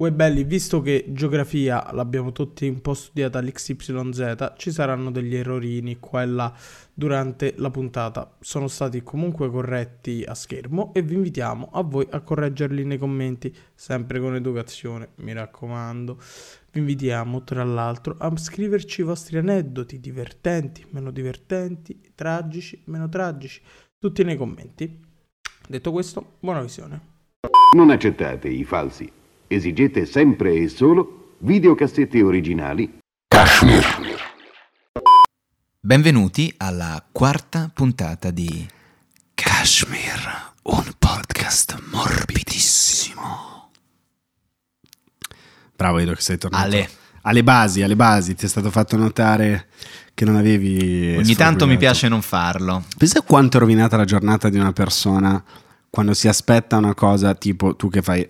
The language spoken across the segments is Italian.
Webelli, visto che geografia l'abbiamo tutti un po' studiata all'XYZ, ci saranno degli errorini qua e là durante la puntata. Sono stati comunque corretti a schermo e vi invitiamo a voi a correggerli nei commenti, sempre con educazione, mi raccomando. Vi invitiamo tra l'altro a scriverci i vostri aneddoti divertenti, meno divertenti, tragici, meno tragici, tutti nei commenti. Detto questo, buona visione. Non accettate i falsi esigete sempre e solo videocassette originali. Kashmir. Benvenuti alla quarta puntata di Kashmir, un podcast morbidissimo. Bravo Edo che sei tornato. Ale. Alle basi, alle basi, ti è stato fatto notare che non avevi... Ogni tanto mi sfabbricato. piace non farlo. Pensa quanto è rovinata la giornata di una persona quando si aspetta una cosa tipo tu che fai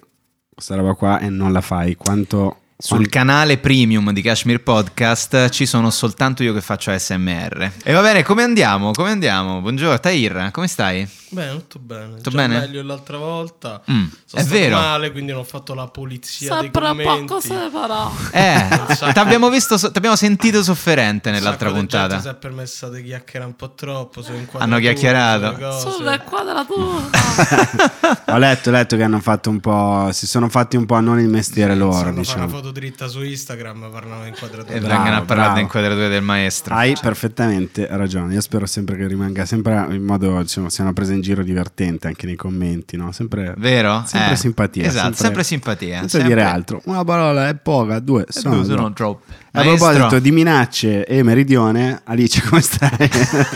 questa roba qua e non la fai. Quanto... Sul canale premium di Kashmir Podcast ci sono soltanto io che faccio ASMR. E va bene, come andiamo? Come andiamo? Buongiorno, Tahir, come stai? Bene, tutto bene. Tutto Già bene? meglio l'altra volta. Mm, Sono è stato vero. male, quindi non ho fatto la polizia dei Sempre commenti. poco se farà. Eh, sacco- t'abbiamo visto, so- t'abbiamo sentito sofferente Un nell'altra sacco di gente puntata. Si è permessa di chiacchierare un po' troppo. Su Hanno chiacchierato. Sulla quadratura. Ho letto, ho letto che hanno fatto un po'... si sono fatti un po' non il mestiere loro, Loro, fanno una diciamo. foto dritta su Instagram parlano in quadratura. E Bravo, vengono a parlare bravo. di inquadrature del maestro. Hai perfettamente ragione. Io spero sempre che rimanga sempre in modo, diciamo, sia una presa in giro divertente anche nei commenti, no? Sempre, Vero? sempre Eh, simpatia. Esatto, sempre, simpatia. Senza sempre- dire altro. Una parola è poca, due Eh, sono. due due. sono troppe. A Maestro, proposito di minacce e meridione, Alice, come stai?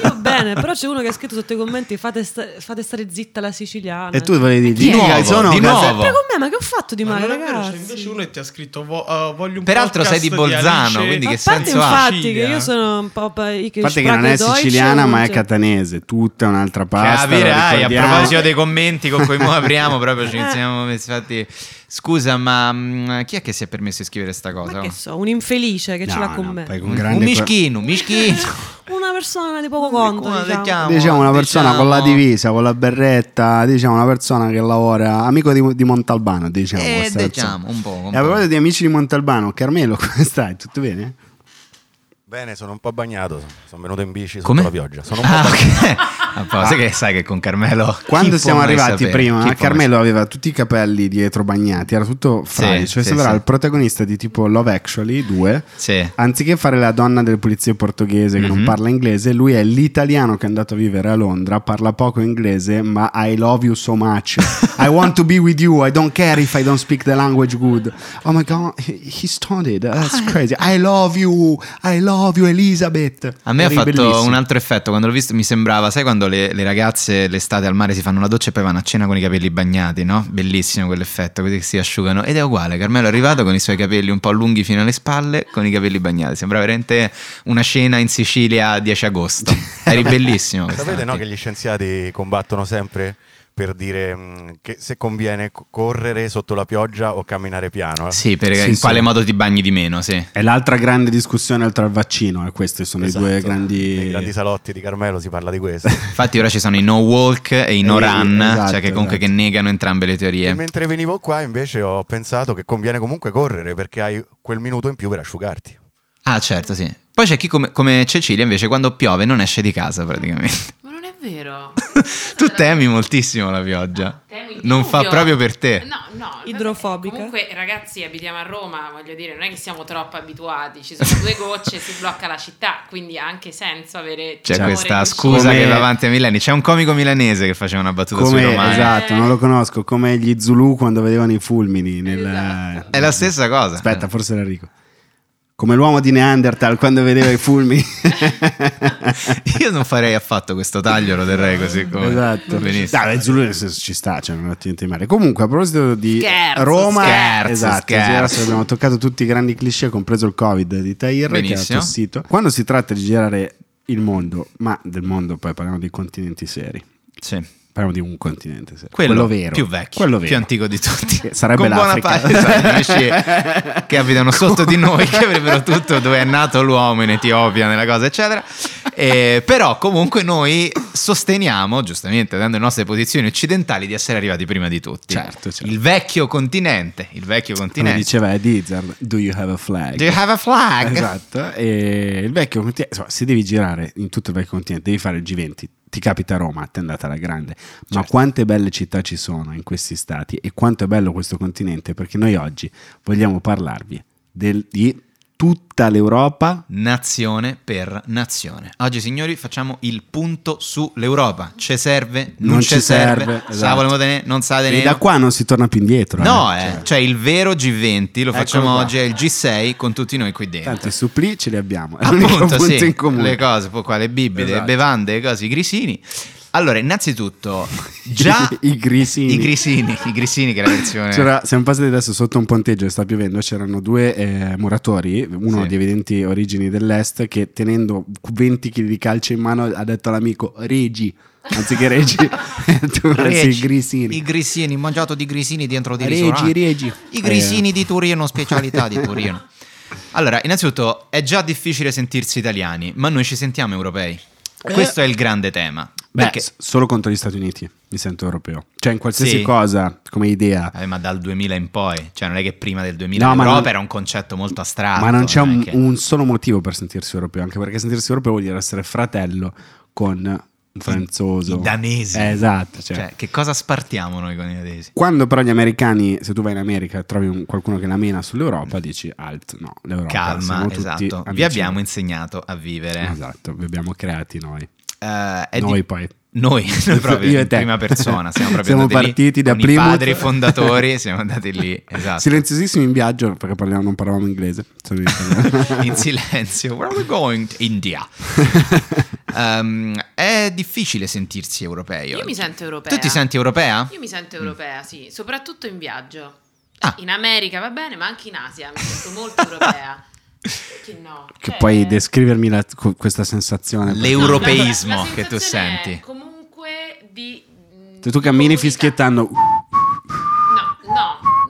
Io bene, però c'è uno che ha scritto sotto i commenti fate, sta- fate stare zitta la siciliana. e tu Di volevi dire nuovo, Mica, sono di case- nuovo. Sempre con me, ma che ho fatto di Ma male, non è vero, c'è ragazzi? invece uno che ti ha scritto vo- eh, voglio un Peraltro sei di podcast Bolzano, Alice. quindi Ma che a parte senso ha? infatti che Sicilia? io sono un po' pa- A parte che non è siciliana, ma è catanese, tutta un'altra pasta. lo Capirai, a ricordiamo. proposito dei commenti con cui mo apriamo, proprio ci siamo messi fatti. Scusa, ma mm, chi è che si è permesso di scrivere sta cosa? Ma che so, un infelice che No, ce l'ha con no, me. poi con un, grande un mischino, un mischino. Una persona di poco conto, Come diciamo. leggiamo? Diciamo una persona Diciamo- con la divisa, con la berretta, diciamo una persona che lavora, amico di, di Montalbano, diciamo. Eh, questa diciamo, un po'. persona. un E Eh, a po'. proposito di amici di Montalbano, Carmelo, come stai? Tutto bene? Bene, sono un po' bagnato. Sono venuto in bici sotto Come? la pioggia. Sono un po' Ah, bagnato. ok. A posto, sai che sai che con Carmelo. Quando chi siamo può mai arrivati sapere? Chi prima, Eh, può mai Carmelo aveva tutti i capelli dietro bagnati, era tutto fradicio, cioè sì, sembrava sì. il protagonista di tipo Love Actually 2. Sì. Anziché fare la donna del poliziotto portoghese che non Mhm. parla inglese, lui è l'italiano che è andato a vivere a Londra, parla poco inglese, ma I love you so much. I want to be with you. I don't care if I don't speak the language good. Oh my god, he he studied. That's Ah. crazy. I love you. I love you Elizabeth. A me ha Eri fatto bellissimo. un altro effetto quando l'ho visto. Mi sembrava, sai, quando le, le ragazze l'estate al mare si fanno una doccia e poi vanno a cena con i capelli bagnati, no? Bellissimo quell'effetto, così che si asciugano. Ed è uguale. Carmelo è arrivato con i suoi capelli un po' lunghi fino alle spalle, con i capelli bagnati. Sembrava veramente una cena in Sicilia a 10 agosto. Eri bellissimo. questa Sapete no, mattina. che gli scienziati combattono sempre per dire mh, che se conviene co- correre sotto la pioggia o camminare piano. eh? Sì, per Sì, in sì. quale modo ti bagni di meno, sì. È l'altra grande discussione oltre al vaccino, e questi sono Esatto. i due grandi... Nei grandi salotti di Carmelo si parla di questo. Infatti ora ci sono i no walk e i no Eh, run, esatto, cioè che comunque esatto. che negano entrambe le E teorie. mentre venivo qua invece ho pensato che conviene comunque correre perché hai quel minuto in più per asciugarti. Ah, certo, sì. Poi c'è chi come, come Cecilia invece quando piove non esce di casa praticamente. Ma non è vero. Tu temi moltissimo la pioggia. Temo il Non diluvio. fa proprio per te. No, no. Idrofobica. Comunque, ragazzi, abitiamo a Roma, voglio dire, non è che siamo troppo abituati. Ci sono due gocce, si blocca la città, quindi ha anche senso avere. C'è timore Cioè, questa di scusa Come- che va avanti a Milani. C'è un comico milanese che faceva una battuta sui Come, romani. esatto, non lo conosco, come gli Zulu quando vedevano i fulmini. Nel, Eh, Esatto. È la stessa cosa. Aspetta, forse era Rico. Come l'uomo di Neanderthal quando vedeva i fulmini. Io non farei affatto questo taglio, lo terrei così come. esatto. Benissimo. Dai, il Zulu nel senso ci sta, cioè non attivamente in male. Comunque, a proposito di Scherzo, Roma, scherzo, esatto, scherzo. sì, adesso abbiamo toccato tutti i grandi cliché, compreso il Covid di Tahir che Benissimo. ha tossito. Quando si tratta di girare il mondo, ma del mondo poi parliamo di continenti seri. Sì. Parliamo di un continente. se- Quello, vero. più vecchio, Quello vero. più antico di tutti. Che sarebbe Con buona l'Africa. parte esatto, di amici che abitano sotto di noi, che avrebbero tutto dove è nato l'uomo, in Etiopia, nella cosa, eccetera. Eh, però comunque noi sosteniamo, giustamente, dando le nostre posizioni occidentali, di essere arrivati prima di tutti. Certo, certo. Il vecchio continente, il vecchio Come continente. diceva Eddie Izzard, do you have a flag? Do you have a flag? Esatto, e il vecchio continente, insomma, se devi girare in tutto il vecchio continente, devi fare il G20, ti capita Roma, te è andata alla grande, ma Certo. quante belle città ci sono in questi stati e quanto è bello questo continente, perché noi oggi vogliamo parlarvi del- di tutta l'Europa, Nazione per nazione. Oggi, signori, facciamo il punto sull'Europa. Ce serve, non, Non ce ci serve, serve, sa esatto. volemo tenere, non sa e tenere. da qua non si torna più indietro. No, eh, eh, cioè, il vero G20 lo facciamo Ecco qua. oggi, è il G6 con tutti noi qui dentro. Tanto i suppli ce li abbiamo, è l'unico eh. Appunto, punto sì, in comune. le cose, poi qua le bibite, Esatto. le bevande, le cose, i grisini. Allora, innanzitutto, già I grisini. i grisini, i grisini che è la versione... C'era- siamo passati adesso sotto un ponteggio e sta piovendo. C'erano due eh, muratori, uno Sì. di evidenti origini dell'est, che tenendo 20 kg di calce in mano ha detto all'amico Regi, anziché Regi, tu Regi, sei Grisini. I grisini, mangiato di grisini dentro di Regi, ristoranti. Regi. I grisini Eh. di Torino, specialità di Torino. Allora, innanzitutto è già difficile sentirsi italiani, ma noi ci sentiamo europei. Questo è il grande tema. Eh. Beh, perché, s- solo contro gli Stati Uniti mi sento europeo. Cioè in qualsiasi Sì. cosa, come idea. eh, ma dal 2000 in poi, cioè non è che prima del 2000 No, ma l'Europa non- era un concetto molto astratto. ma non c'è è un, che- un solo motivo per sentirsi europeo, anche perché sentirsi europeo vuol dire essere fratello con un franzoso. i danesi. Eh, esatto. Cioè, Cioè, che cosa spartiamo noi con i danesi? Quando però gli americani, se tu vai in America e trovi un- qualcuno che la mena sull'Europa, dici alt, no, l'Europa siamo Calma, tutti esatto. Vi amici. abbiamo insegnato a vivere. Esatto, vi abbiamo creati noi. Eh, è di- noi poi. Noi, noi proprio Io e in te. prima persona, siamo proprio Siamo andati lì partiti da con Plymouth. i padri fondatori, siamo andati lì, esatto, Silenziosissimi in viaggio, perché parliamo- non parlavamo inglese. solo in italiano. in silenzio. Where are we going? India. Ehm, è difficile sentirsi europei. Io oggi. mi sento europea. Tu ti senti europea? Io mi sento europea, sì, soprattutto in viaggio. Ah. In America va bene, ma anche in Asia mi sento molto europea. Perché no? che Cioè, puoi descrivermi la- co- questa sensazione. perché- L'euro- la- Europeismo la che tu sensazione è senti. Comunque di mh, Se tu di cammini comunità. fischiettando, No, no,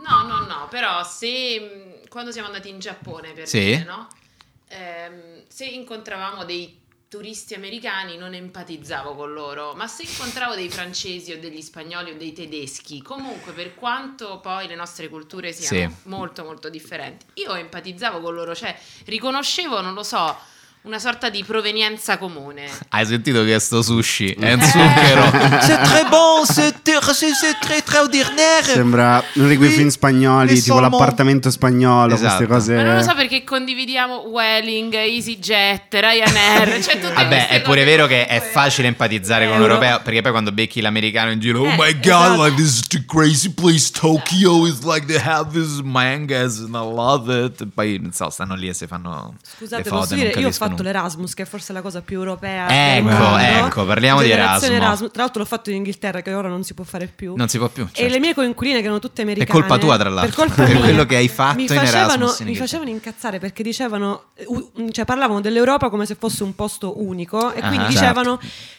no, no, no, però se mh, quando siamo andati in Giappone per Sì. dire, no? Ehm, se incontravamo dei turisti americani non empatizzavo con loro, ma se incontravo dei francesi o degli spagnoli o dei tedeschi, comunque per quanto poi le nostre culture siano Sì. molto molto differenti, io empatizzavo con loro, cioè riconoscevo, non lo so, una sorta di provenienza comune. Hai sentito che sto sushi è un zucchero. C'est très bon, c'est très, très ordinaire. sembra uno di quei film spagnoli, tipo l'appartamento spagnolo, Esatto. queste cose. Ma Ah, non lo so perché condividiamo Welling, EasyJet, Ryanair, cioè tutte Vabbè, queste è pure cose vero che è comunque- facile empatizzare con l'europeo, perché poi quando becchi l'americano in giro, oh Eh, my god, esatto. like this is the crazy place, Tokyo is like they have this mangas and I love it. E poi, non so, stanno lì e si fanno le Scusate, foto posso e non dire, io ho capiscono fatto nulla. l'Erasmus, che è forse la cosa più europea. Ecco, del mondo. ecco, parliamo di Generazione Erasmo. Tra l'altro l'ho fatto in Inghilterra, che ora non si può fare più. Non si può più. E certo. le mie coinquiline, che erano tutte È americane, colpa tua, tra l'altro. per, colpa Per mia, quello che hai fatto mi in facevano, Erasmus in Mi Inghilterra. facevano incazzare perché dicevano, u- cioè parlavano dell'Europa come se fosse un posto unico e quindi Ah, dicevano,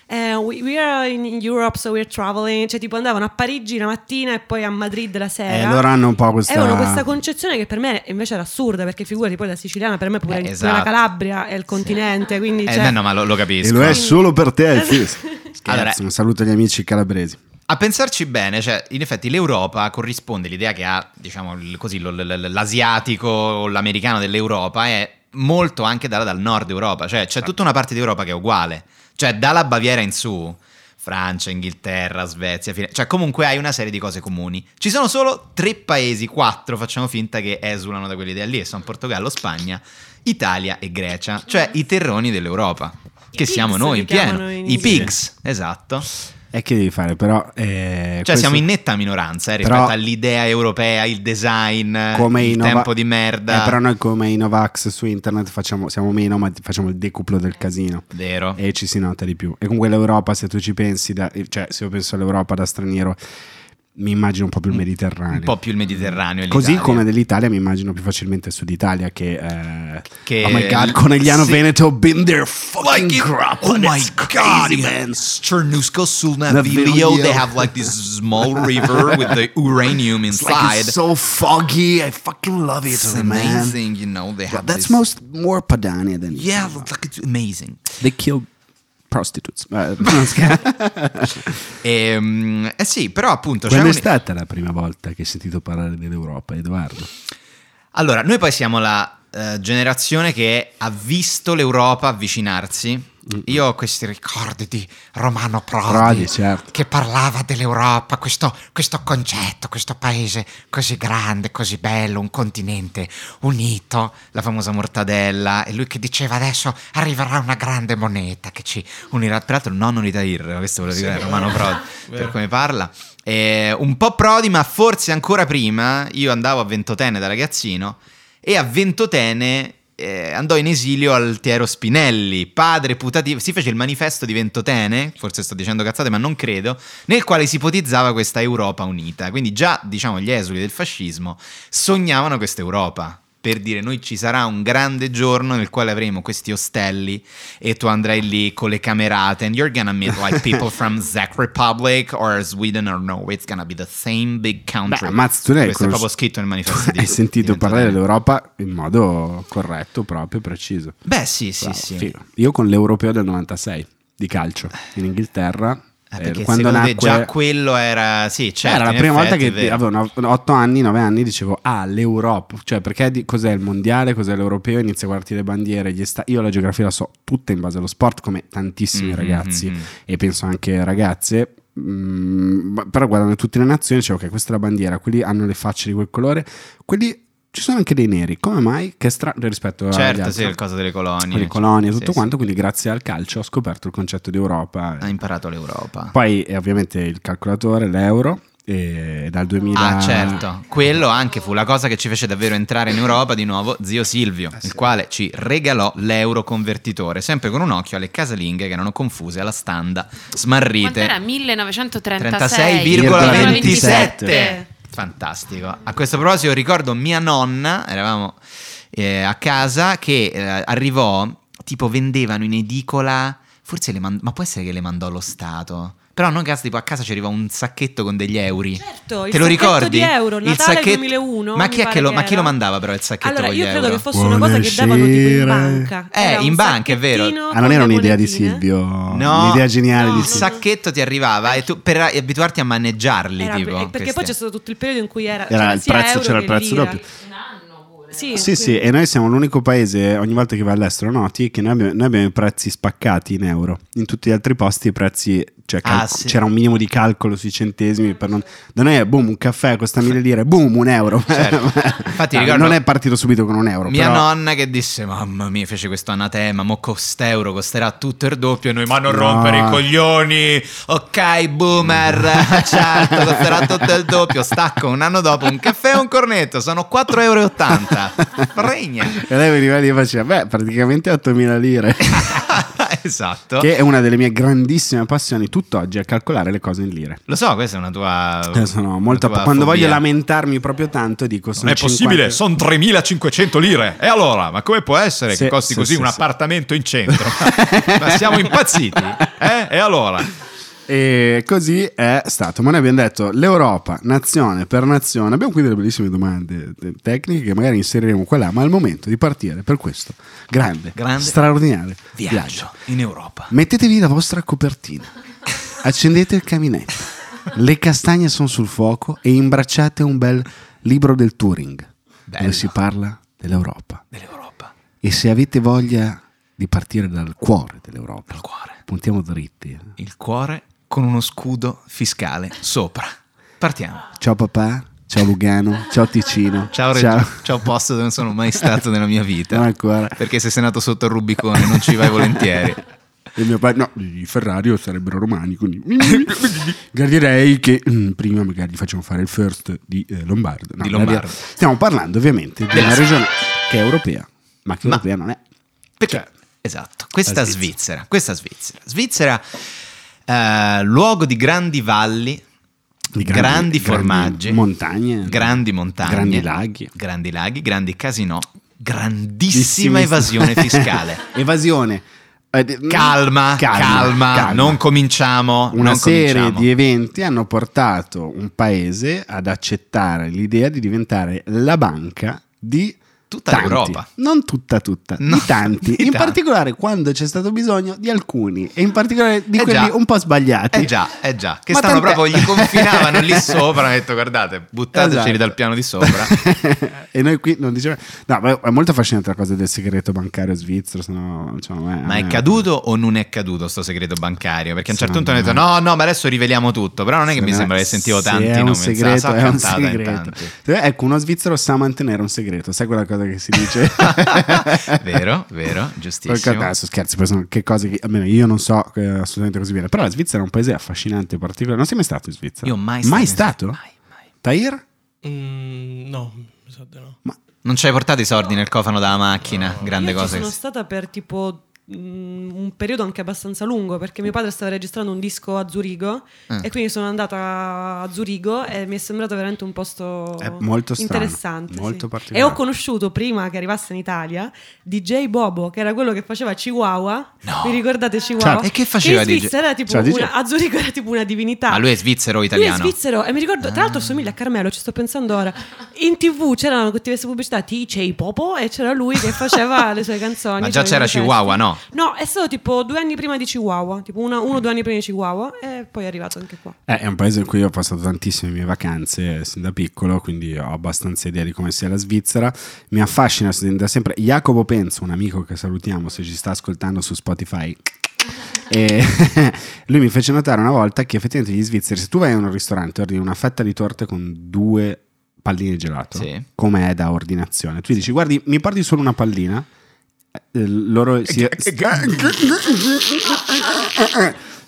eh, we, we are in Europe, so we're traveling. Cioè, tipo, andavano a Parigi la mattina e poi a Madrid la Eh, sera. loro hanno un po' questa... È una questa concezione che per me invece era assurda, perché figurati poi la siciliana, per me pure, Eh, pure esatto. la Calabria è il continente, quindi Eh, cioè, no, no, ma lo, lo E capisco. lo è solo per te. sì. Scherzo, Allora- un saluto agli amici calabresi. A pensarci bene, cioè, in effetti l'Europa corrisponde, l'idea che ha, diciamo, il- così, lo- l- l- l'asiatico o l'americano dell'Europa è molto anche dalla dal nord Europa, cioè c'è tutta una parte d'Europa che è uguale, cioè dalla Baviera in su, Francia, Inghilterra, Svezia, Fine- cioè comunque hai una serie di cose comuni. Ci sono solo tre paesi, quattro facciamo finta che esulano da quell'idea lì, e sono Portogallo, Spagna, Italia e Grecia, cioè i terroni dell'Europa, che pigs siamo noi li in pieno, chiamano in i inglese. pigs, esatto. E che devi fare, però. eh, Cioè questo- siamo in netta minoranza eh, rispetto Però- all'idea europea, il design, come i il Nova- tempo di merda. Eh, però noi, come i Novax su internet, facciamo, siamo meno, ma facciamo il decuplo del casino. Vero. E ci si nota di più. E comunque l'Europa, se tu ci pensi, da- cioè se io penso all'Europa da straniero. mi immagino un po' più il Mediterraneo. Mm, Un po' più il Mediterraneo. e Così l'Italia. come dell'Italia mi immagino più facilmente il Sud Italia che, eh, Che- Oh my god, Conegliano sì. Veneto, been there fucking Like it- crap. oh my it's god, crazy, man. man. Chernusco, Sulna, The Vilio, Vilio. they have like this small river with the uranium It's like inside. it's so foggy, I fucking love it, It's man. amazing, you know, they But have that's this- most more Padania than Yeah, it's like it's amazing. They kill prostitutes. Eh, non scherzo. Ehm, eh sì, però appunto... cioè, c'è Quando è un- stata la prima volta che hai sentito parlare dell'Europa, Edoardo? Allora, noi poi siamo la eh, generazione che ha visto l'Europa avvicinarsi. Io ho questi ricordi di Romano Prodi, Prodi, certo. che parlava dell'Europa, questo, questo concetto, questo paese così grande, così bello, un continente unito, la famosa mortadella, e lui che diceva adesso arriverà una grande moneta che ci unirà, peraltro il nonno di Tahir, questo ve lo dico, è Romano Prodi, per Vero. come parla. Eh, un po' prodi, ma forse ancora prima io andavo a Ventotene da ragazzino e a Ventotene eh, andò in esilio Altiero Spinelli, padre putativo. Si fece il manifesto di Ventotene, forse sto dicendo cazzate, ma non credo, nel quale si ipotizzava questa Europa unita. Quindi già, diciamo, gli esuli del fascismo sognavano questa Europa. Per dire, noi ci sarà un grande giorno nel quale avremo questi ostelli e tu andrai lì con le camerate and you're gonna meet like people from Czech Republic or Sweden or Norway. It's gonna be the same big Beh, country. ammazza, tu ne hai Questo è conos- proprio scritto nel manifesto di Hai sentito di parlare Ventotene. dell'Europa in modo corretto, proprio, preciso. Beh, sì, sì, Bravo, sì. figo. Io con l'Europeo del 96 di calcio in Inghilterra. Eh, eh, perché quando secondo te nacque, già quello era sì, Cioè, certo, era la in prima volta effetti, che è vero. avevo 8 anni, 9 anni, dicevo, ah, l'Europa, cioè perché di- cos'è il mondiale, cos'è l'europeo, inizio a guardarti le bandiere, gli sta- io la geografia la so tutta in base allo sport come tantissimi Mhm, ragazzi mhm. e penso anche ragazze, mm, ma- però guardano tutte le nazioni, dicevo, ok, questa è la bandiera, quelli hanno le facce di quel colore, quelli ci sono anche dei neri, come mai? Che strano rispetto agli Certo, sì, altri. il coso delle colonie. cioè, le colonie, Sì, tutto quanto, quindi grazie al calcio ho scoperto il concetto di Europa. eh, sì. Ha imparato l'Europa. Poi eh, ovviamente il calcolatore, l'euro, e dal 2000... Ah, certo. Quello anche fu la cosa che ci fece davvero entrare in Europa di nuovo zio Silvio, il quale ci regalò l'euro convertitore, sempre con un occhio alle casalinghe che erano confuse alla standa Quant'era? smarrite. 1936,27. 36,27. Fantastico. A questo proposito ricordo mia nonna, eravamo eh, a casa, che eh, arrivò, tipo vendevano in edicola, forse le mandò, ma può essere che le mandò lo Stato. Però non caso, tipo a casa ci arriva un sacchetto con degli euro. Certo, il Te lo sacchetto ricordi? di euro, Natale 2001, Ma mi chi, è pare che lo, che ma chi lo era. mandava però il sacchetto Allora, con gli io credo euro? che fosse una cosa che davano tipo in Buonasera. banca. Eh, Era un in banca, è vero. sacchettino Ah, non con era le un'idea di monetine. Silvio, No, un'idea geniale no, di Il no, Silvio. sachetto ti arrivava e tu per abituarti a maneggiarli, Era- eh, tipo. perché poi c'è queste- stato tutto il periodo in cui era, Era c'era il sia prezzo, euro c'era il che prezzo lira. doppio. Un anno pure. Eh, Sì, Sì, sì, quindi- e noi siamo l'unico paese, ogni volta che vai all'estero, noti che noi abbiamo, noi abbiamo i prezzi spaccati in euro. In tutti gli altri posti i prezzi, cioè Ah, calco- sì. c'era un minimo di calcolo sui centesimi. Per non... Da noi è boom, un caffè costa mille lire, boom, un euro. Certo. Infatti No, ricordo- non è partito subito con un euro. Mia però... nonna che disse: Mamma mia, fece questo anatema. Mo cost'euro costerà tutto il doppio. E noi, ma non No. rompere i coglioni. Ok, boomer. certo, costerà tutto il doppio. Stacco un anno dopo un caffè e un cornetto. Sono 4,80 euro. Regna. E lei veniva lì e faceva, beh, praticamente 8.000 lire. esatto. che è una delle mie grandissime passioni tutt'oggi, è calcolare le cose in lire. Lo so, questa è una tua. Eh, sono molto- una tua quando voglio fobia. lamentarmi proprio tanto dico sono Non è possibile, 50 sono 3.500 lire. E allora, ma come può essere Sì, che costi sì, così sì, un sì. appartamento in centro? ma siamo impazziti? Eh? E allora? E così è stato. Ma noi abbiamo detto l'Europa, nazione per nazione. Abbiamo qui delle bellissime domande eh, tecniche che magari inseriremo qua e là, ma è il momento di partire per questo grande, Grande straordinario viaggio. in Europa. Mettetevi la vostra copertina, accendete il caminetto, le castagne sono sul fuoco e imbracciate un bel libro del Turing Bello. dove si parla dell'Europa. Dell'Europa. E se avete voglia di partire dal cuore dell'Europa, Dal cuore. puntiamo dritti. Il cuore con uno scudo fiscale sopra. Partiamo. Ciao papà, ciao Lugano, ciao Ticino. Ciao Reggio. Ciao. posto dove non sono mai stato nella mia vita. Non ancora. Perché se sei nato sotto il Rubicone non ci vai volentieri. E mio padre, no, i Ferrari sarebbero romani, quindi gradirei che mm, prima magari gli facciamo fare il first di eh, Lombardo. No, Di Lombardo. gradirei. Stiamo parlando ovviamente di una regione che è europea, ma che Ma- europea non è. Perché? esatto, questa Svizzera. questa Svizzera. Svizzera, eh, luogo di grandi valli, Di Grandi formaggi. montagne, grandi montagne, grandi laghi. grandi laghi, grandi casinò, grandissima evasione fiscale. evasione. Eh, d- Calma, calma, non cominciamo. Una non serie cominciamo. di eventi hanno portato un paese ad accettare l'idea di diventare la banca di Tutta tanti. l'Europa. Non tutta, tutta, No, di tanti. di in tanti. particolare quando c'è stato bisogno di alcuni, e in particolare di Eh quelli già. un po' sbagliati. Eh già, eh già, che Ma stanno tant'è. proprio, gli confinavano lì sopra, hanno detto guardate, buttateceli Esatto. dal piano di sopra. e noi qui non dicevamo. No, ma è molto affascinante la cosa del segreto bancario svizzero. se no, diciamo, eh, Ma eh, è caduto o non è caduto sto segreto bancario? Perché a un certo Secondo punto hanno detto no, no, ma adesso riveliamo tutto, però non è che mi Secondo sembra me che sentivo se tanti è nomi, un sa- segreto, sa è un cantata in segreto. tanti. Ecco, uno svizzero sa mantenere un segreto, sai quella cosa che si dice? vero, vero, Perché giustissimo. adesso scherzi, poi sono che cose che almeno io non so eh, assolutamente così bene. Però la Svizzera è un paese affascinante, particolare. Non sei mai stato in Svizzera? Io mai, stato? Mai, mai. Tahir? Mm, no, mi sa di no. Non ci hai portato i soldi nel cofano della macchina, grande Io ci cosa. sono stata per tipo mm, un periodo anche abbastanza lungo perché mio padre stava registrando un disco a Zurigo Ah. e quindi sono andata a Zurigo e mi è sembrato veramente un posto È molto strano, interessante sì. molto e particolare. ho conosciuto prima che arrivasse in Italia DJ Bobo che era quello che faceva Chihuahua No. vi ricordate Chihuahua? Certo. E che faceva in DJ? Svizzera era tipo Cioè, DJ? una- a Zurigo era tipo una divinità Ma lui è svizzero o italiano? lui è svizzero e mi ricordo, tra l'altro Ah. somiglia a Carmelo, ci sto pensando ora. In tv c'erano queste pubblicità, ti c'è i popo e c'era lui che faceva le sue canzoni. Ma già c'erano c'era i suoi Chihuahua, no? testi. No, è stato tipo due anni prima di Chihuahua, tipo una- uno o due anni prima di Chihuahua e poi è arrivato anche qua. Eh, è un paese in cui ho passato tantissime mie vacanze eh, sin da piccolo, quindi ho abbastanza idea di come sia la Svizzera. Mi affascina da sempre Jacopo Penzo, un amico che salutiamo se ci sta ascoltando su Spotify. E lui mi fece notare una volta che effettivamente gli svizzeri, se tu vai in un ristorante e ordini una fetta di torta con due palline di gelato, Sì. come è da ordinazione, tu gli dici guardi mi porti solo una pallina, Eh, loro si...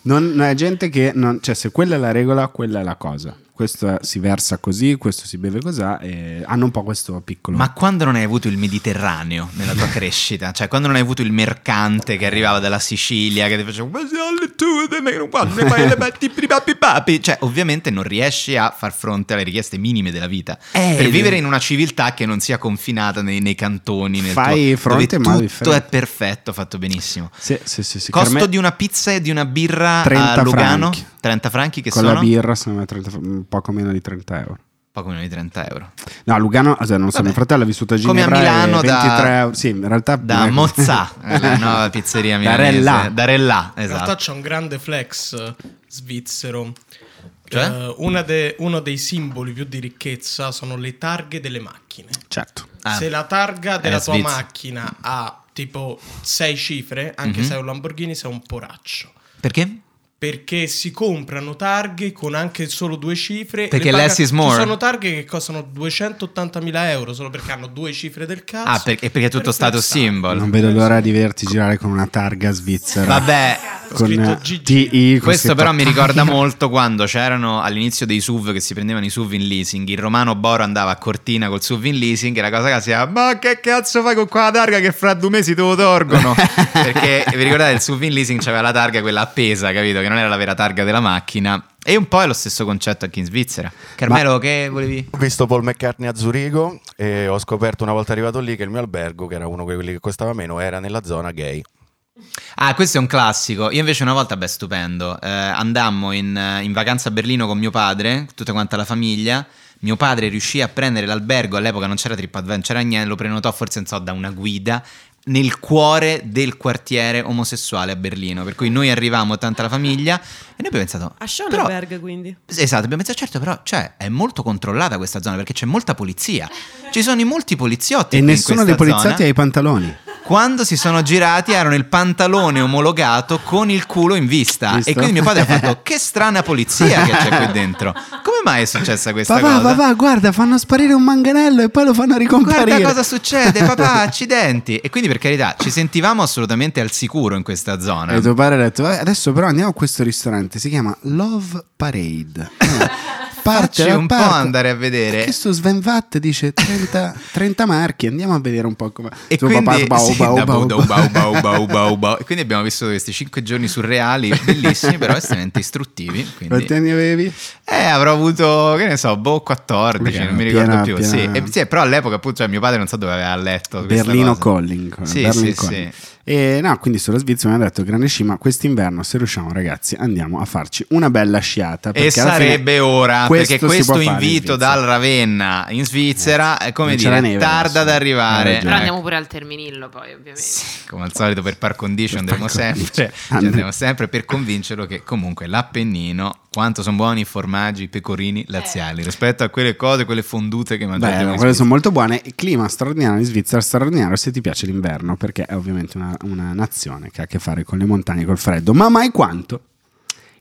Non, non è gente che non- cioè, se quella è la regola, quella è la cosa. Questo si versa così, questo si beve così. E hanno un po' questo piccolo. Ma quando non hai avuto il Mediterraneo nella tua crescita? Cioè, quando non hai avuto il mercante che arrivava dalla Sicilia, che ti faceva "Ma se alle tue te me non guardi, ma le metti prima pi papi". Cioè, ovviamente non riesci a far fronte alle richieste minime della vita. Eh, per eh. vivere in una civiltà che non sia confinata nei, nei cantoni, nel Fai tuo, fronte, dove ma tutto differente. è perfetto, fatto benissimo. Sì, sì, sì, sì. Costo Per me di una pizza e di una birra 30 a Lugano? franchi. 30 franchi che con sono la birra sono 30 fr- un poco meno di 30 euro. poco meno di 30 euro. No, a Lugano, cioè, non so, Vabbè. mio fratello ha vissuto a Come Ginevra a Milano e da- 23 euro. Sì, in realtà Da eh, Mozzà, la nuova pizzeria Da milanese. Rellà. Da Rellà, In realtà esatto. c'è un grande flex eh, svizzero. Cioè? Eh, una de- uno dei simboli più di ricchezza sono le targhe delle macchine. Certo. Ah. Se la targa della Eh, tua Svizzera. macchina ha tipo 6 cifre, anche Mhm. se è un Lamborghini, sei un poraccio. Perché? Perché si comprano targhe con anche solo due cifre. le Perché less is more. Ci sono targhe che costano 280.000 euro solo perché hanno due cifre del cazzo. Ah, perché, perché è tutto Per stato flexare. symbol. Non vedo l'ora di vederti girare con una targa svizzera. Vabbè, Con Scritto eh, GG. TI, con questo scritto- però mi ricorda molto quando c'erano all'inizio dei SUV che si prendevano i SUV in leasing. Il romano Boro andava a Cortina col SUV in leasing e la cosa che si era, ma che cazzo fai con quella targa che fra due mesi te lo torgono? Perché vi ricordate il SUV in leasing c'aveva la targa quella appesa, capito? Che non era la vera targa della macchina. E un po' è lo stesso concetto anche in Svizzera. Carmelo, che volevi? Ho visto Paul McCartney a Zurigo e ho scoperto una volta arrivato lì che il mio albergo, che era uno di quelli che costava meno, era nella zona gay. Ah, questo è un classico. Io invece una volta, beh, stupendo. eh, andammo in, eh, in vacanza a Berlino con mio padre, tutta quanta la famiglia. Mio padre riuscì a prendere l'albergo, all'epoca non c'era TripAdvisor, non c'era niente, lo prenotò forse, non so, da una guida nel cuore del quartiere omosessuale a Berlino. Per cui noi arrivavamo, tanta la famiglia, e noi abbiamo pensato... A però- Schoenberg quindi. Esatto, abbiamo pensato, certo, però cioè, è molto controllata questa zona perché c'è molta polizia. Ci sono i molti poliziotti. E qui in nessuno dei questa poliziotti zona. ha i pantaloni. Quando si sono girati erano il pantalone omologato con il culo in vista. Visto? E quindi mio padre ha fatto: Che strana polizia che c'è qui dentro. Come mai è successa questa Papà, cosa? papà, guarda, fanno sparire un manganello e poi lo fanno ricomparire. Guarda cosa succede, papà, accidenti. E quindi, per carità, ci sentivamo assolutamente al sicuro in questa zona. E tuo "Eh, padre ha detto, "Vabbè, adesso però andiamo a questo ristorante, si chiama Love Parade. Eh, parte, Facci da un po' parte. andare a vedere. Perché sto Sven Vatt dice 30, 30 marchi, andiamo a vedere un po' come... E Insomma, quindi, bau, sì, bau, da bau, bau, bau. bau, bau, bau, bau, bau, bau. E quindi abbiamo vissuto questi cinque giorni surreali, bellissimi, però estremamente istruttivi. Quindi... Quanti anni avevi? Eh, avrò avuto, che ne so, boh, 14, Perché non mi piena- ricordo più. piena- Sì. E sì, però all'epoca appunto cioè, mio padre non so dove aveva letto. questa Berlino cosa. Calling. eh, Sì, Berlin sì, Calling. sì. E no, quindi sulla Svizzera mi ha detto grande sci, ma quest'inverno se riusciamo ragazzi andiamo a farci una bella sciata. E perché alla fine sarebbe ora, perché si può questo fare in invito Svizzera." Eh, dal Ravenna in Svizzera, è come Non c'è la dire, neve adesso. Eh, tarda ad Hai arrivare. ragione. Però Ecco. andiamo pure al Terminillo poi, ovviamente. Sì, come al solito per par condition Per andremo par condition. sempre, ci Andremo. andremo sempre per convincerlo che comunque l'Appennino, quanto sono buoni i formaggi, i pecorini laziali rispetto a quelle cose, quelle fondute che mangiate Bello, voi in Svizzera. quelle sono molto buone. Il clima straordinario in Svizzera, straordinario se ti piace l'inverno, perché è ovviamente una, una nazione che ha a che fare con le montagne, col freddo, ma mai quanto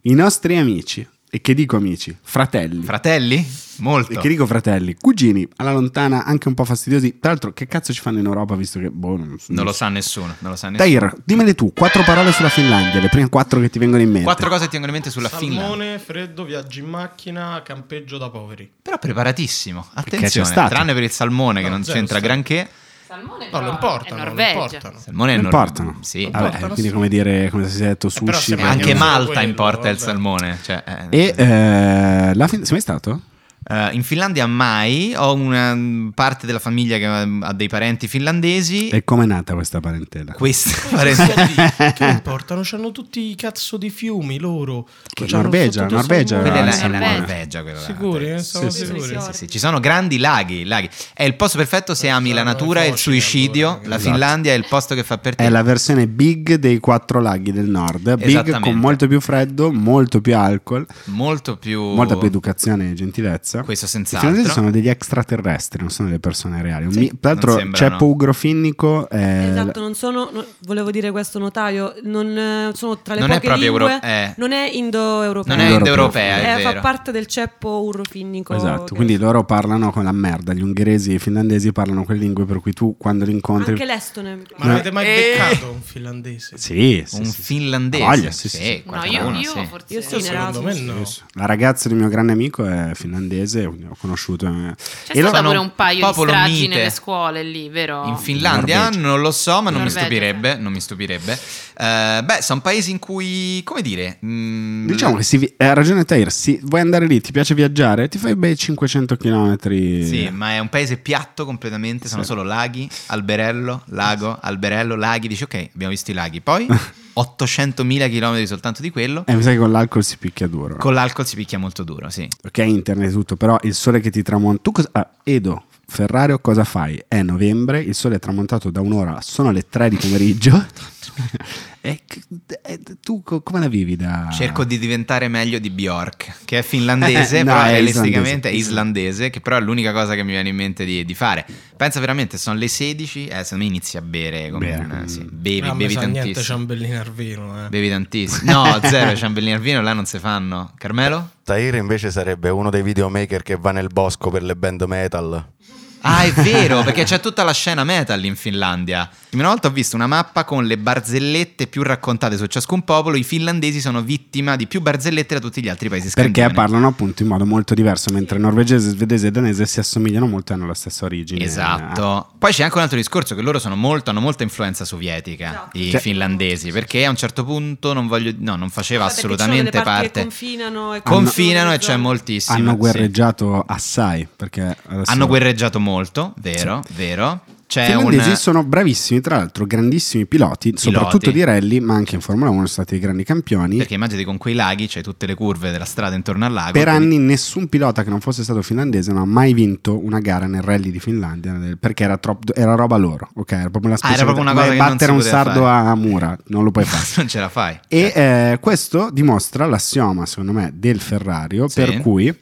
i nostri amici, e che dico amici, fratelli. Fratelli? Molto. e che dico fratelli, cugini, alla lontana anche un po' fastidiosi. Tra l'altro, che cazzo ci fanno in Europa visto che boh, non, Non lo sa nessuno, non lo sa nessuno. Tair, dimmele tu, quattro parole sulla Finlandia, le prime quattro che ti vengono in mente. Quattro cose ti tengono in mente sulla Finlandia. Salmone, freddo, viaggi in macchina, campeggio da poveri. Però preparatissimo, c'è attenzione, stato. tranne per il salmone che No, cioè, non zero c'entra stato. granché. Salmone No, però lo è importano, lo Norvegia. importano. Salmone Non è nor- importano. Sì. Vabbè, Importano, quindi sì. come dire, come si è detto, Eh, però sushi. se Ma anche Anche Malta quello, importa il vabbè. salmone. cioè, eh, E eh, la Fin- sei mai stato? Eh, in Finlandia mai, ho una mm, parte della famiglia che mm, ha dei parenti finlandesi. E com'è nata questa parentela? Questa Poi parente- sta lì, che importano? C'hanno tutti i cazzo di fiumi loro. Che C'hanno Norvegia, sotto del Norvegia, salmone. quella è la, il è la Ah, salmone. Norvegia. Quella là. Sicuri, eh? Siamo Sì, sì, sicuri. Sì, sì, ci sono grandi laghi, laghi. È il posto perfetto se Eh, ami la saranno natura e il fossili, suicidio. allora, La esatto. Finlandia è il posto che fa per te. È la versione big dei quattro laghi del nord. Big Esattamente. con molto più freddo, molto più alcol, Molto più. molta più educazione e gentilezza. Oh. Questo I senz'altro. finlandesi sono degli extraterrestri, non sono delle persone reali. Un Sì, mi- Tra l'altro, non sembrano. Ceppo Ugrofinnico Eh, è Esatto, non sono, no- volevo dire questo notaio, non eh, sono tra le Non è poche proprio lingue, euro- eh. non è indoeuropeo. Non è Loro indoeuropea, è Eh, vero. fa parte del ceppo urrofinnico. Esatto, che- quindi loro parlano con la merda, gli ungheresi e i finlandesi parlano quelle lingue per cui tu quando li incontri... Anche l'estone. Ma avete mai Eh. beccato un finlandese? Sì, sì, Un sì, sì. finlandese. Ah, voglia, sì, sì, Sì, sì. No, qualcuno, io, io sì. forse... Io sono in Secondo me Erasmus. no. La ragazza di un mio grande amico è finlandese, quindi ho conosciuto... eh. C'è E loro- stato sono pure un paio di popolo stragi mite. nelle scuole lì, vero? In Finlandia Norvegia. non lo so, ma non mi Norvegia, stupirebbe. Non mi stupirebbe. Eh, beh, sono paesi in cui, come dire, mm, Diciamo che si, vi- eh, ha ragione Tair, si, vuoi andare lì, ti piace viaggiare, ti fai bei 500 km. Sì, ma è un paese piatto completamente, sono Sì. solo laghi, alberello, lago, alberello, laghi, dici ok, abbiamo visto i laghi, poi 800.000 km soltanto di quello, E Eh, mi sa che con l'alcol si picchia duro. con l'alcol si picchia molto duro, sì. ok, internet e tutto, però il sole che ti tramonta... Tu cosa... ah, Edo, Ferrario, cosa fai? È novembre, il sole è tramontato da un'ora, sono le 3 di pomeriggio. e, che- e tu co- come la vivi da... Cerco di diventare meglio di Bjork, che è finlandese, No, però è realisticamente islandese. è islandese, che però è l'unica cosa che mi viene in mente di, di fare. Pensa veramente, sono le 16, eh, secondo me inizi a bere, come Bere. un- sì, Ah, bevi, a me bevi sa niente tantissimo. ciambellino al vino, eh. Bevi tantissimo. No, zero, i ciambellini al vino là non si fanno. Carmelo? Tahir invece sarebbe uno dei videomaker che va nel bosco per le band metal. Ah, è vero, perché c'è tutta la scena metal in Finlandia. Una volta ho visto una mappa con le barzellette più raccontate su ciascun popolo. I finlandesi sono vittima di più barzellette da tutti gli altri paesi Perché scandinavi. parlano appunto in modo molto diverso, mentre norvegese, svedese e danese si assomigliano molto e hanno la stessa origine. Esatto. Poi c'è anche un altro discorso che loro sono molto, hanno molta influenza sovietica, Esatto. i Cioè- finlandesi, perché a un certo punto non voglio no, non faceva Vabbè, perché ci sono assolutamente delle parti che parte. confinano e- Confinano e c'è Hanno- Ah, moltissimo. hanno sì. guerreggiato assai perché adesso- Hanno guerreggiato molto, vero, vero. I C'è un finlandesi sono bravissimi, tra l'altro, grandissimi piloti, soprattutto di rally, ma anche in Formula 1 sono stati dei grandi campioni. perché immaginate con quei laghi c'è tutte le curve della strada intorno al lago. per quindi- anni nessun pilota che non fosse stato finlandese non ha mai vinto una gara nel rally di Finlandia nel- perché era, troppo, era roba loro, ok? Era proprio una Ah, era specialità. proprio una come cosa che non battere si un poteva sardo fare. a Mura, non lo puoi fare. non ce la fai. Cioè, E eh, questo dimostra l'assioma, secondo me, del Ferrario, Sì. per cui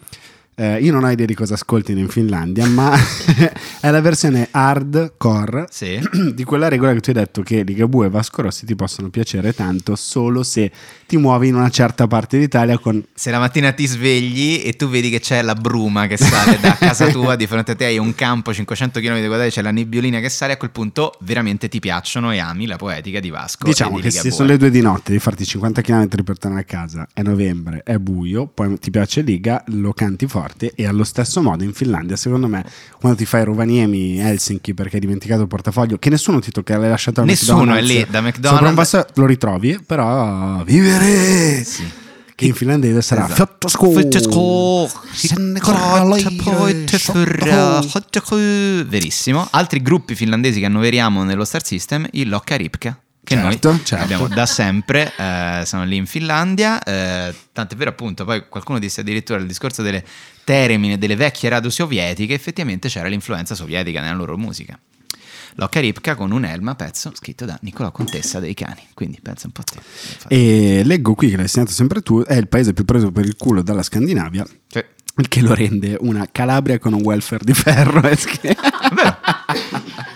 eh, io non ho idea di cosa ascoltino in Finlandia, ma è la versione hardcore Sì. di quella regola che tu hai detto che Ligabue e Vasco Rossi ti possono piacere tanto solo se ti muovi in una certa parte d'Italia con... Se la mattina ti svegli e tu vedi che c'è la bruma che sale da casa tua, di fronte a te hai un campo 500 km quadrati, c'è la nebbiolina che sale, a quel punto veramente ti piacciono e ami la poetica di Vasco. Diciamo e di che se Ligabue. sono le due di notte, devi farti 50 km per tornare a casa, è novembre, è buio, poi ti piace Liga, lo canti forte e allo stesso modo in Finlandia, secondo me, quando ti fai Rovaniemi, Helsinki perché hai dimenticato il portafoglio, che nessuno ti tocca, l'hai lasciato al Nessuno è McDonald's, lì, da McDonald's. sopra un vaso lo ritrovi, però vivere Sì. che in finlandese sarà Esatto. Fjottaskog. Fjottaskog. Sennekaralai. Fjottaskog. Fjottaskog. Verissimo. Altri gruppi finlandesi che annoveriamo nello Star System, i Lokka Ripka. Che Certo, noi certo. abbiamo da sempre, eh, sono lì in Finlandia. eh, tant'è vero, appunto. Poi qualcuno disse addirittura il discorso delle termine delle vecchie radio sovietiche. Effettivamente c'era l'influenza sovietica nella loro musica. Lokka Ripka con un elma, pezzo scritto da Nicolò Contessa dei Cani. Quindi pensa un po' a te. Infatti. E leggo qui che l'hai segnato sempre tu, è il paese più preso per il culo dalla Scandinavia, Cioè, il che lo rende una Calabria con un welfare di ferro. è scher- È vero.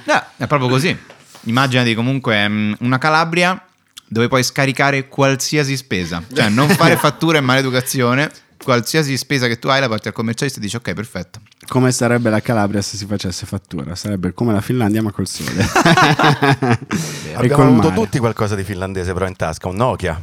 No, è proprio così. Immaginati comunque mm, una Calabria dove puoi scaricare qualsiasi spesa, cioè non fare fatture e maleducazione. Qualsiasi spesa che tu hai la porti al commercialista e dici ok perfetto. come sarebbe la Calabria se si facesse fattura? Sarebbe come la Finlandia ma col sole. e Abbiamo col avuto mare. tutti qualcosa di finlandese però in tasca, un Nokia.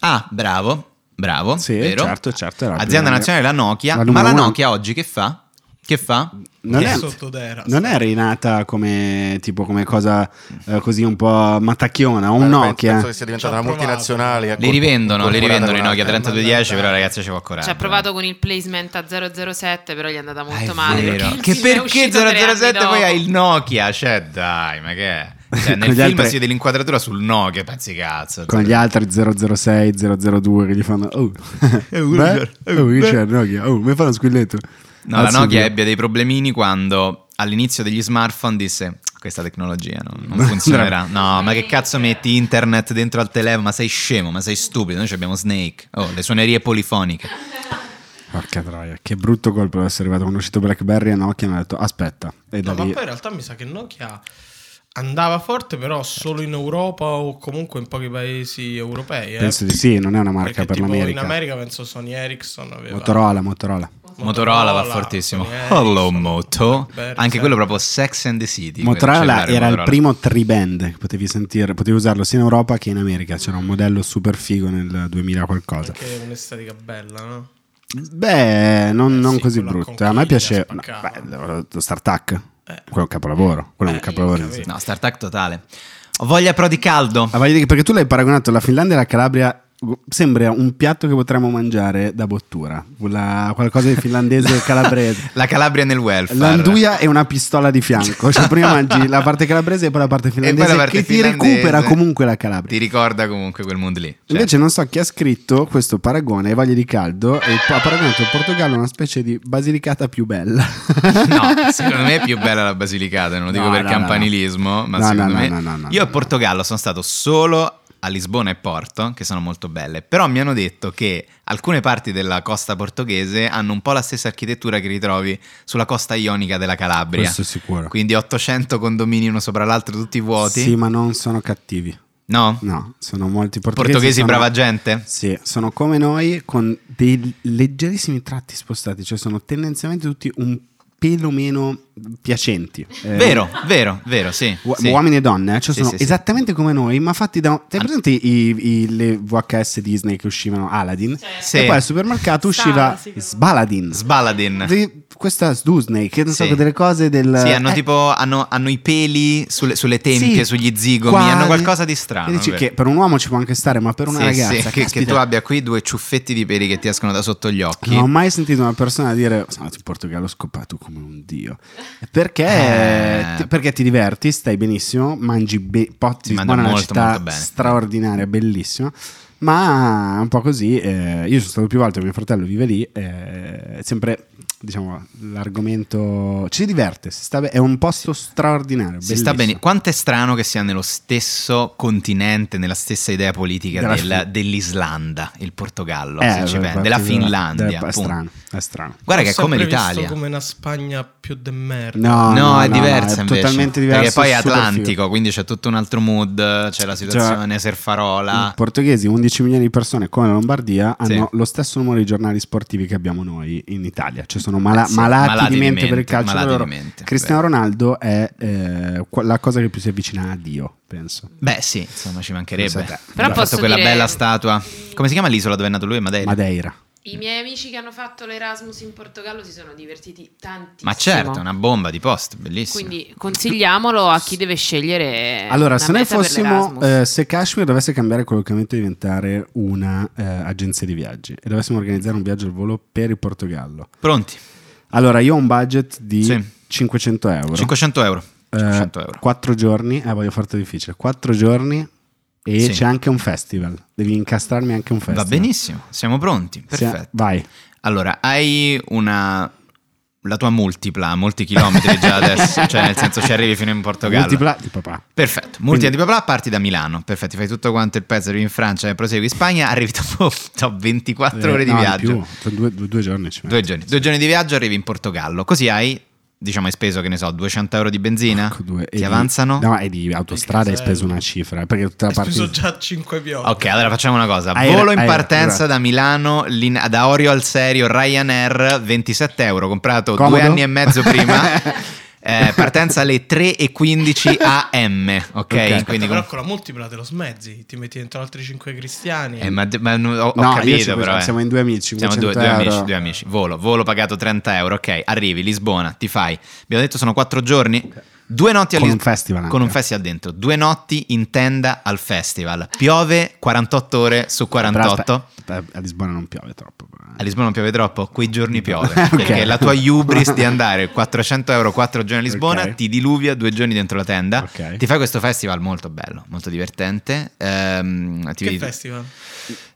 Ah bravo, bravo, Sì, vero. certo, certo, era la Azienda prima- nazionale la Nokia, la ma numero la uno. Nokia oggi che fa? Che fa? Non Che è, sottodera, non è sta. rinata come, tipo, come cosa eh, così un po' matacchiona, un Beh, penso- Nokia. Penso che sia diventata Ci ho una provato. multinazionale. Li rivendono, li rivendono i Eh, Nokia un'altra. 3210, però ragazzi ci vuole coraggio. Ci Cioè, ha provato con il placement a 007, però gli è andata cioè. Ah, molto è male. vero. Perché il Che film è perché uscito tre anni 007 poi dopo. ha il Nokia? Cioè, dai, ma che è? Cioè, Con nel gli film altri- si vede l'inquadratura sul Nokia, pezzi cazzo. cioè. Con gli altri 006, 002 che gli fanno... Oh, beh, Richard, oh, Richard, Nokia, oh, mi fa lo squilletto. No, la Alzo Nokia io. ebbe dei problemini quando all'inizio degli smartphone disse questa tecnologia non, non funzionerà. No, ma che cazzo metti internet dentro al telefono? Ma sei scemo, ma sei stupido. Noi abbiamo Snake, oh, le suonerie polifoniche. Porca troia, che brutto colpo essere arrivato quando è uscito BlackBerry e Nokia hanno detto aspetta e da No, ma lì poi in realtà mi sa che Nokia andava forte, però solo in Europa o comunque in pochi paesi europei. eh. penso di sì, non è una marca Perché per tipo l'America. In America penso Sony Ericsson aveva Motorola, Motorola. Motorola, va fortissimo. eh, Sony Ericsson, Hello Moto. Blackberry, Anche certo. sì. quello proprio Sex and the City. quel Motorola cellulare era il Motorola. primo tri-band che potevi sentire, potevi usarlo sia in Europa che in America, c'era un modello super figo nel 2000 qualcosa. Anche un'estetica bella, no? Beh, non, Eh non sì, così quella brutto, a me conchiglia piace no, spaccava. beh, lo StarTac, Eh. quello è un capolavoro, quello è un Eh, capolavoro. capito. No, startup totale. Ho voglia però di caldo. Ma voglio dire, perché tu l'hai paragonato alla Finlandia e alla Calabria. gu- Sembra un piatto che potremmo mangiare da bottura, Quella- qualcosa di finlandese e calabrese. La Calabria nel welfare. L'anduia è una pistola di fianco, cioè prima mangi la parte calabrese e poi la parte E finlandese poi la parte che ti finlandese recupera comunque la Calabria. Ti ricorda comunque quel mondo lì. Cioè, Invece non so chi ha scritto questo paragone ai voglia di caldo e ha paragonato il Portogallo a una specie di basilicata più bella. No, secondo me è più bella la Basilicata, non lo dico No, per no, campanilismo, no. ma No, secondo no, no, me... no, no, no, io a no. Portogallo sono stato solo a Lisbona e Porto, che sono molto belle, però mi hanno detto che alcune parti della costa portoghese hanno un po' la stessa architettura che ritrovi sulla costa ionica della Calabria. Questo è sicuro. Quindi 800 condomini uno sopra l'altro tutti vuoti. Sì, ma non sono cattivi. No? No, sono molti portoghesi. Portoghesi sono- brava gente? Sì, sono come noi con dei leggerissimi tratti spostati, cioè sono tendenzialmente tutti un pelo meno piacenti. Eh, Vero, vero, vero, sì. u- sì. Uomini e donne, eh, cioè Sì, sono sì, sì. esattamente come noi, ma fatti da. Hai presente i- i- le VHS Disney che uscivano Aladdin? Sì. E poi al supermercato usciva Certo. Sala, sì, che- Sbaladin. Sbaladin. Di- questa Disney, che non so, Sì. che delle cose del. Sì, hanno eh, tipo hanno, hanno i peli sulle, sulle sì, tempie, sugli zigomi, quadri. hanno qualcosa di E strano. dici vero. che per un uomo ci può anche stare, ma per una Sì, sì, ragazza. che, che caspita, tu abbia qui due ciuffetti di peli che ti escono da sotto gli occhi. Non ho mai sentito una persona dire sono andato in Portogallo ho scopato come un dio. Perché, Eh. ti, perché ti diverti, stai benissimo, mangi be- Ti potti, mangia buona una molto, città molto bene. straordinaria, bellissima. Ma un po' così, eh, io sono stato più volte, mio fratello vive lì, eh, è sempre diciamo l'argomento ci si diverte, si sta be- è un posto straordinario. Si sta bellissimo. bene. Quanto è strano che sia nello stesso continente, nella stessa idea politica Della del- Fin- dell'Islanda, il Portogallo, Eh, se ci beh, pensi, beh, della beh, Finlandia. È appunto. strano, è strano. Guarda che Ho è come sempre visto l'Italia. come una Spagna più de merda. No, No, no, è no, diversa è invece. totalmente diverso. Perché poi è super Atlantico, figo. Cioè, quindi c'è tutto un altro mood, c'è la situazione I Serfarola. portoghesi, 11 milioni di persone come la Lombardia, Sì. hanno lo stesso numero di giornali sportivi che abbiamo noi in Italia. Cioè sono mala- Eh, Sì, malati, di mente, per il calcio. malati da loro. di mente, Cristiano vero. Ronaldo è eh, qua- la cosa che più si avvicina a Dio, penso. Beh, sì, insomma, ci Non so mancherebbe. te. Però Ha posso fatto quella dire- bella statua. Come si chiama l'isola dove è nato lui? Madeira. Madeira. I miei amici che hanno fatto l'Erasmus in Portogallo si sono divertiti tantissimo. Ma certo, è una bomba di post, bellissimo. Quindi consigliamolo a chi deve scegliere. Allora, Eh, una se noi meta per fossimo, l'Erasmus. eh, se Kashmir dovesse cambiare colloquialmente e diventare una eh, agenzia di viaggi e dovessimo organizzare un viaggio al volo per il Portogallo, Pronti? allora io ho un budget di Sì. 500 euro. 500 euro. 500 Eh, euro. Quattro giorni, eh, voglio farti difficile. Quattro giorni e Sì. c'è anche un festival. Devi incastrarmi anche un festival. Va benissimo, siamo pronti. Sì, eh, Perfetto. vai. Allora, hai una. La tua multipla, molti chilometri già adesso, cioè nel senso ci arrivi fino in Portogallo. Multipla di papà. Perfetto, multipla di papà, parti da Milano, perfetto, fai tutto quanto il pezzo, arrivi in Francia e prosegui in Spagna, arrivi dopo dopo 24 Eh, ore di no, viaggio. più. Sono Due, due- due giorni ci Due metto. giorni, due giorni di viaggio arrivi in Portogallo, così hai, diciamo hai speso che ne so, 200 euro di benzina, Ecco, due. E ti di- avanzano? No, e di autostrada hai speso una cifra. eh, Perché tutta la Ho parte. speso già 5 piogge. Ok, allora facciamo una cosa. Hai- Volo in hai- partenza allora. da Milano, lin- da Orio al serio, Ryanair, 27 euro, comprato Comodo. due anni e mezzo prima. Eh, partenza alle 3.15 am, ok? Ok. Quindi però com- con la multipla te lo smezzi, ti metti dentro altri 5 cristiani. eh, ma, ma- ho, ho No, io capito cinque- però. eh. siamo in due amici, Siamo due, 500 due euro. amici, due amici. Volo, volo pagato 30 euro, ok? Arrivi, Lisbona, ti fai. Abbiamo detto sono quattro giorni. Due notti a Con Lis- un festival anche. Con un festival dentro. Due notti in tenda al festival. Piove 48 ore su 48. Però aspe- aspe- a Lisbona non piove troppo. A Lisbona non piove troppo, quei giorni piove. Ok. Perché la tua hubris di andare 400 euro 4 giorni a Lisbona Ok. ti diluvia due giorni dentro la tenda. Ok. Ti fai questo festival molto bello, molto divertente. Ehm, ti che vedi- festival?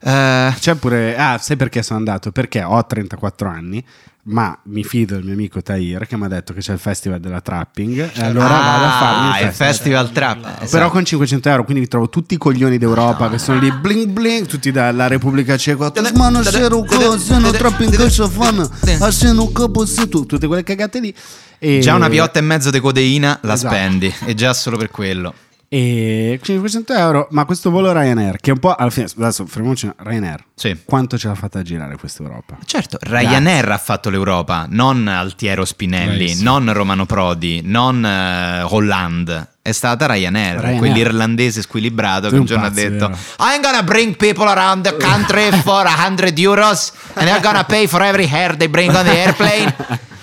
Eh, C'è pure, ah, sai perché sono andato? Perché ho 34 anni, ma mi fido del mio amico Tahir che mi ha detto che c'è il festival della trapping. E Eh, allora ah, vado a farmi il festival trap. Eh, Però esatto. con 500 euro, quindi ritrovo tutti i coglioni d'Europa che sono lì bling bling, tutti dalla Repubblica Ceca. Ma non c'ero cosa, non troppo in questo fame, ma se non capo se tu", tutte quelle cagate lì. E- Già una piotta e mezzo di codeina la Esatto. spendi, e già solo per quello. E 500 euro, ma questo volo Ryanair, che è un po' alla fine, adesso fermiamoci, Ryanair, Sì. quanto ce l'ha fatta girare questa Europa? Certo, Ryanair ha fatto l'Europa, non Altiero Spinelli, Bravissimo. non Romano Prodi, non eh, Holland. È stata Ryanair, Ryanair. quell'irlandese squilibrato Tu che un un giorno ha pazzo, detto: vero? I'm gonna bring people around the country for 100 euros and I'm gonna pay for every hair they bring on the airplane.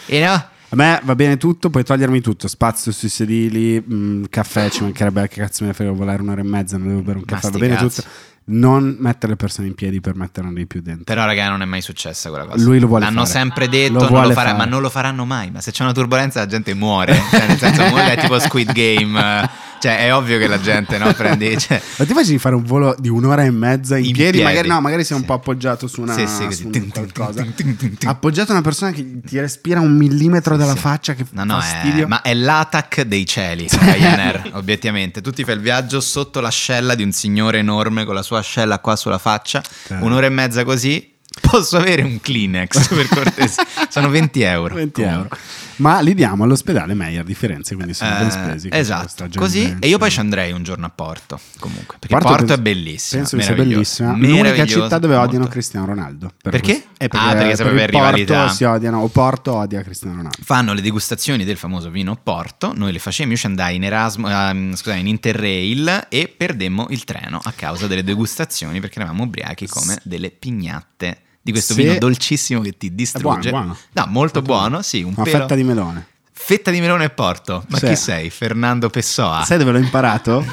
You know? A me va bene tutto, puoi togliermi tutto, spazio sui sedili, mh, caffè, ci mancherebbe anche cazzo me ne frega volare un'ora e mezza, non devo bere un Ma caffè, va sti bene cazzi. tutto. Non mettere le persone in piedi per metterne di più dentro. Però, raga, non è mai successa quella cosa. Lui lo vuole L'hanno fare. sempre Lo detto, non vuole lo farà- fare. ma non lo faranno mai. Ma se c'è una turbolenza, la gente muore. Cioè, nel senso, muore è tipo Squid Game. eh. Cioè, è ovvio che la gente no, prende. Cioè, Ma ti facili fare un volo di un'ora e mezza in, In piedi? piedi. Magari no, magari sei un Sì. po' appoggiato su una Sì, sì, così. su un Tin, tin, qualcosa. tin, tin, tin, tin. Appoggiato a una persona che ti respira un millimetro dalla Sì. faccia che No, no, fastidio. è, ma è l'atac dei cieli, Ryanair, obiettivamente. Tu ti fai il viaggio sotto l'ascella di un signore enorme con la sua ascella qua sulla faccia, Certo. un'ora e mezza così. Posso avere un Kleenex per cortesia? Sono 20 euro. 20 euro. Ma li diamo all'ospedale Meyer di Firenze, quindi sono Eh, ben spesi. questa esatto, stagione. così e io poi ci andrei un giorno a Porto comunque perché Porto, Porto penso- è bellissimo Penso che sia bellissima. L'unica città dove odiano Cristiano Ronaldo. per Perché? questo. Eh, Ah, perché sarebbe il Porto rivalità. si odiano, o Porto odia Cristiano Ronaldo. fanno le degustazioni del famoso vino Porto noi le facemmo io ci andai in Erasmus ehm, scusate in Interrail e perdemmo il treno a causa delle degustazioni perché eravamo ubriachi come delle pignatte di questo Se- vino dolcissimo che ti distrugge buono, buono. no molto buono sì un Una pelo- fetta di melone. fetta di melone e Porto ma Sì. chi sei Fernando Pessoa Sai dove l'ho imparato?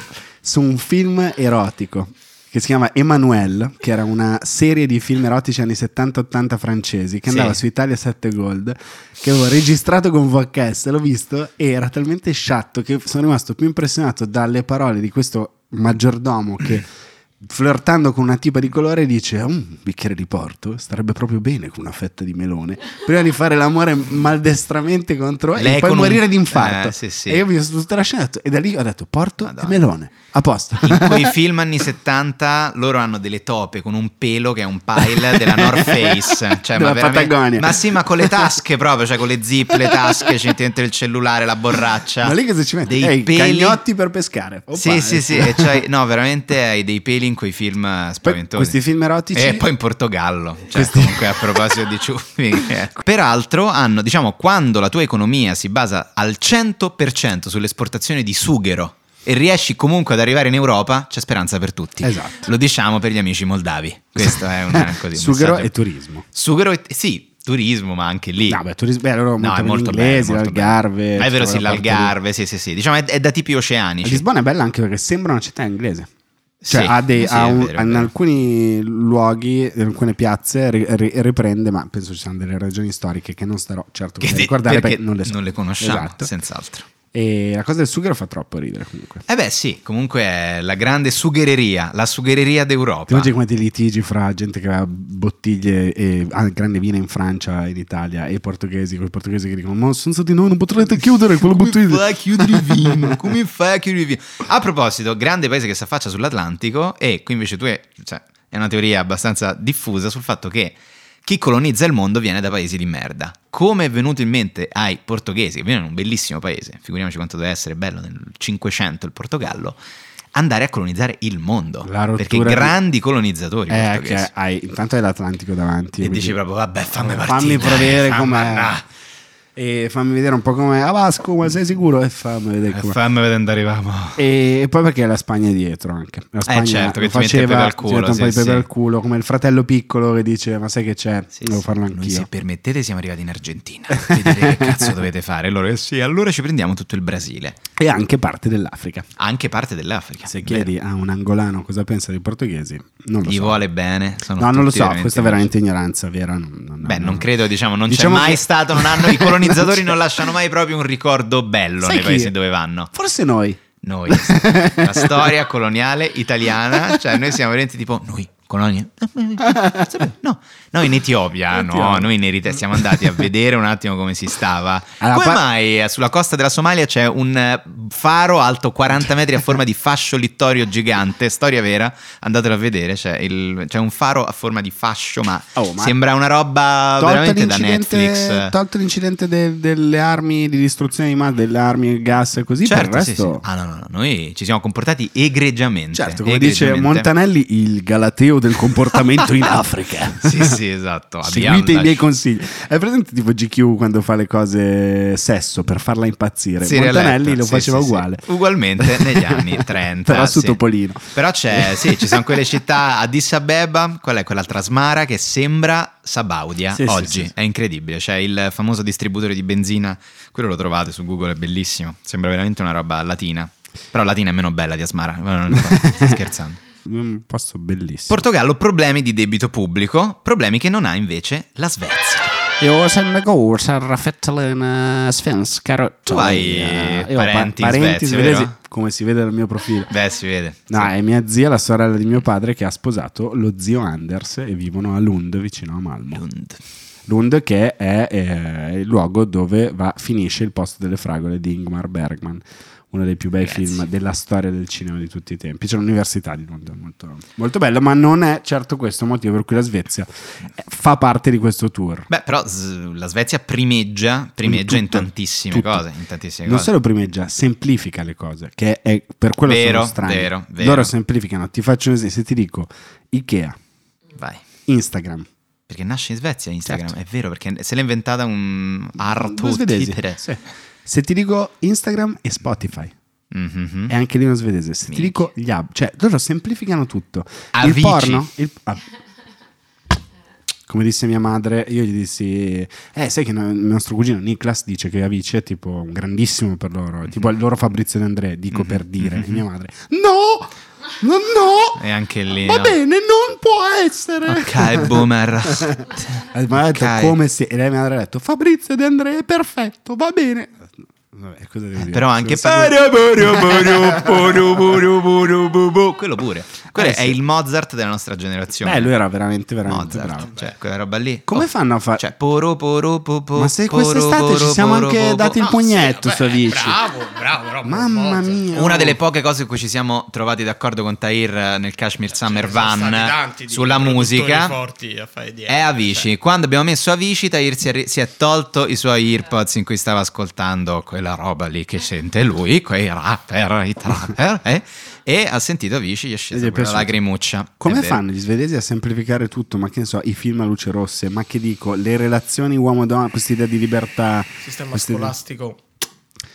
Su un film erotico che si chiama Emmanuel, che era una serie di film erotici anni 70-80 francesi, che Sì. andava su Italia 7 Gold, che avevo registrato con VHS, l'ho visto, e era talmente sciatto che sono rimasto più impressionato dalle parole di questo maggiordomo che flirtando con una tipa di colore dice "Oh, un bicchiere di porto starebbe proprio bene con una fetta di melone prima di fare l'amore maldestramente contro Lei e poi con un- morire di infarto Eh, sì, sì. e io mi sono tutta la scena e da lì ho detto porto Madonna. e melone a posto In quei film anni 70 loro hanno delle tope con un pelo che è un pile della North Face, cioè, Della ma veramente- Patagonia. Ma sì, ma con le tasche proprio, cioè con le zip, le tasche, c'è dentro il cellulare, la borraccia. ma lì cosa ci metti? Dei Eh, i peli. cagnotti per pescare Opa, Sì, eh. sì, sì, e c'hai- no, veramente hai dei peli in quei film eh, Poi spaventosi. questi film erotici E poi in Portogallo, cioè Questi- comunque a proposito di ciuffi. eh. Peraltro hanno, diciamo, quando la tua economia si basa al 100% sull'esportazione di sughero, e riesci comunque ad arrivare in Europa, c'è speranza per tutti. Esatto. Lo diciamo per gli amici moldavi. Questo è un così. un Sughero messaggio. e turismo. Sughero e sì, turismo, ma anche lì. No, beh, turismo, beh, loro No, molto è molto inglesi, bello, molto l'Algarve. bello. Ma È vero, sì, insomma, quella parte l'Algarve, sì, sì, sì. Diciamo è, è da tipi lì. oceanici. Lisbona è bella anche perché sembra una città inglese. Sì, Cioè, ha dei- sì, ha è un- vero, è in vero. alcuni luoghi, in alcune piazze ri- ri- riprende, ma penso ci siano delle ragioni storiche che non starò certo Che a di- ricordare perché, perché non le so. conosciamo, Esatto. senz'altro. E la cosa del sughero fa troppo ridere comunque. Eh beh, sì, comunque è la grande sughereria, la sughereria Ti d'Europa. immagini quanti litigi fra gente che aveva bottiglie e ah, grande vino in Francia e in Italia e i portoghesi, con i portoghesi che dicono ma senza di noi non potrete chiudere quella Come fai bottiglia. a chiudere il vino? Come fai a chiudere il vino? A proposito, grande paese che si affaccia sull'Atlantico e qui invece tu è, cioè, è una teoria abbastanza diffusa sul fatto che chi colonizza il mondo viene da paesi di merda. Come è venuto in mente ai portoghesi, che viene da un bellissimo paese, figuriamoci quanto deve essere bello nel 500 il Portogallo, andare a colonizzare il mondo. La rottura Esatto. Perché di- grandi colonizzatori Eh, portoghesi. che hai, intanto hai l'Atlantico davanti. E quindi- dici proprio, vabbè, fammi partire. fammi provare eh, fammi com'è. andà. E fammi vedere un po' com'è. Ah Vasco, ma sei sicuro? E fammi vedere Eh, com'è. Fammi vedere andare arriviamo. E poi perché la Spagna è dietro anche. La Spagna certo, che lo ti mette il faceva, pepe al culo, ti mette un po' sì, di pepe sì. al culo, come il fratello piccolo che dice ma sai che c'è, Sì, devo sì. farlo Noi, se anch'io. permettete, siamo arrivati in Argentina. Vedete che cazzo dovete fare? Loro, eh sì, allora ci prendiamo tutto il Brasile, E anche parte dell'Africa. anche parte dell'Africa. Se Vero. chiedi a un angolano cosa pensa dei portoghesi, non lo gli so. vuole bene. sono No, non lo tutti so, questa è amici. veramente ignoranza vera. Non, non- Beh, non credo, diciamo, non Diciamo c'è mai che- stato, non hanno, i colonizzatori c'è. non, lasciano mai proprio un ricordo bello Sai nei chi? paesi dove vanno. Forse noi. Noi, la storia coloniale italiana, cioè noi siamo veramente tipo, noi, colonie? No, noi in Etiopia, no, Etiopia. noi in Eritrea siamo andati a vedere un attimo come si stava. Allora, come par- mai eh, sulla costa della Somalia c'è un eh, faro alto 40 metri a forma di fascio littorio gigante? Storia vera, andatelo a vedere, c'è, il- c'è un faro a forma di fascio, ma, Oh, ma- sembra una roba Tolto Ah, veramente da l'incidente, Netflix. tolto l'incidente de- delle armi di distruzione di massa, delle armi gas e così, per Certo, il sì, resto... sì. Ah, no, no, no, noi ci siamo comportati egregiamente. Certo, come dice egregiamente. Montanelli, il galateo del comportamento in Africa. Sì, sì, esatto. Abbiamo Seguite i la- miei consigli. È presente tipo GQ quando fa le cose sesso per farla impazzire. Serial Montanelli letter, lo sì, faceva sì, sì. uguale. Ugualmente negli anni 30. Però su sì. Topolino. Però c'è, sì, ci sono quelle città, Addis Abeba, qual è quell'altra Asmara che sembra Sabaudia Sì, sì, oggi. sì, sì. È incredibile, c'è il famoso distributore di benzina, quello lo trovate su Google, è bellissimo. Sembra veramente una roba latina. Però latina è meno bella di Asmara, Ma non- sto scherzando. Un posto bellissimo. Portogallo, problemi di debito pubblico, problemi che non ha invece la Svezia. Eu sen går så raffettelen uh, svensk Tu hai parenti in Svezia, vero? come si vede dal mio profilo. Beh, si vede. No, è mia zia, la sorella di mio padre, che ha sposato lo zio Anders e vivono a Lund, vicino a Malmo. Lund. Lund che è eh, il luogo dove va- finisce il posto delle fragole di Ingmar Bergman, uno dei più bei Grazie. film della storia del cinema di tutti i tempi. C'è l'università di Lund, molto, molto bello, ma non è certo questo il motivo per cui la Svezia eh, fa parte di questo tour. Beh, però s- la Svezia primeggia, primeggia in, tutto, tantissime tutto. cose. In tantissime Non cose. solo primeggia, semplifica le cose, che è per quello che Vero, sono strani. vero, vero. Loro semplificano, ti faccio un esempio, se ti dico Ikea, Vai. Instagram, Perché nasce in Svezia Instagram, Certo. è vero, perché se l'è inventata un due Arto svedesi, Titere. sì. se ti dico Instagram e Spotify. Mhm. è anche lì uno svedese. Se ti Minchia. dico gli hub, cioè loro semplificano tutto. Avvici. Il porno, il- ah. come disse mia madre, io gli dissi, eh, sai che no- il nostro cugino Niklas dice che Avici è tipo un grandissimo per loro, è tipo Mhm. il loro Fabrizio De André, dico per dire, E mia madre, no, no, no, E anche lì. va no? bene, non può essere. Ok, boomer. Eh, Ma ha detto Ok. come se, e lei mi ha detto, Fabrizio De André è perfetto, va bene. Vabbè, cosa devo dire? Eh, Cioè, Però anche Sono sempre- quello pure. Quello Eh, è sì. il Mozart della nostra generazione. Beh, lui era veramente, veramente Mozart, bravo. cioè quella roba lì. Come fanno a fare- Cioè, oh, poro, poro, po, po, Ma se poro, quest'estate ci poro, siamo poro, anche po, dati il po- sì, pugnetto vabbè, su Avicii. Bravo, bravo, bravo. Mamma mia. Una delle poche cose in cui ci siamo trovati d'accordo con Tahir eh, nel Kashmir Summer Cioè, sono stati Van tanti di sulla produttori musica forti a fare dietro, è Avicii. cioè. Quando abbiamo messo Avicii, Tahir si è, ri- si è tolto i suoi earpods in cui stava ascoltando quella roba lì che sente lui, quei rapper, i trapper, eh, e ha sentito Avicii gli è Ed scesa è quella piaciuto. lacrimuccia. È Come vero. fanno gli svedesi a semplificare tutto? Ma che ne so, i film a luce rosse, ma che dico, le relazioni uomo-donna, questa idea di libertà. Sistema questa idea- scolastico.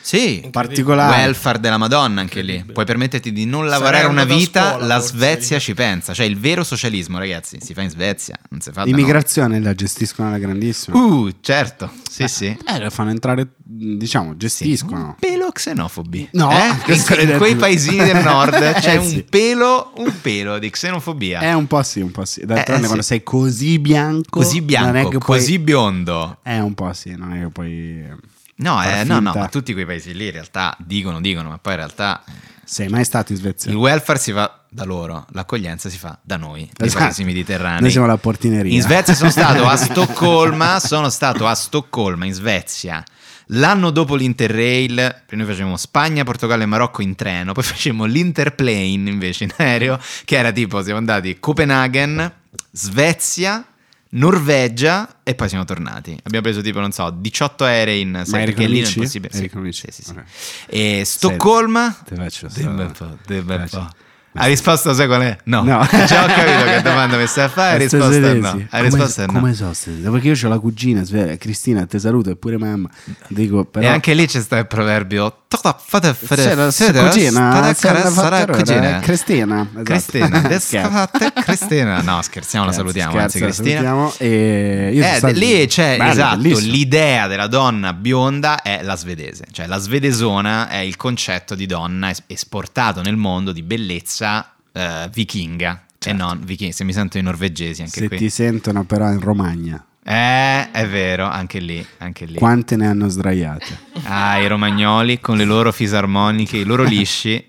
Sì, In particolare. welfare della Madonna anche lì. Incredibile. Puoi permetterti di non lavorare Sarebbero una da vita, scuola, la forse, Svezia lì. ci pensa. Cioè il vero socialismo, ragazzi, si fa in Svezia, non si fa da L'immigrazione la gestiscono alla grandissima. noi. Uh, certo, sì sì. Eh, la fanno entrare, diciamo, Un gestiscono. pelo xenofobi. No, Eh? In, questo l'hai in detto quei tu. paesini del nord c'è Eh, un sì. pelo, un pelo di xenofobia. È un po' sì, un po' sì. D'altronde Eh, sì. quando sei così bianco, Così non è bianco, che puoi- così biondo. È Eh, un po' sì, non è che poi ehm, No, Far eh, no, no, finta. ma tutti quei paesi lì in realtà dicono, dicono, ma poi in realtà sei mai stato in Svezia. il welfare si fa da loro, l'accoglienza si fa da noi, dai Esatto. paesi mediterranei. Noi siamo la portineria. In Svezia sono stato a Stoccolma, sono stato a Stoccolma in Svezia. L'anno dopo l'Interrail, noi facevamo Spagna, Portogallo e Marocco in treno, poi facevamo l'Interplane invece in aereo, che era tipo siamo andati a Copenaghen, Svezia, Norvegia e poi siamo tornati. Abbiamo preso tipo, non so, 18 aerei in Ma eri perché con lì non è amici? possibile. Eri con amici? Sì, sì, sì. Ok. E Stoccolma... Te faccio Dimmi un sta- po', dimmi un Grazie. po'. La risposta sai qual è? No. No. Già ho capito che domanda mi stai a fare, la Queste risposta è svedesi. no. La risposta è come, no. Come sono svedesi? Perché io ho la cugina, sve- Cristina, te saluto, e pure mamma. Dico, però... E anche lì c'è sta il proverbio "Tota fate fare- Sì, la- fate- sì, cugina, fate- se la sarà fatta ora, cugina". eh, Cristina, esatto. Cristina, adesso Scherzo. fate Cristina. No, scherziamo, la Scherzo, salutiamo, scherzo, anzi la Cristina. salutiamo, e io sono Eh, stato- lì c'è Bello, esatto, bellissimo. l'idea della donna bionda è la svedese, cioè la svedesona è il concetto di donna es- esportato nel mondo di bellezza eh, vichinga. E non vichinga, se mi sento i norvegesi anche Certo. Se qui. ti sentono però in Romagna, Eh, è vero, anche lì, anche lì. quante ne hanno sdraiate? Ah, i romagnoli con le loro fisarmoniche, i loro lisci.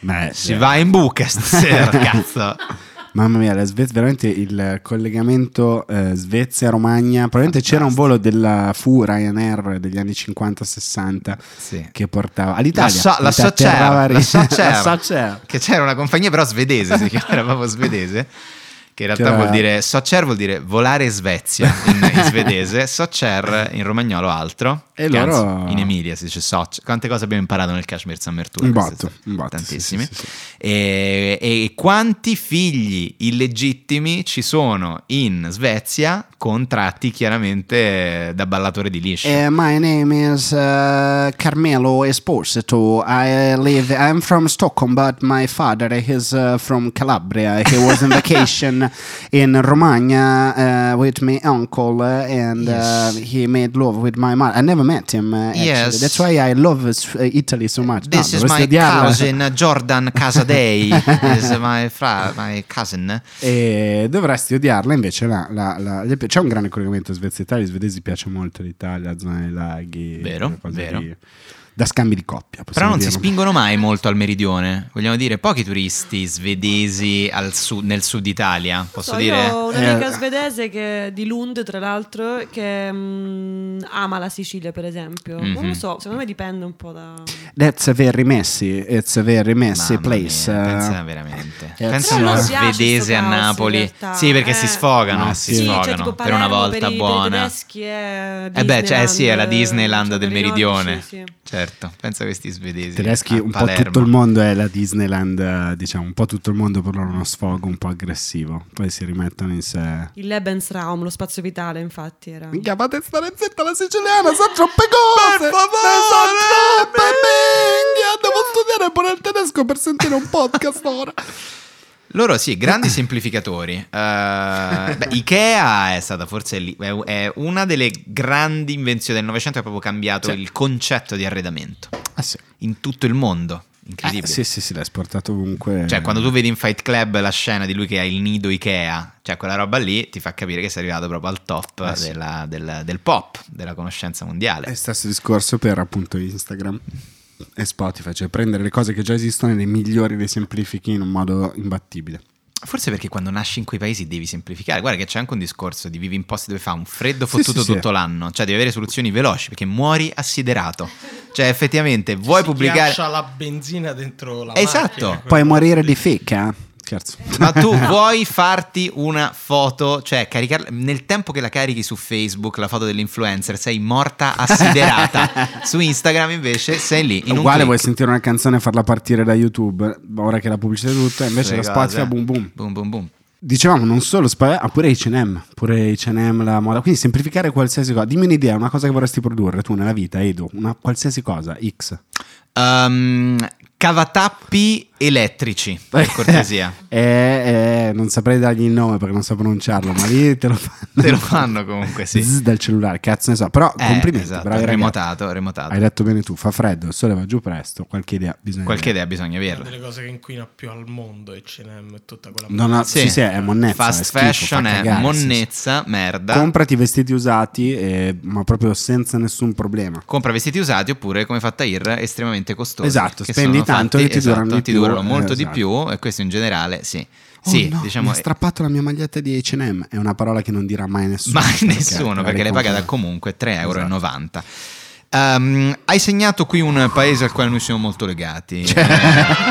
Beh, Si eh, va in buca stasera, cazzo. Mamma mia, la Svezia, veramente il collegamento eh, Svezia-Romagna. Probabilmente c'era un volo della FU Ryanair degli anni 50-60 Sì. che portava all'Italia. La so- la so c'era, Atterrava a Ri- la so c'era. la so c'era. Che c'era una compagnia però svedese, si chiamava proprio svedese. Che in realtà C'era- vuol dire Soccer vuol dire volare in Svezia in, in svedese, Soccer in romagnolo altro. E Che loro- anzi, in Emilia si dice Soccer. Quante cose abbiamo imparato nel Kashmir Sammertura? Un questa botto, estate? un botto. sì, Tantissime. sì, sì, sì. E, e quanti figli illegittimi ci sono in Svezia con tratti chiaramente da ballatore di lisci? Eh, Uh, my name is uh, Carmelo Esposito. I live. I'm from Stockholm, but my father is uh, from Calabria. He was on vacation in Romagna uh, with my uncle, uh, and Yes. uh, he made love with my mother. I never met him. Uh, actually. Yes. that's why I love uh, Italy so much. Ah, This No, is dovresti my odiarla. cousin Jordan Casadei. is my, fra- my cousin. E dovresti odiarla invece. la- la- la- gli pi- c'è un grande collegamento Svezia-Italia. Gli svedesi piace molto l'Italia, la zona dei laghi, Vero, quelle cose vero. lì. da scambi di coppia. Però possiamo non si dirlo. spingono mai molto al meridione. Vogliamo dire, pochi turisti svedesi al sud- nel sud Italia. Posso So, dire? Io ho un'amica Eh. svedese che, di Lund, tra l'altro, che mm, ama la Sicilia, per esempio. Non Mhm. lo so, secondo me dipende un po' da... That's a very messy. It's a very messy Mamma place. mia, uh, pensa veramente. eh, Pensa a Però uno non piace svedese a sto caos, in Napoli. realtà. Sì, perché Eh. si sfogano. Ma si Ah, sì. Sì, cioè, sfogano tipo per una Palermo volta per i, Per i buona. tedeschi è Eh beh, cioè, sì, è la Disneyland cioè, del per i nordici, Meridione. sì. Certo, pensa a questi svedesi. tedeschi a un po' Palermo. tutto il mondo è la Disneyland, eh, diciamo, un po' tutto il mondo per loro è uno sfogo un po' aggressivo. Poi si rimettono in sé. Il Lebensraum, lo spazio vitale, infatti, era... Minchia, fate stare zitta la siciliana, sa troppe cose! Per favore! Sa troppe, minchia! Devo studiare pure il tedesco per sentire un podcast ora. Loro sì, grandi semplificatori. Eh, beh, Ikea è stata forse lì- è- è una delle grandi invenzioni del Novecento che ha proprio cambiato Sì. il concetto di arredamento Ah sì. in tutto il mondo. Incredibile. Eh, sì, sì, sì, l'hai esportato ovunque. Cioè, quando tu vedi in Fight Club la scena di lui che ha il nido Ikea, cioè quella roba lì ti fa capire che sei arrivato proprio al top Eh, sì. Eh, della- del, del pop, della conoscenza mondiale. È stesso discorso per appunto Instagram e Spotify, cioè prendere le cose che già esistono e le migliori, le semplifichi in un modo imbattibile. Forse perché quando nasci in quei paesi devi semplificare. Guarda che c'è anche un discorso di vivi in posti dove fa un freddo Sì, fottuto sì, sì. tutto l'anno, cioè devi avere soluzioni veloci perché muori assiderato. Cioè effettivamente vuoi si pubblicare... ghiaccia la benzina dentro la Esatto. macchina. Puoi morire di eh? feca? Scherzo. Ma tu vuoi farti una foto, cioè caricarla nel tempo che la carichi su Facebook, la foto dell'influencer, sei morta assiderata. su Instagram invece sei lì. In Uguale un vuoi click. sentire una canzone e farla partire da YouTube, ora che la pubblicità è tutto, e invece Le la Spotify cose. boom boom. Boom boom boom. Dicevamo non solo Spagna, ma pure H&M, pure H&M la moda, quindi semplificare qualsiasi cosa. Dimmi un'idea, una cosa che vorresti produrre tu nella vita, Edo, una qualsiasi cosa, X. Ehm, cavatappi elettrici, per cortesia. Eh, eh, non saprei dargli il nome perché non so pronunciarlo, ma lì te lo fanno. Te lo fanno comunque, sì. Zzz, dal cellulare, cazzo ne so. Però Eh, complimenti, esatto, bravi ragazzi. remotato, remotato. Hai detto bene tu, fa freddo, il sole va giù presto, qualche idea bisogna Qualche avere. idea bisogna Una averla. delle cose che inquina più al mondo è H&M e tutta quella No, no, sì, Sì. sì, è monnezza. Fast è schifo, fashion fa è cagare, sì, sì. monnezza, merda. Comprati vestiti usati, eh, ma proprio senza nessun problema. Compra vestiti usati oppure, come fatta IR, estremamente costosi. Esatto, che spendi sono tanto fatti- e ti esatto, durano di ti più, durano eh, molto di esatto. più e questo in generale, sì. Oh sì, no, diciamo... mi ha strappato la mia maglietta di H&M, è una parola che non dirà mai nessuno. mai nessuno perché l'hai pagata ricompra- comunque 3,90 euro. Esatto. Ehm, hai segnato qui un paese al quale noi siamo molto legati, eh,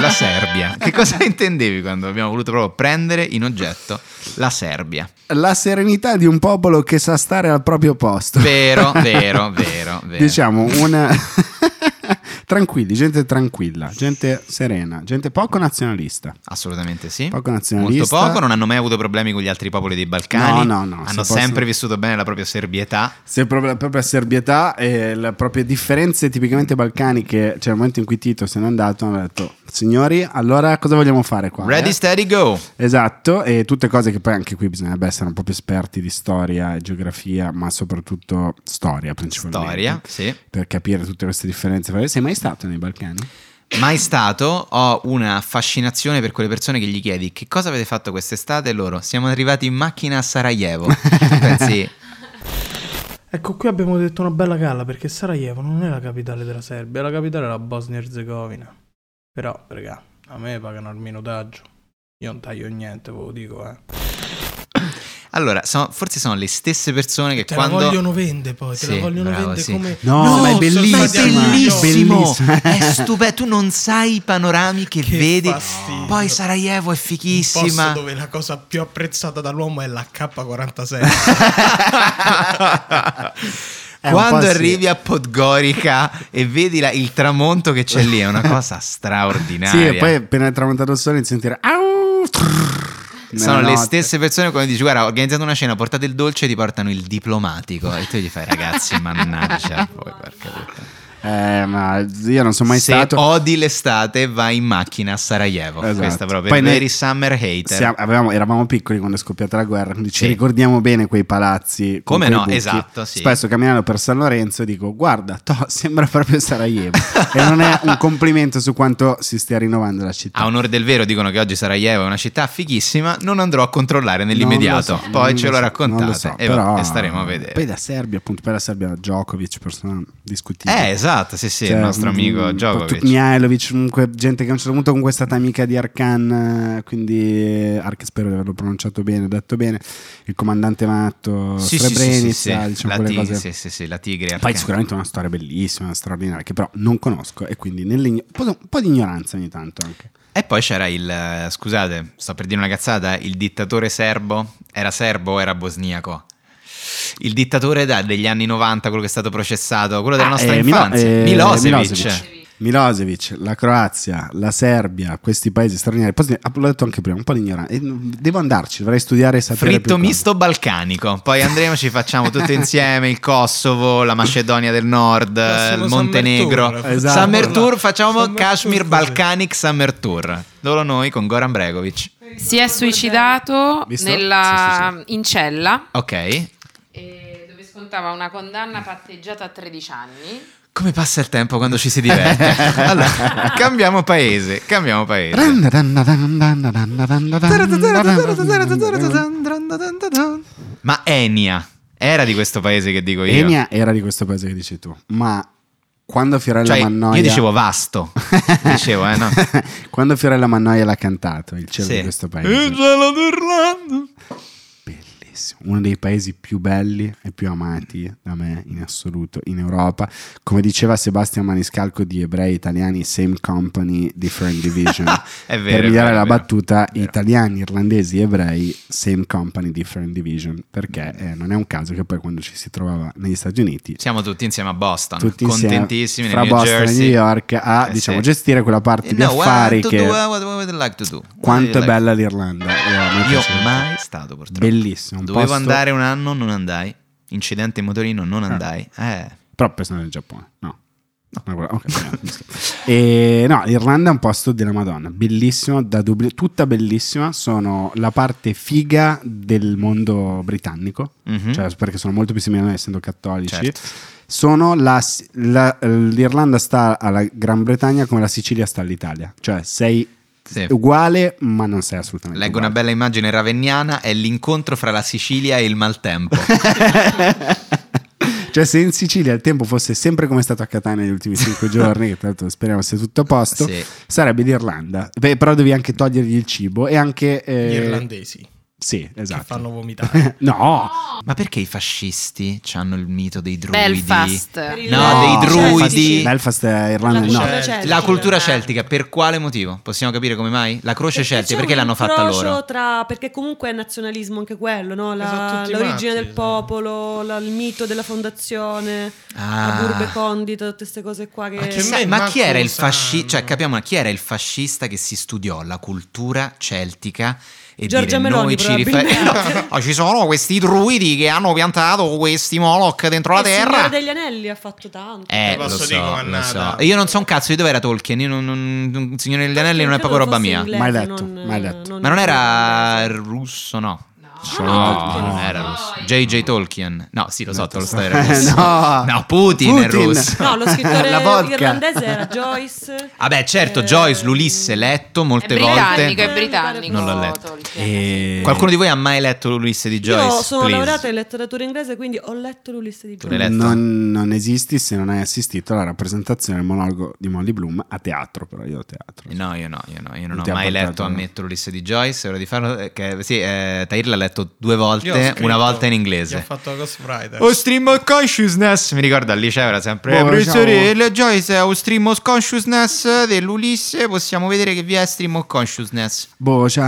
la Serbia. Che cosa intendevi quando abbiamo voluto proprio prendere in oggetto la Serbia? La serenità di un popolo che sa stare al proprio posto. Vero, vero, vero, vero. Diciamo una... Tranquilli, gente tranquilla, gente serena, gente poco nazionalista. Assolutamente sì. Poco nazionalista. Molto poco, non hanno mai avuto problemi con gli altri popoli dei Balcani. No, no, no, Hanno se posso- sempre vissuto bene la propria serbietà. Se proprio la propria serbietà e le proprie differenze tipicamente balcaniche, cioè il momento in cui Tito se n'è andato, hanno detto, signori, allora cosa vogliamo fare qua? Ready, eh?" steady, go. Esatto, e tutte cose che poi anche qui bisognerebbe essere un po' più esperti di storia e geografia, ma soprattutto storia principalmente. Storia, sì. Per capire tutte queste differenze. Sei mai stato nei Balcani? Mai stato, ho una fascinazione per quelle persone che gli chiedi che cosa avete fatto quest'estate e loro siamo arrivati in macchina a Sarajevo. Tu pensi, Ecco, qui abbiamo detto una bella galla perché Sarajevo non è la capitale della Serbia, la capitale è la Bosnia Herzegovina. Però, raga, a me pagano il minutaggio. Io non taglio niente, ve lo dico, eh. allora, so- forse sono le stesse persone che Te quando... la vogliono vende poi, te Sì, la vogliono bravo, vende sì. come... No, ma Ma è sono stati è bellissima, a New York. bellissimo, bellissima. è stupendo, tu non sai i panorami che, Che vedi, fastidio. poi Sarajevo è Un posto fichissima. dove la cosa più apprezzata dall'uomo è la K47. È un po' Quando sì. arrivi a Podgorica e vedi la- il tramonto che c'è lì, è una cosa straordinaria. Sì, e poi appena è tramontato il sole inizi a sentire... "Au!" Nella Sono le notte. stesse persone quando dici guarda ho organizzato una cena, portate il dolce e ti portano il diplomatico e tu gli fai ragazzi mannaggia voi, porca puttana. Eh, ma io non sono mai Se stato... odi l'estate vai in macchina a Sarajevo, Esatto. Oh, questa proprio Poi per i noi veri summer hater. siamo- avevamo- eravamo piccoli quando è scoppiata la guerra, quindi ci Sì. ricordiamo bene quei palazzi. con Come quei no, buchi. esatto, sì. Spesso camminando per San Lorenzo dico, guarda, toh, sembra proprio Sarajevo. e non è un complimento su quanto si stia rinnovando la città. A onore del vero dicono che oggi Sarajevo è una città fighissima, non andrò a controllare Non nell'immediato, lo so, poi non ce lo so, raccontate non lo so, e, va- però- e staremo a vedere. Poi da Serbia, appunto, poi la Serbia Djokovic, persona discutibile. Eh esatto, sì sì, Cioè, il nostro amico mm, Djokovic. Mihailovic, comunque gente che a un certo punto comunque è stata amica di Arkan, eh, quindi Ark spero di averlo pronunciato bene, detto bene, il comandante matto, Sì, sì, sì, Srebrenica, sì, sì, diciamo la quelle ti- cose. sì, sì, sì, la tigre. Poi arcana. sicuramente una storia bellissima, straordinaria, che però non conosco e quindi nell'igno- un po' di- un po' di ignoranza ogni tanto anche. E poi c'era il, eh, scusate, sto per dire una cazzata, il dittatore serbo, era serbo o era bosniaco? Il dittatore da- degli anni 90, quello che è stato processato, quello della Ah, nostra eh, Milo- infanzia, eh, Milosevic. Milosevic. Milosevic, la Croazia, la Serbia, questi paesi stranieri, poi ah, l'ho detto anche prima, un po' di ignoranza, Eh, devo andarci, dovrei studiare e sapere più Fritto cose. misto balcanico, poi andremo ci facciamo tutto insieme il Kosovo, la Macedonia del Nord, Prossimo il Summer Montenegro. Tour. eh, Esatto. Summer Tour, facciamo Summer Tour Kashmir così. Balkanic Summer Tour. Solo noi con Goran Bregovic. eh, Si è suicidato Visto? nella- in cella Ok. eh, dove scontava una condanna patteggiata a 13 anni. Come passa il tempo quando ci si diverte? Allora, cambiamo paese, cambiamo paese. Ma Enia era di questo paese che dico io. Enia era di questo paese che dici tu, ma quando Fiorella cioè, Mannoia... io dicevo vasto. dicevo, eh no. quando Fiorella Mannoia l'ha cantato, il cielo Sì. di questo paese. cielo d'Irlanda. bellissimo, uno dei paesi più belli e più amati da me in assoluto in Europa. Come diceva Sebastian Maniscalco di Ebrei Italiani, same company, different division. È vero. per è vero, migliorare è la vero. battuta, Vero. italiani, irlandesi, ebrei, same company, different division. Perché Mm. eh, non è un caso che poi quando ci si trovava negli Stati Uniti, Siamo tutti insieme a Boston, tutti insieme, contentissimi fra nel New Boston Jersey. e New York, a Eh, diciamo, sì. gestire quella parte Eh, di no, what affari to che... do, what- what would you like to do? What would Quanto you è like bella l'Irlanda? Eh, a me Io piace. mai stato purtroppo. Bellissimo. un Dovevo posto- andare un anno, non andai. Incidente in motorino, non andai. Eh. Però pensando nel Giappone, no. No, guarda, ok, no, mi scherzo. e, no, l'Irlanda è un posto della Madonna, bellissimo, da Dublino, tutta bellissima, sono la parte figa del mondo britannico, Mhm. cioè, perché sono molto più simili a noi essendo cattolici, Certo. sono la, Si- la- l'Irlanda sta alla Gran Bretagna come la Sicilia sta all'Italia, cioè sei Sì. uguale ma non sei assolutamente Eh. Leggo una uguale. bella immagine ravenniana, è l'incontro fra la Sicilia e il maltempo. Cioè, se in Sicilia il tempo fosse sempre come è stato a Catania negli ultimi 5 giorni, che tra l'altro speriamo sia tutto a posto, Sì. sarebbe l'Irlanda. Beh, però devi anche togliergli il cibo e anche. eh, Gli irlandesi che Sì, esatto. fanno vomitare. No, Ma perché i fascisti hanno il mito dei druidi? Belfast. Per il- cioè, No, No, cioè, dei druidi. Cioè, Celtici. Belfast è Irlanda. La del Nord. cultura Cioè, celtica. La cultura celtica, per quale motivo? Possiamo capire come mai? La croce celtica, c'è perché un l'hanno fatta incrocio loro? tra- perché comunque è nazionalismo anche quello, no? La- Sono Esatto, tutti l'origine matti, del sì. popolo, la- il mito della fondazione, Ah. la burbe condita, tutte queste cose qua che... Ma che Chissà, me ma manco chi era lo il fascista? sanno. Cioè, capiamo, chi era il fascista che si studiò la cultura celtica e Giorgia dire Meloni, noi ci probabilmente. riferiamo. ci sono questi druidi che hanno piantato questi Moloch dentro la Il Signore terra. degli Anelli ha fatto tanto. Eh, Te lo posso so, dire com'è lo nata. so. E io non so un cazzo di dove era Tolkien. Io non, non- non- Signore degli Anelli non è proprio roba mia. Mai letto, mai letto. Ma non era russo, no. Cioè, No, No, no, non no. era russo. JJ Tolkien. No, sì, lo so, Tolstoi era Eh, russo. no. No, Putin, è Putin. russo. No, lo scrittore La vodka. irlandese era Joyce. Vabbè, certo, Eh, Joyce, l'Ulisse, letto molte è britannico, volte. è britannico. Non l'ho letto. Eh, Tolkien. E- Eh. Qualcuno di voi ha mai letto l'Ulisse di Joyce? Io sono Please. laureata in letteratura inglese, quindi ho letto l'Ulisse di Tu l'hai Joyce. letto? Non, non esisti se non hai assistito alla rappresentazione del monologo di Molly Bloom a teatro, però io a teatro. No, io no, io no, io non Non ho ti ha mai portato, letto, no. ammetto, l'Ulisse di Joyce, è ora di farlo, eh, che- sì, eh, Tahir l'ha letto due volte, Io ho scritto- una volta in Gli ho inglese. Oh, fatto la Ghost Rider. O stream of consciousness, mi ricordo al liceo era sempre Boh, professore ciao." la Joyce è o stream of consciousness dell'Ulisse, possiamo vedere che vi è stream of consciousness. Boh, cioè,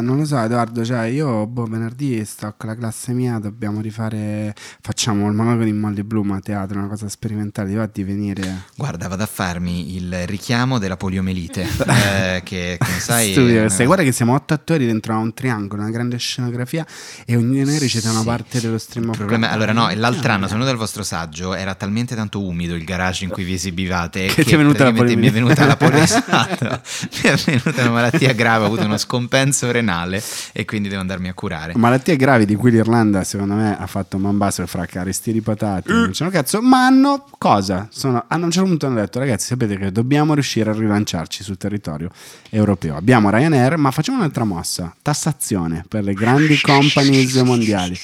non lo so Edoardo, cioè io boh, venerdì sto con la classe mia, dobbiamo rifare, facciamo il monologo di Molly Bloom a teatro, una cosa sperimentale, ti va di venire? Guarda, vado a farmi il richiamo della poliomelite, eh, che come sai... Studio, eh, sai, guarda che siamo otto attori dentro a un triangolo, una grande scenografia e ognuno recita una Sì. parte dello stream Il of problema, consciousness. allora no, e l'altro anno sono venuto al vostro saggio, era talmente tanto umido il garage in cui vi esibivate Che ti è venuta la praticamente mi è venuta la poliomelite. poliomelite, mi è venuta una malattia grave, ho avuto uno scompenso renale e quindi devo andarmi a curare. Eh. Malattie gravi di cui l'Irlanda, secondo me, ha fatto un mambasso fra caristi di patate. Non c'è un cazzo, ma hanno cosa? Sono, hanno a un certo punto hanno detto, ragazzi, sapete che dobbiamo riuscire a rilanciarci sul territorio europeo. Abbiamo Ryanair, ma facciamo un'altra mossa: tassazione per le grandi companies mondiali.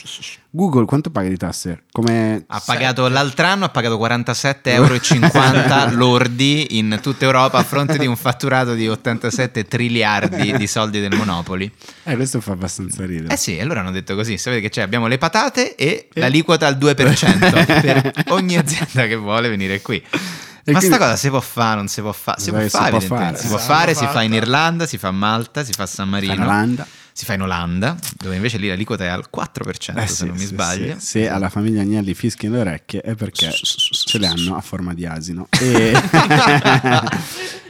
Google quanto paga di tasse? Come Ha pagato l'altro anno, ha pagato 47,50 euro lordi in tutta Europa a fronte di un fatturato di 87 triliardi di soldi del Monopoli. Eh, questo fa abbastanza ridere. Eh sì, allora hanno detto così, sapete che c'è, abbiamo le patate e l'aliquota al 2% per ogni azienda che vuole venire qui. E Ma quindi- sta cosa si può fare, non si può fare? Si, Dai, può fare, evidentemente. si può Si fare, fa si fa in fatta. Irlanda, si fa a Malta, si fa a San Marino, In Olanda. si fa in Olanda, dove invece lì l'aliquota è al 4% Eh certo, se sì, non mi sì, sbaglio. Eh. sì. Se alla famiglia Agnelli fischiano le orecchie è perché ce le hanno a forma di asino. E...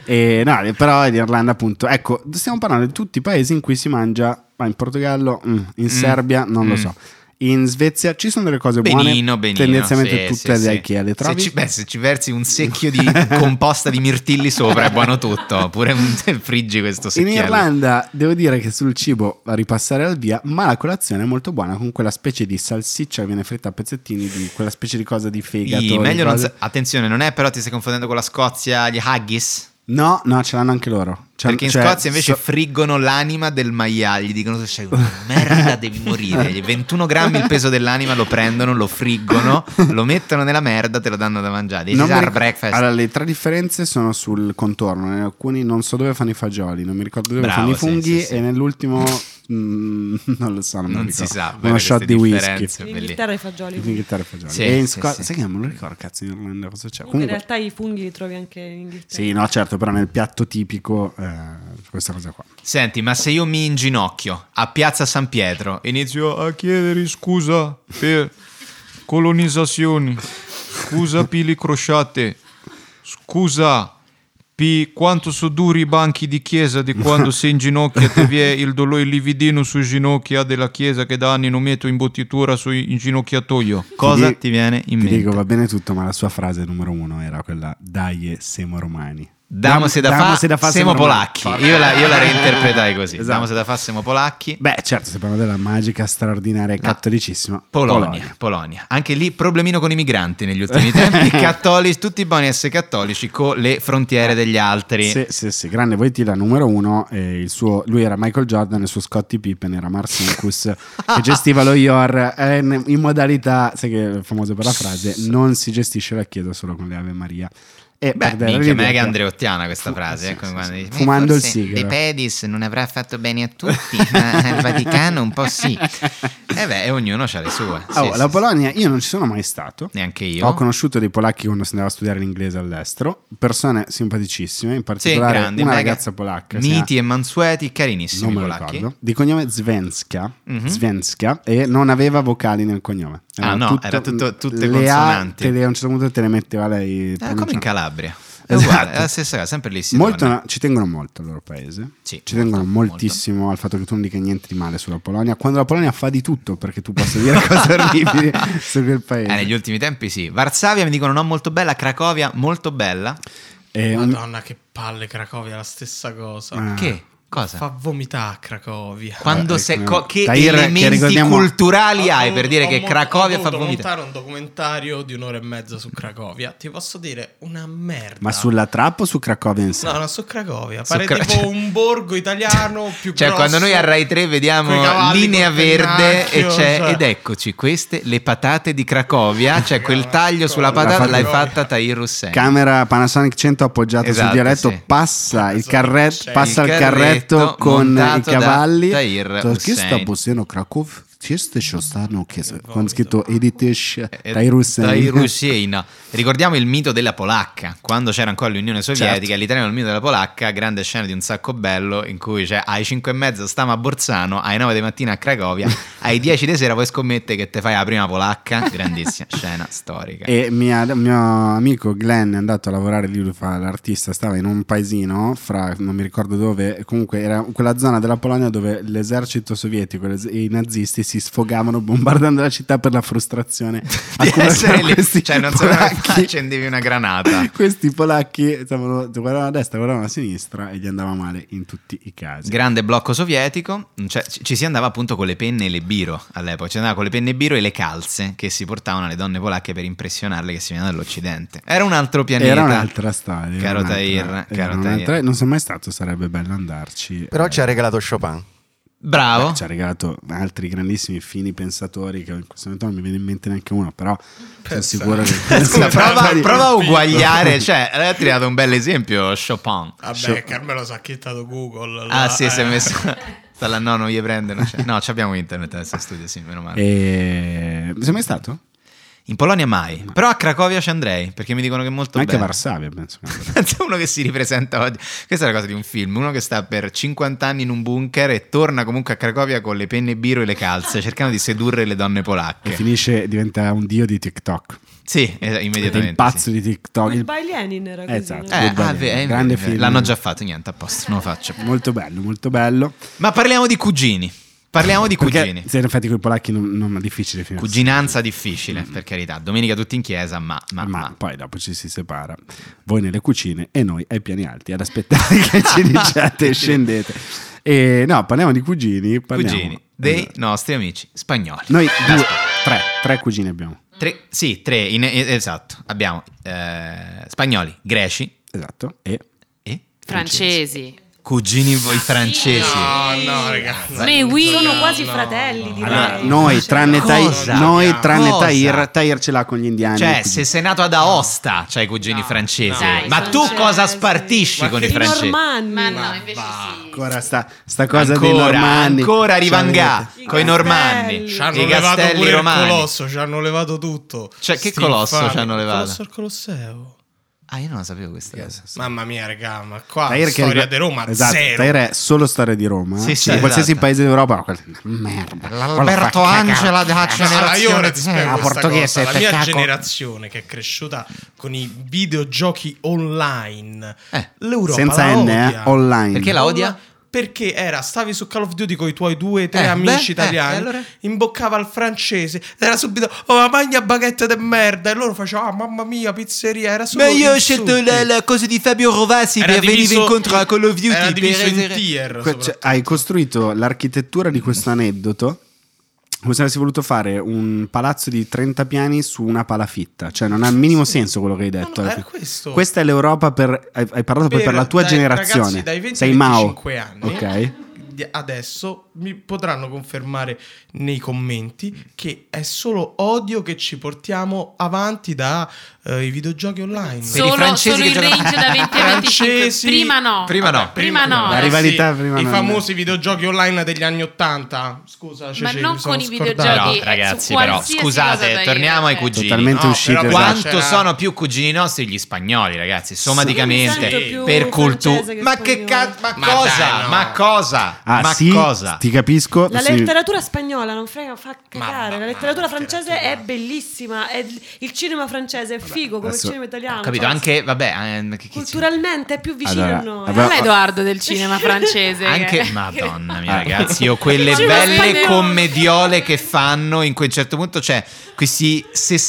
e no, però in Irlanda appunto, ecco, stiamo parlando di tutti i paesi in cui si mangia, ma in Portogallo, mm, in Serbia, non lo mm. so. In Svezia ci sono delle cose buone, Benino, benino. tendenzialmente sì, tutte sì, da sì. Ikea le Se trovi. ci, beh, se ci versi un secchio di composta di mirtilli sopra è buono tutto, pure un, friggi questo In secchiello. Irlanda devo dire che sul cibo a ripassare al via, ma la colazione è molto buona con quella specie di salsiccia che viene fritta a pezzettini, di quella specie di cosa di fegato. I- di meglio non cose- sa- attenzione, non è però ti stai confondendo con la Scozia gli haggis? No, no, ce l'hanno anche loro. C'ha- Perché in cioè, Scozia invece so- friggono l'anima del maiale, gli dicono sei una merda, devi morire. Gli 21 grammi il peso dell'anima lo prendono, lo friggono, lo mettono nella merda, te lo danno da mangiare. This non is mi our ric- breakfast. Allora, le tre differenze sono sul contorno. In alcuni non so dove fanno i fagioli, non mi ricordo dove Bravo, fanno i sì, funghi. sì, sì. E nell'ultimo mm, non lo so, non, me lo Non si ricordo. sa. Uno guarda shot di queste whisky. differenze, In bellissimo. Inghilterra i fagioli. In Inghilterra e fagioli. Sì, e in sì, Scotta- sì. Sai che non me lo ricordo cazzo in Irlanda cosa c'è. Comunque, in Comunque, realtà i funghi li trovi anche in Inghilterra. sì, no, certo, però nel piatto tipico eh, questa cosa qua. Senti, ma se io mi inginocchio a Piazza San Pietro, inizio a chiedere scusa per colonizzazioni, scusa per le crociate, scusa per quanto sono duri i banchi di chiesa di quando si inginocchia e vi è il dolore lividino sui ginocchia della chiesa che da anni non metto in bottitura sui inginocchiatoio. Cosa ti, di- viene in ti mente? dico, va bene tutto, ma la sua frase numero uno era quella, dai, siamo romani. Damo se da fa, se da fa, siamo romani. polacchi. Io la, io la reinterpretai così. Esatto. Damo se da fa, siamo polacchi. Beh, certo, si parla della magica, straordinaria, e cattolicissima Polonia, Polonia, Anche lì problemino con i migranti negli ultimi tempi. cattolici, tutti buoni a essere cattolici con le frontiere degli altri. Eh, Sì, sì, sì, grande Voitila numero uno. eh, il suo, lui era Michael Jordan, il suo Scottie Pippen era Marcinkus che gestiva lo IOR eh, in in modalità, sai che è famoso per la frase, non si gestisce la chiesa solo con le Ave Maria. E Beh, per dare minchia, l'idea mega che- andreottiana questa Fu- frase. sì, eh, come sì, quando sì. dici, Fumando il forse sigaro. De Pedis non avrà fatto bene a tutti, ma al Vaticano un po' sì. E beh, e ognuno ha le sue. Sì, Oh, sì, la sì. Polonia, io non ci sono mai stato. Neanche io. Ho conosciuto dei polacchi quando si andava a studiare l'inglese all'estero, persone simpaticissime, in Sì, particolare grandi, una mega- ragazza polacca. si chiama- Miti e mansueti, non carinissimi me lo polacchi. ricordo. Di cognome Zvenska, Mhm. Zvenska, e non aveva vocali nel cognome. Ah, no, era tutto- tutte le A consonanti. te le- a un certo punto te le metteva lei. Eh, come in pronunciando. Calabria. È Esatto. uguale, è la stessa cosa, sempre lì si Molto- torna. ci tengono molto al loro paese. Sì, ci molto, tengono moltissimo al fatto che tu non dica niente di male sulla Polonia. Quando la Polonia fa di tutto perché tu possa dire cose orribili su quel paese. Eh, negli ultimi tempi sì. Varsavia mi dicono no molto bella, Cracovia molto bella. E un- Madonna, che palle, Cracovia, la stessa cosa. Ah. Che? Cosa? Fa vomitare a Cracovia. Quando Eh, se, eh, co- che dai, che elementi ricordiamo- culturali Ho- hai per dire ho che mon- Cracovia fa Ho dovuto vomitare? montare un documentario di un'ora e mezza su Cracovia. Ti posso dire una merda. Ma sulla trappa o su Cracovia in sé? No, no, su Cracovia. Su Pare Cra- tipo un borgo italiano più Cioè, grosso, quando noi a Rai 3 coi vediamo cavalli, linea col verde e pennacchio, c'è, cioè. ed eccoci queste, le patate di Cracovia, cioè quel taglio sulla La patata l'hai Cracovia. fatta Tahir Hussein. Camera Panasonic 100 appoggiata Esatto, sul dialetto, sì. passa il Panasonic carretto, 100. passa il Il carretto, carretto con montato i cavalli. da Tahir To- Che Hussein. sta possiano Krakow? Queste ci stanno che con vomito. scritto Editish Eh, Tahir Hussein. Tahir Hussein. Ricordiamo il mito della polacca, quando c'era ancora l'Unione Certo. Sovietica, l'italiano è il mito della polacca, grande scena di un sacco bello in cui c'è ai 5 e mezza stiamo a Borzano, alle 9 di mattina a Cracovia, ai 10 di sera poi scommette che te fai la prima polacca, grandissima scena storica. E mia- mio amico Glenn è andato a lavorare lì, lui fa l'artista, stava in un paesino, fra, non mi ricordo dove, comunque era quella zona della Polonia dove l'esercito sovietico e le- i nazisti si sfogavano bombardando la città per la frustrazione. Di accumulata essere da lì, questi cioè non sapevano che polacchi. fare, accendevi una granata. Questi polacchi stavano- guardavano a destra, guardavano a sinistra e gli andava male in tutti i casi. Grande blocco sovietico, cioè, ci ci si andava appunto con le penne e le biro all'epoca, ci andava con le penne e biro e le calze che si portavano alle donne polacche per impressionarle che si venivano dall'Occidente. Era un altro pianeta. Era un'altra storia. era Caro un'altra- Tahir, era caro un'altra- Tahir. Non sono mai stato, sarebbe bello andarci. Però Eh, ci ha regalato Chopin. Bravo. Beh, ci ha regalato altri grandissimi fini pensatori che in questo momento non mi viene in mente neanche uno, però sono sicuro che Scusa, prova, Di- prova a uguagliare, cioè, ha tirato un bel esempio Chopin. Vabbè, Show- Carmelo si è acchittato Google. Ah là, sì, si è eh. messo... sta là, no, non gli prendono. cioè- No, ci abbiamo internet adesso in studio, sì, meno Eh. male. E... Eh, Sei mai stato? In Polonia mai, però a Cracovia ci andrei, perché mi dicono che è molto Eh. Anche a bello. Varsavia, penso. che andrà. Pensa uno che si ripresenta oggi. Questa è la cosa di un film. Uno che sta per 50 anni in un bunker e torna comunque a Cracovia con le penne biro e le calze, cercando di sedurre le donne E polacche. finisce, diventa un dio di TikTok. Sì, es- immediatamente. Il pazzo di TikTok. il- Goodbye Lenin era così. Esatto. no? sì. Eh, Goodbye, ah, beh, eh, grande eh, film. L'hanno già fatto, niente, a posto, non lo faccio. Molto bello, molto bello. Ma parliamo di cugini. Parliamo di Perché, cugini. se in effetti con i polacchi non, non è difficile finire. Cuginanza difficile, per carità. Domenica tutti in chiesa, ma... ma, Ma ma. poi dopo ci si separa, voi nelle cucine e noi ai piani alti ad aspettare che ci diciate e scendete. E no, parliamo di cugini. Parliamo, Cugini dei Allora, nostri amici spagnoli. Noi La due, tre, tre cugini abbiamo. Tre, sì, tre, in- eh, esatto. Abbiamo eh, spagnoli, greci Esatto. E e Francesi. Cugini Ah, voi francesi. No, no, raga. Ma- Me, we sono no, quasi no, fratelli, Cioè, no. direi. Allora, noi, tranne, Ah, Cosa? Tahir, noi, tranne Cosa? Tahir, Tahir ce l'ha con gli indiani. Cioè, se sei nato ad Aosta, c'hai i cugini No, francesi. no. Dai, ma tu francesi. cosa spartisci Ma con che i I francesi? normanni. Ma Ma no, invece va, sì. ancora sta, sta cosa dei ancora, normanni. ancora Cioè, Rivangà vedete. con I i normanni, castelli. Ci hanno i levato castelli pure il romani. colosso, ci hanno levato tutto. Cioè, che Sti colosso infami. ci hanno levato? Il Colosso al Colosseo. Ah, io non la sapevo questa cosa. Mamma mia, raga, ma qua Tahir che- Ah, storia di Roma esatto, zero. Tahir è solo storia di Roma. Sì, eh. sì, di qualsiasi esatto. paese d'Europa. ma quella- Merda. Alberto Angela della No, Eh, allora io Ah, generazione ora Eh, ti spiego zero. questa portoghese, cosa. La mia peccato. generazione che è cresciuta con i videogiochi online, Eh, l'Europa Senza la N, eh, odia. online. Perché la odia? Perché era, stavi su Call of Duty con i tuoi due, tre Eh, amici beh, eh, italiani, e allora? imboccava il francese, era subito, oh ma magna baguette de merda, e loro facevano, ah mamma mia, pizzeria, era solo insulti. cosa di Fabio Rovasi Era diviso- era diviso in essere- tier, Que- soprattutto. cioè, hai costruito l'architettura di questo aneddoto come se avessi voluto fare un palazzo di 30 piani su una palafitta, cioè non ha il minimo senso quello che hai No, no, detto. eh. alla era fine. questo. Questa è l'Europa per hai, hai parlato poi per la tua dai- generazione. ragazzi dai 20 Sei ai Mao. 25 anni. Ok. di- Adesso mi potranno confermare nei commenti che è solo odio che ci portiamo avanti da eh, i videogiochi Per online. i Solo, francesi solo che il giocano- range da 20 a 25. Francesi- Prima no. Prima no. Prima no. La ragazzi, rivalità prima I non- famosi videogiochi online degli anni 80. Scusa, Ma Cece, non mi sono con i scordato. videogiochi. Però, Sì, ragazzi, Cioè, eh, su però, qualsiasi cosa da scusate, dire, torniamo ai eh. cugini. Totalmente No, uscite. però da- guarda- Quanto c'era- sono più cugini nostri gli spagnoli, ragazzi, Io mi somaticamente, sento più per francese cultura. che Ma che spagnolo. cazzo, ma, Ma cosa? dai, no. Ma cosa? Ah, ma sì, cosa? ti capisco. La sì. letteratura spagnola non frega, fa cagare. ma- la letteratura ma- francese è bellissima. è l- il cinema francese è figo come adesso- il cinema italiano. Ho capito, cioè, anche, vabbè, eh, che- che- Culturalmente è più vicino Allora, a noi. vabbè, Parla Edoardo del cinema francese. Anche, che- madonna Ah. mia ragazzi, io quelle eh. Ci belle mancheremo. commediole che fanno in cui a un certo punto c'è questi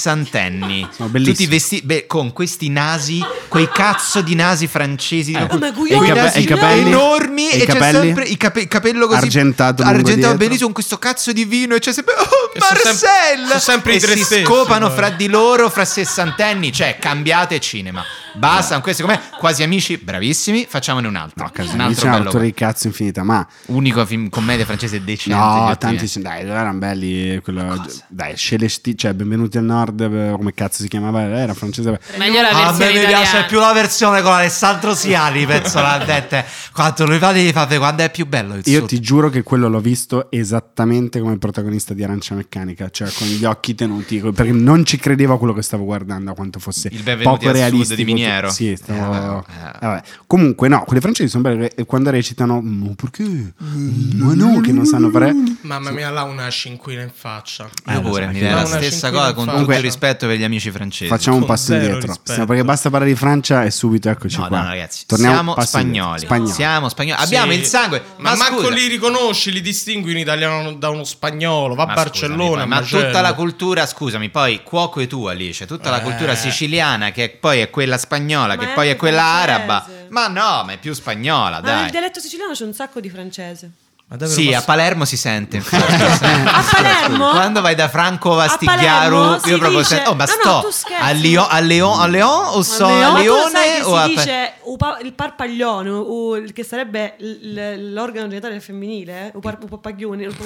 sessantenni, Sono bellissimi. tutti vestiti beh, con questi nasi, quei cazzo di nasi francesi, Eh, con- ma con i quei cape- nasi i capelli- enormi e e, i c'è capelli? sempre il, cape- il capello così Argentato lungo argentato dietro. bellissimo con questo cazzo di vino e c'è sempre oh Che sono sem- Marcel sono sempre eh. e i tre si stessi, scopano poi. fra di loro, fra sessantenni, cioè cambiate cinema. Basta, questo com'è? Quasi amici, bravissimi, facciamone un altro. No, un Casini Diciamo, c'è altro bello un'autore di cazzo infinita, ma Unico film commedia francese decente. cioè, di No, tutti tanti i sì, dai, erano belli. eh, quello- dai, Celesti, cioè, benvenuti al nord. eh, Come cazzo si chiamava? Era francese. beh. Meglio la tempi. Ah, A me versione mi piace italiana. più la versione con Alessandro Siani, penso l'ha detto. Quanto lui fa, gli fa quando è più bello il Eh, Io sud. ti giuro che quello l'ho visto esattamente come il protagonista di Arancia Meccanica, cioè con gli occhi tenuti, co- perché non ci credevo a quello che stavo guardando, a quanto fosse Il benvenuti poco al sud realistico. di Miniero. Sì, stavo- Eh, vabbè, eh. vabbè. Comunque, no, quelle francesi sono belle e quando recitano, ma perché? Ma no, che non sanno fare. Mamma mia, là una cinquina in faccia. Io pure, mi viene Ma la Diciamo una stessa cosa cinquina in con faccia. tutto il Comunque- rispetto per gli amici francesi. Facciamo un Con passo zero indietro. rispetto. Siamo- perché basta parlare di Francia e subito eccoci No, qua. no, ragazzi, Torniamo siamo passo indietro. spagnoli. Spagnoli. Siamo spagnoli. Abbiamo Sì. il sangue. Ma, manco scusa. li riconosci, li distingui un italiano da uno spagnolo. Va a Ma Barcellona, scusami, ma Magello. tutta la cultura, scusami, poi cuoco e tu Alice, tutta la Eh. cultura siciliana che poi è quella spagnola, Ma che è poi è anche quella araba. francese. Ma no, ma è più spagnola, Ma nel dai. dialetto siciliano c'è un sacco di francese. Ma davvero Sì, posso- a Palermo si sente. A Palermo? Quando vai da Franco Palermo Vastigliaro, si dice- sento- Oh, ma No, sto no, tu scherzi. a, Lio- a Leon, a Leon o so Ma a tu Leone sai che o a si Pe- dice upa- il parpaglione, u- il- che sarebbe l- l- l'organo genitale femminile, eh? upar- upapaglione, up-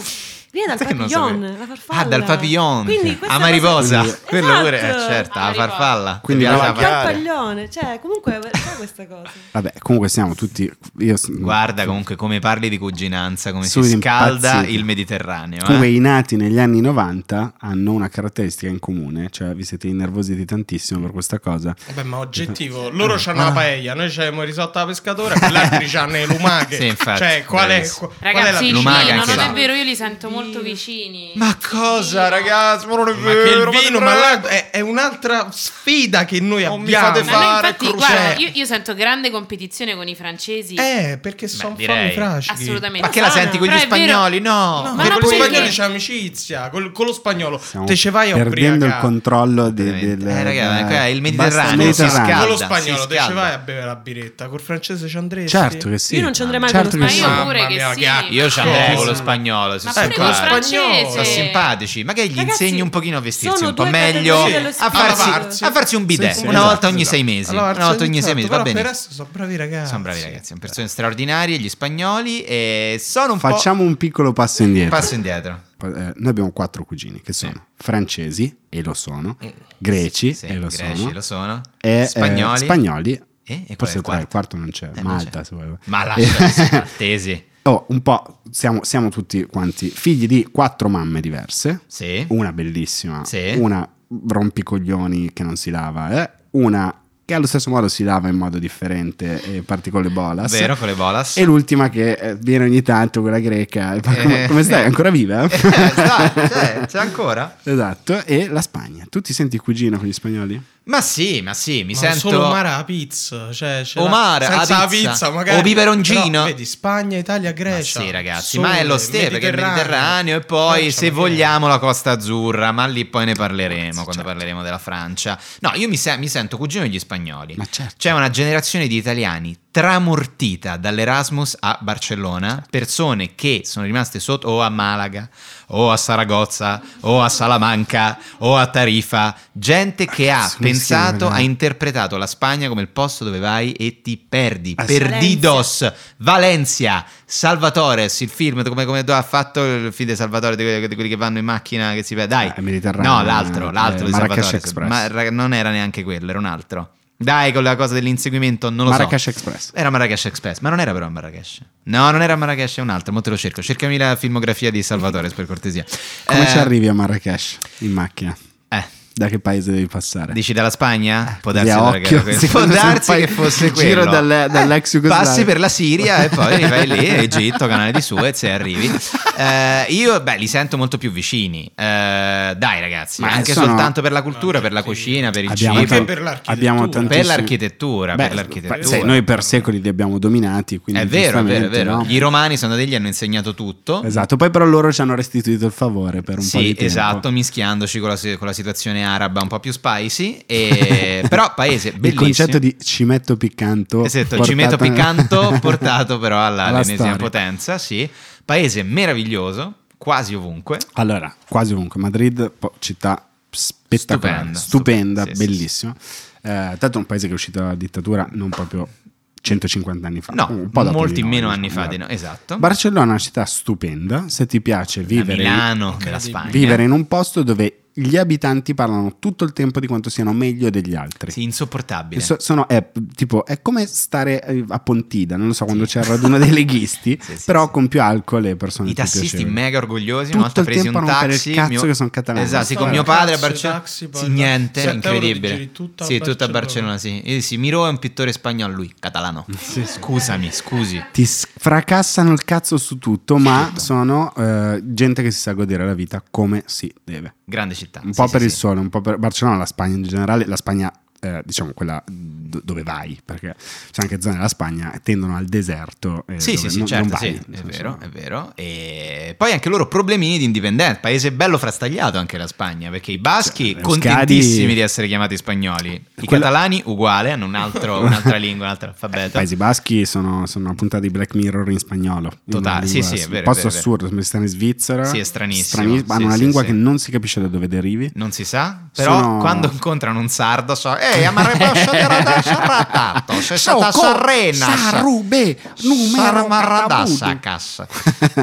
viene dal Sai che non papillon, sapevo. la farfalla. Ah, dal papillon. Quindi a questa Mariposa. cosa- Quello Esatto. pure, eh, certo, la Mariposa. farfalla. Quindi Ti piace la la Il farfalla? parpaglione, cioè, comunque c'è questa cosa. Vabbè, comunque siamo tutti. Io, Guarda comunque come parli di cuginanza, come si Sono scalda impazzito. il Mediterraneo. Comunque eh. i nati negli anni 90 hanno una caratteristica in comune, cioè vi siete innervositi tantissimo per questa cosa. Eh Vabbè, ma oggettivo, Mm. loro Ah. c'hanno la paella, noi c'abbiamo il risotto alla pescatora, quell'altri c'hanno le lumache. Sì, infatti, cioè, qual è, bravissimo. qual è la Ragazzi, il vino, Lumaca non anche là. è vero, io li sento molto vicini. Ma cosa, ragazzi? Ma non è Ma che vero. il vino, ma là è, è un'altra sfida che noi Non Oh, mi abbiamo. fate Ma noi fare infatti, crociere. guarda, io, io sento grande competizione con i francesi. Eh, perché sono direi. fuori frasci. Assolutamente. Ma che la Sana. senti con gli Però è vero- spagnoli? No. No, Ma ma no, con gli perché? spagnoli c'è amicizia, col- con lo spagnolo Stiamo te ce vai a perdendo il ubriacare. controllo de- Veramente. del Eh, raga, ma qua è il basta Mediterraneo, si Con scalda. lo spagnolo si te ce scalda. vai a bere la biretta, col francese ci andresti. Certo che sì. Io non ci andrei mai certo con lo che sì. spagnolo. Ma io- pure che sì. Ah, Io ci c'ho andrei con lo spagnolo. sì, Ma sì, pure con lo guarda. francese. Sono simpatici, magari gli Ragazzi, insegni un pochino a vestirsi sono un po' due meglio, categorie dello a farsi, sport. a farsi un bidet Sì, sì, Eh, una esatto, volta ogni esatto. sei mesi. Alla una volta ogni sei certo, mesi, va però bene. Per adesso sono bravi ragazzi. Sono bravi ragazzi, sono persone straordinarie, gli spagnoli e sono un Facciamo un piccolo passo po' indietro. passo indietro. Pa- eh, noi abbiamo quattro cugini che sono francesi, e lo sono, greci, Eh, Sì, e lo greci sono, lo sono, e, eh, spagnoli, Eh, spagnoli, e qual è il forse quarto? il quarto non c'è, Eh, non Malta c'è. se vuoi. ma Eh, lascia, maltesi. oh, un po', siamo, siamo tutti quanti figli di quattro mamme diverse, Sì. una bellissima, Sì. una rompicoglioni che non si lava, eh, una che allo stesso modo si lava in modo differente e parti con le bolas. Vero, con le bolas. E l'ultima che eh, viene ogni tanto, quella greca. Ma come, Eh, come stai? eh. Ancora viva? Eh, sta, c'è, c'è ancora? Esatto, e la Spagna. Tu ti senti cugino con gli spagnoli? Ma sì, ma sì, mi Mi sento... solo Omar alla pizza, cioè, c'è la- Omar alla senza la pizza. pizza magari. O peperoncino. Però, vedi, Spagna, Italia, Grecia. Ma sì, ragazzi, Sole, ma è lo stesso perché è il Mediterraneo e poi, Francia, se ma che- vogliamo, la Costa Azzurra, ma lì poi ne parleremo quando certo. parleremo della Francia. No, io mi, se- mi sento cugino degli spagnoli. Ma certo. C'è una generazione di italiani tramortita dall'Erasmus a Barcellona, Certo. persone che sono rimaste sotto o a Malaga, o a Saragozza, o a Salamanca, o a Tarifa, gente che ha Cazzo, mi pensato, sembra. ha interpretato la Spagna come il posto dove vai e ti perdi, Ah, sì. perdidos, Valencia, Salvatore, il film come, come ha fatto il film di Salvatore di quelli, di quelli che vanno in macchina che si vede, dai. Ah, è Mediterraneo, No, l'altro, eh, l'altro di Marrakesh Salvatore. Express. Ma ra- non era neanche quello, era un altro. Dai, con la cosa dell'inseguimento, non lo Marrakesh so. Express. Era Marrakesh Express, ma non era però Marrakesh. No, non era Marrakesh, è un altro, mo te lo cerco. Cercami la filmografia di Salvatore, per cortesia. Come Eh, ci arrivi a Marrakesh in macchina? Eh. Da che paese devi passare? Dici dalla Spagna? Può darsi, Via allora che era Eh, occhio, quello. se- Può se darsi fai che fosse il quello. giro dalle- dall'ex Jugoslavia. Passi per la Siria e poi arrivi lì, Egitto, canale di Suez e arrivi. Eh, io, beh, li sento molto più vicini. Eh, dai, ragazzi, Ma anche sono- soltanto per la cultura, per la cucina, per il cibo. tanto- tan- per l'architettura. abbiamo Per tantissimi- Per l'architettura, Beh, per l'architettura. sai, noi per secoli li abbiamo dominati, quindi È vero, è vero, è giustamente, vero. no? Gli romani sono andati lì e hanno insegnato tutto. Esatto, poi però loro ci hanno restituito il favore per un po' di Sì, tempo. esatto, mischiandoci con la, si- con la situazione araba un po' più spicy, e- Eh, però paese Il bellissimo. concetto di cimetto piccanto. Esatto, portato- cimento piccanto portato però alla- all'ennesima storia. potenza, sì. Paese meraviglioso, quasi ovunque. Allora, quasi ovunque. Madrid, po- città spettacolare, Stupenda, stupenda, stupenda, sì, bellissima. Eh, tanto è un paese che è uscito dalla dittatura non proprio 150 anni fa. No, un po' dopo molti di noi, meno diciamo, anni fa di esatto. no, esatto. Barcellona è una città stupenda, se ti piace A vivere, Milano, della Spagna. vivere in un posto dove gli abitanti parlano tutto il tempo di quanto siano meglio degli altri. Sì, insopportabile. So- sono, è, tipo, è come stare eh, a Pontida, non lo so, quando c'è il raduno dei leghisti, Sì, sì, però sì. con più alcol e persone I più tassisti piacevoli. mega orgogliosi, Tutto una volta il presi tempo un a rompere il taxi, cazzo che sono catalani. Esatto, sì, con Guarda, mio padre a cazzo, Barcellona, taxi, poi sì, va- niente, sette euro ti incredibile. giri tutto a sì, tutto a Barcellona. Barcellona, sì. Eh, sì, Miro è un pittore spagnolo lui, catalano. Scusami, scusi. Ti s- fracassano il cazzo su tutto, ma Certo. sono eh, gente che si sa godere la vita come si deve. Grande città. Ah, Un sì, po' sì, per il sì. sole, un po' per Barcellona, la Spagna in generale, la Spagna, eh, diciamo quella do- dove vai, perché c'è anche zone della Spagna che tendono al deserto. eh, Sì, sì, dove sì, non- non certo, vai, sì, nel è senso, vero, no. è vero. E poi anche loro problemini di indipendenza, paese bello frastagliato anche la Spagna, perché i baschi Cioè, contentissimi Euskadi- di essere chiamati spagnoli, i Quella- catalani uguale, hanno un altro- un'altra lingua, un altro I alfabeto. Paesi Baschi sono, sono una puntata di Black Mirror in spagnolo. in una Totale, sì, lingua- sì, è vero, Un posto è vero, è assurdo, sembra di stare in Svizzera. Sì, è stranissimo, Strani- sì, hanno una sì, lingua sì. che non si capisce da dove derivi. Non si sa, però Sono- quando incontrano un sardo so, ehi, amareboscio di ratatto, se stata Soco, sarrena, Sarrube, numero Sarmaradassa, caputo. cassa.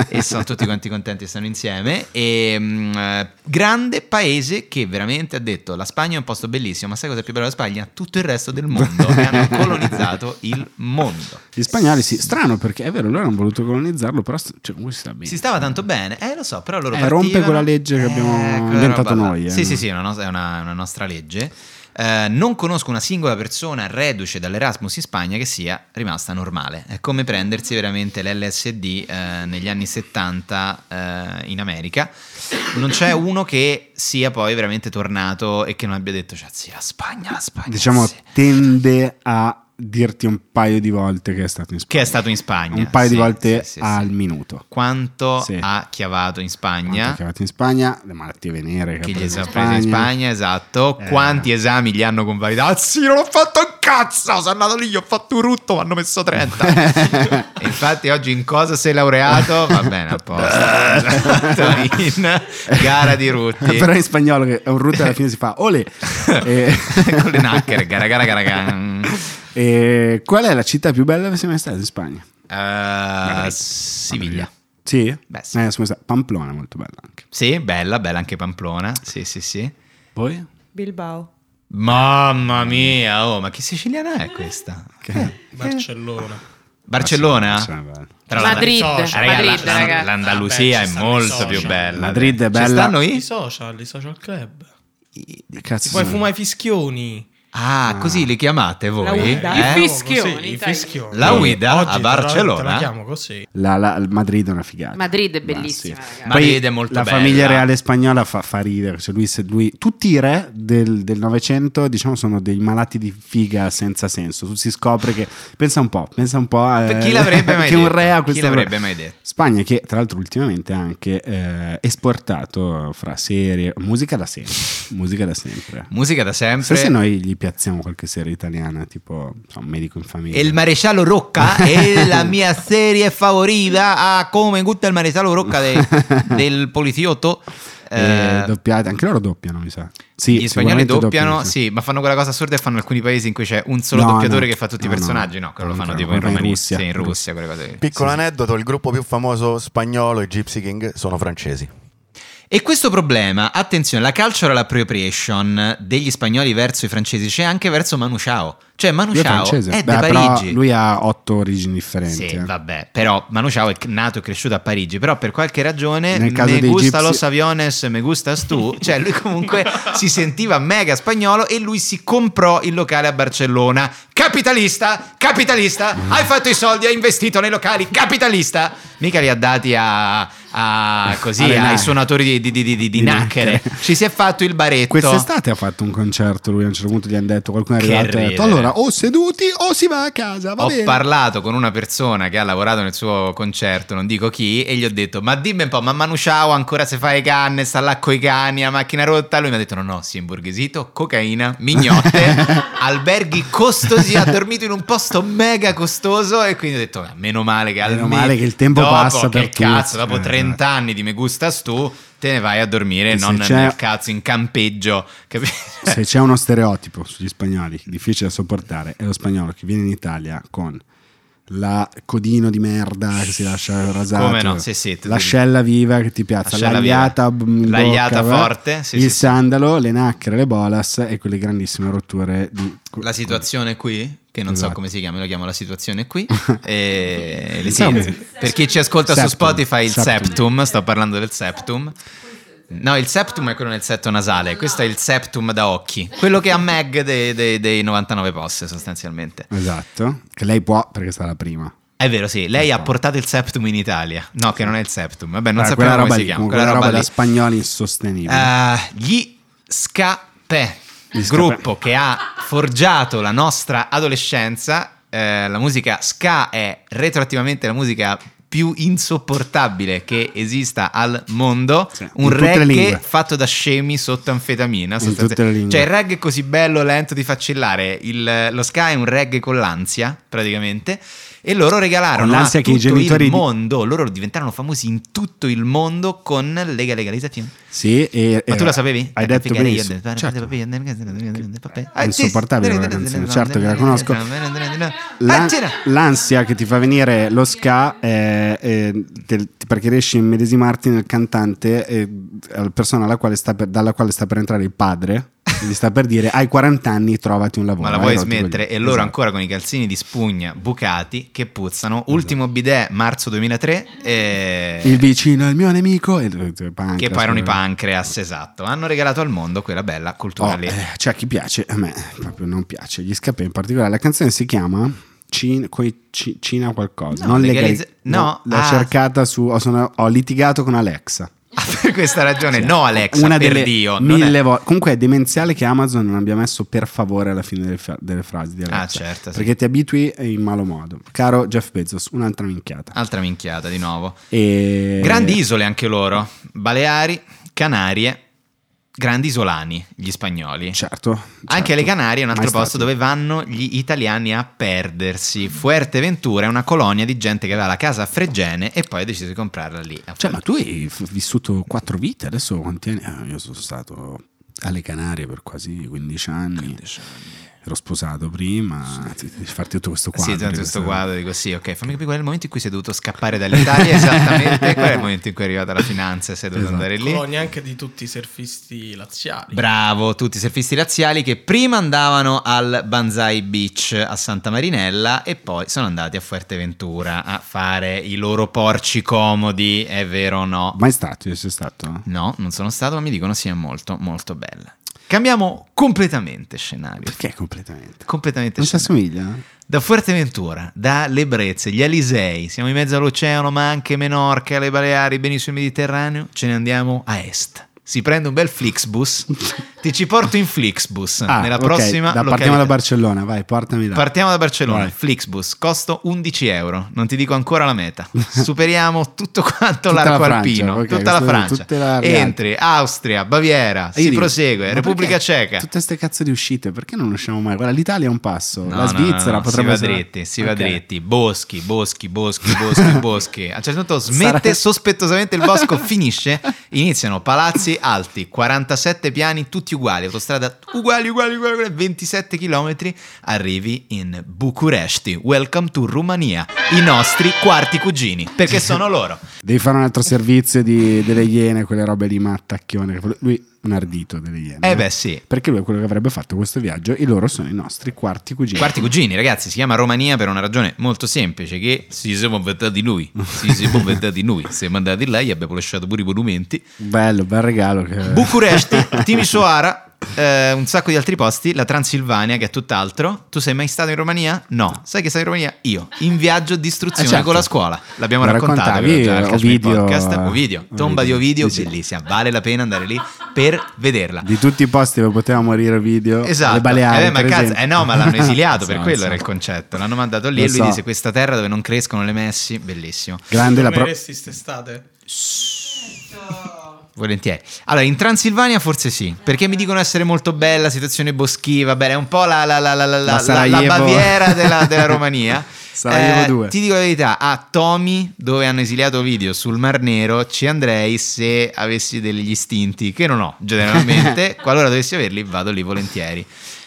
e sono tutti quanti contenti, stanno insieme. E, mh, eh, grande paese che veramente ha detto: La Spagna è un posto bellissimo, ma sai cosa è più bello della Spagna? Tutto il resto del mondo. e hanno colonizzato il mondo. Gli spagnoli, sì, strano perché è vero, loro hanno voluto colonizzarlo, però st- cioè, comunque si sta bene. Si stava tanto bene, eh lo so, però loro Eh, partivano- rompe quella legge che abbiamo quella inventato roba là. noi, eh. Sì, sì, sì, è una, nos- è una- una nostra legge. Eh, non conosco una singola persona reduce dall'Erasmus in Spagna che sia rimasta normale. È come prendersi veramente l'LSD eh, negli anni 70 eh, in America. Non c'è uno che sia poi veramente tornato e che non abbia detto, cioè, sì, la Spagna, la Spagna. Diciamo, sì." tende a dirti un paio di volte che è stato in Spagna. Che è stato in Spagna. Un paio sì, di sì, volte sì, sì. al minuto. Quanto Sì. ha chiavato in Quanto Spagna? è chiamato in Spagna, le malattie eh? venere che Chi ha gli preso esami presi in Spagna, esatto. Eh. Quanti esami gli hanno convalidato? Ah, sì, non l'ho fatto cazzo, sono andato lì, gli ho fatto un rutto, mi hanno messo 30. E Infatti oggi in cosa sei laureato? Va bene, a posto. in gara di rutti. Eh, Però in spagnolo che è un rutto alla fine si fa ole. Eh. E- Con le nacchere, gara, gara, gara, gara. Mm. E Eh, qual è la città più bella che sei mai stata in Spagna? Eh, Siviglia. Sì? Beh, sì. Eh, sono stata- Pamplona è molto bella anche. Sì, bella, bella anche Pamplona. Sì, sì, sì. Poi? Bilbao. Mamma mia, oh, ma che siciliana è questa? Barcellona. Barcellona? Tra l'And- Madrid, Raga, Raga, Madrid, la- la- ragazzi. l'Andalusia Vabbè, ci è stanno i molto social. più bella. Madrid è bella. Ci stanno i- I social, i social club. Che Cazzo. Ti puoi sono? fumare i fischioni. Ah, così li chiamate La voi? guida. eh? I fischioni, Sì, i dai. fischioni. La guida Oggi a te la- Te la Barcellona? chiamo così. La, la- il Madrid è una figata. Madrid è Basta, bellissima, sì. ragazzi. Poi Madrid è molto la bella. famiglia reale spagnola fa, fa ridere. cioè lui, se lui- tutti i re del del Novecento, diciamo, sono dei malati di figa senza senso. Tu si scopre che. Pensa un po', pensa un po'. eh, Chi l'avrebbe mai che un detto? re ha Chi questa- l'avrebbe mai detto? Spagna, che tra l'altro ultimamente ha anche eh, esportato fra serie. Musica da sempre. musica da sempre. Musica da sempre. Se, se noi gli piazziamo qualche serie italiana, tipo so, un medico in famiglia. E il maresciallo Rocca è la mia serie favorita a come gutta il maresciallo Rocca de- del poliziotto. Eh, Eh, doppiate, anche loro doppiano, mi sa. Sì, gli spagnoli sicuramente doppiano, sì, ma fanno quella cosa assurda e fanno alcuni paesi in cui c'è un solo No, doppiatore no. che fa tutti No, i personaggi. no. No, quello lo fanno No, tipo no, in in Romania, Russia. sì, in Russia, quelle cose lì. Piccolo aneddoto, il gruppo più famoso spagnolo, i Gypsy King, sono francesi. E questo problema, attenzione, la cultural appropriation degli spagnoli verso i francesi c'è anche verso Manu Chao. Cioè Manu Lui è Chao è, francese. di Beh, però Parigi. lui ha otto origini differenti. Sì, eh. vabbè, però Manu Chao è nato e cresciuto a Parigi, però per qualche ragione Nel caso me dei gusta Gypsy- los aviones, me gustas tu, cioè lui comunque si sentiva mega spagnolo e lui si comprò il locale a Barcellona. Capitalista, capitalista, hai fatto i soldi, hai investito nei locali, capitalista. Mica li ha dati a, a- così, Alle ai nacchere. suonatori di, di, di- di- di Di nacchere. nacchere. Ci si è fatto il baretto. Quest'estate ha fatto un concerto. Lui a un certo punto gli hanno detto: qualcuno è Che arrivato e ha detto: ridere. Allora, o seduti o si va a casa. Va ho bene. parlato con una persona che ha lavorato nel suo concerto, non dico chi, e gli ho detto: Ma dimmi un po', ma Manu Chao ancora se fai canne, sta là coi cani, a macchina rotta? Lui mi ha detto: No, no, si è imborghesito, cocaina, mignotte, alberghi costosi, ha dormito in un posto mega costoso. E quindi ho detto: "Ah, Meno male che Meno almeno male che il tempo dopo, passa che per tutti." cazzo, dopo Eh. 30 anni di me gustas tu, te ne vai a dormire, E se non c'è- nel cazzo, in campeggio. Capito? Se c'è uno stereotipo sugli spagnoli difficile da sopportare, è lo spagnolo che viene in Italia con la codino di merda che si lascia rasato Come no, sì, sì, tu- l'ascella viva che ti piazza Ascella l'agliata viva. in bocca, L'agliata va. forte, sì, il sì, sì. sandalo le nacchere le bolas e quelle grandissime rotture di La situazione qui, che non so Esatto. come si chiama, io la chiamo la situazione qui. e le- Insomma. sì, per chi ci ascolta su Septum. Spotify, il septum. Septum. sto parlando del septum. No, il septum è quello nel setto nasale, questo è il septum da occhi, quello che ha Meg dei, dei- dei 99 post sostanzialmente. esatto che lei può perché è stata la prima È vero, sì, lei ha portato il septum in Italia. No, che non è il septum, vabbè, non Guarda, sappiamo quella come roba si lì, chiama. quella roba da lì. spagnoli insostenibile Eh, gli Scapè, il gruppo che ha forgiato la nostra adolescenza. Eh, la musica ska è retroattivamente la musica più insopportabile che esista al mondo. Sì, Un in tutte le reggae lingue. fatto da scemi sotto anfetamina. sostanzialmente. tutte le lingue. Cioè, il reggae è così bello, lento, di faccillare. Il- lo ska è un reggae con l'ansia, praticamente. E loro regalarono Con l'ansia a che i tutto genitori il di- mondo. Loro diventarono famosi in tutto il mondo con Lega Legalizzazione. sì e, Ma e- tu la sapevi? Eh, Eh, hai detto benissimo certo. È insopportabile quella canzone, certo che la conosco. Ah, Eh, L'an- l'ansia che ti fa venire lo ska è- è del- perché riesci a immedesimarti nel cantante eh, alla persona alla quale sta per- dalla quale sta per entrare il padre gli sta per dire hai 40 anni trovati un lavoro Ma la hai vuoi rotto i smettere? E coglioni." loro Esatto. ancora con i calzini di spugna bucati che puzzano. Ultimo bidet marzo 2003. eh, il vicino è il eh, mio nemico e- Che poi erano i pancreas. pancreas, esatto. Hanno regalato al mondo quella bella cultura Oh, lì. eh, c'è chi piace, a me proprio non piace. Gli scappa in particolare. La canzone si chiama Cin- coi- Ci- Cina qualcosa. No, non legalizza- legali- no, l'ho ah. cercata su. Ho, sono- ho litigato con Alexa. Ah, per questa ragione, no, Alexa, Una per delle Dio. non è- mille volte. Comunque è demenziale che Amazon non abbia messo per favore alla fine delle, fra- delle frasi di Alexa. Ah, certo, sì. Perché ti abitui in malo modo. Caro Jeff Bezos, un'altra minchiata. Altra minchiata di nuovo. E... Grandi isole anche loro, Baleari, Canarie, grandi isolani, gli spagnoli. Certo. Anche certo. le Canarie è un altro Mai posto stato. dove vanno gli italiani a perdersi. Fuerteventura è una colonia di gente che aveva la casa a Fregene e poi ha deciso di comprarla lì. Cioè, ma tu hai f- vissuto quattro vite, adesso quanti anni? Ah, io sono stato alle Canarie per quasi 15 anni. Ero sposato prima, Sì, devi farti tutto questo quadro. sì, tanto di questo questa- quadro dico sì, ok, fammi capire qual è il momento in cui sei dovuto scappare dall'Italia esattamente e qual è il momento in cui è arrivata la finanza e sei dovuto Esatto. andare lì. Colonia anche di tutti i surfisti laziali. Bravo, tutti i surfisti razziali che prima andavano al Banzai Beach a Santa Marinella e poi sono andati a Fuerteventura a fare i loro porci comodi, è vero o no? Mai stato, io sei stato? No, non sono stato, ma mi dicono sì, è molto, molto bella. Cambiamo completamente scenario. Perché completamente? Completamente Non ci scenario. assomiglia? Da Fuerteventura, dalle Brezze, gli Alisei, siamo in mezzo all'oceano, ma anche Menorca, le Baleari, benissimo il Mediterraneo, ce ne andiamo a est. Si prende un bel Flixbus, ti ci porto in Flixbus Ah, Eh, nella ok, prossima da- partiamo località. da Barcellona, vai, portami là. Partiamo da Barcellona, Vai. Flixbus, costo 11 euro, non ti dico ancora la meta. Superiamo tutto quanto Tutta la l'arco Francia, alpino, ok, tutta la questo- Francia. tutte la- Entri, Austria, Baviera, Io si dico, prosegue, ma Repubblica perché Ceca. Tutte queste cazzo di uscite, perché non usciamo mai? Guarda, l'Italia è un passo, No, la no, Svizzera no, no, potrebbe si va essere- dritti, si va Ok. dritti, boschi, boschi, boschi, boschi, boschi. A un certo punto smette Sarà- sospettosamente il bosco, finisce, iniziano palazzi alti, 47 piani, tutti uguali, autostrada uguali, uguali, uguali, uguali, 27 km, arrivi in Bucuresti. Welcome to Romania, i nostri quarti cugini, perché sono loro. Devi fare un altro servizio di- delle iene, quelle robe lì, ma attacchione. Lui un ardito delle iene. Eh beh, sì. Perché lui è quello che avrebbe fatto questo viaggio e loro sono i nostri quarti cugini. Quarti cugini, ragazzi, si chiama Romania per una ragione molto semplice: che si siamo inventati noi. Si siamo inventati noi. Siamo andati là, gli abbiamo lasciato pure i monumenti. Bello, bel regalo. Che... Bucuresti, Timisoara, eh, un sacco di altri posti, la Transilvania che è tutt'altro. Tu sei mai stato in Romania? No. Sai che sei in Romania? Io, in viaggio di istruzione Eh, certo. con la scuola. L'abbiamo Lo raccontato. raccontavi, quello già al eh, Kashmir Ovidio, Podcast. eh, Ovidio, tomba Ovidio. di Ovidio, Sì, sì. bellissima. Vale la pena andare lì per vederla. Di tutti i posti dove poteva morire video. Esatto, Le Baleari. eh, beh, ma per cazzo- esempio. eh no, ma l'hanno esiliato per Sì, quello sì. era il concetto. L'hanno mandato lì Lo e lui so. dice: Questa terra dove non crescono le messi, bellissimo. Grande la pro- Torneresti st'estate? Volentieri. Allora, in Transilvania forse sì, perché mi dicono essere molto bella, situazione boschiva, bene, è un po' la, la- la- la- la- la- la Sarajevo. Baviera della, della Romania. Eh, Sarajevo due. Ti dico la verità, a Tomi, dove hanno esiliato video sul Mar Nero, ci andrei se avessi degli istinti, che non ho generalmente, qualora dovessi averli vado lì volentieri.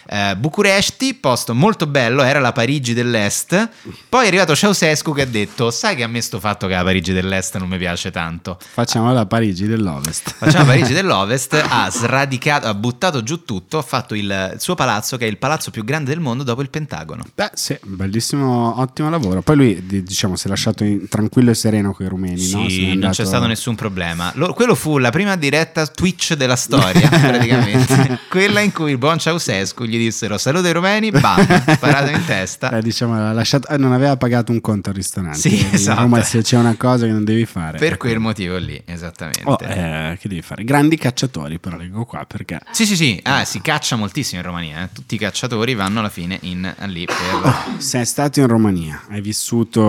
Eh, Bucuresti, posto molto bello, era la Parigi dell'Est. Poi è arrivato Ceausescu che ha detto: Sai che a me sto fatto che la Parigi dell'Est non mi piace tanto. Facciamo la Parigi dell'Ovest. Facciamo Parigi dell'Ovest, ha sradicato, ha buttato giù tutto, ha fatto il suo palazzo che è il palazzo più grande del mondo dopo il Pentagono. Beh, sì, bellissimo, ottimo lavoro. Poi lui, di- diciamo, si è lasciato in- tranquillo e sereno con i rumeni, Sì, no? Se n'è non andato- c'è stato nessun problema. Lo- quello fu la prima diretta Twitch della storia, praticamente. Quella in cui il buon Ceausescu gli dissero saluto ai romeni, bam, parato in testa. Eh, diciamo, l'ha lasciato- eh, non aveva pagato un conto al ristorante. Sì, Quindi, esatto. Roma, se c'è una cosa che non devi fare. Per quel motivo lì, esattamente. ecco. Oh, eh, che devi fare? Grandi cacciatori, però leggo qua perché. Sì, sì, sì, ah, si caccia moltissimo in Romania, eh. tutti i cacciatori vanno alla fine in, lì per... Sei stato in Romania, hai vissuto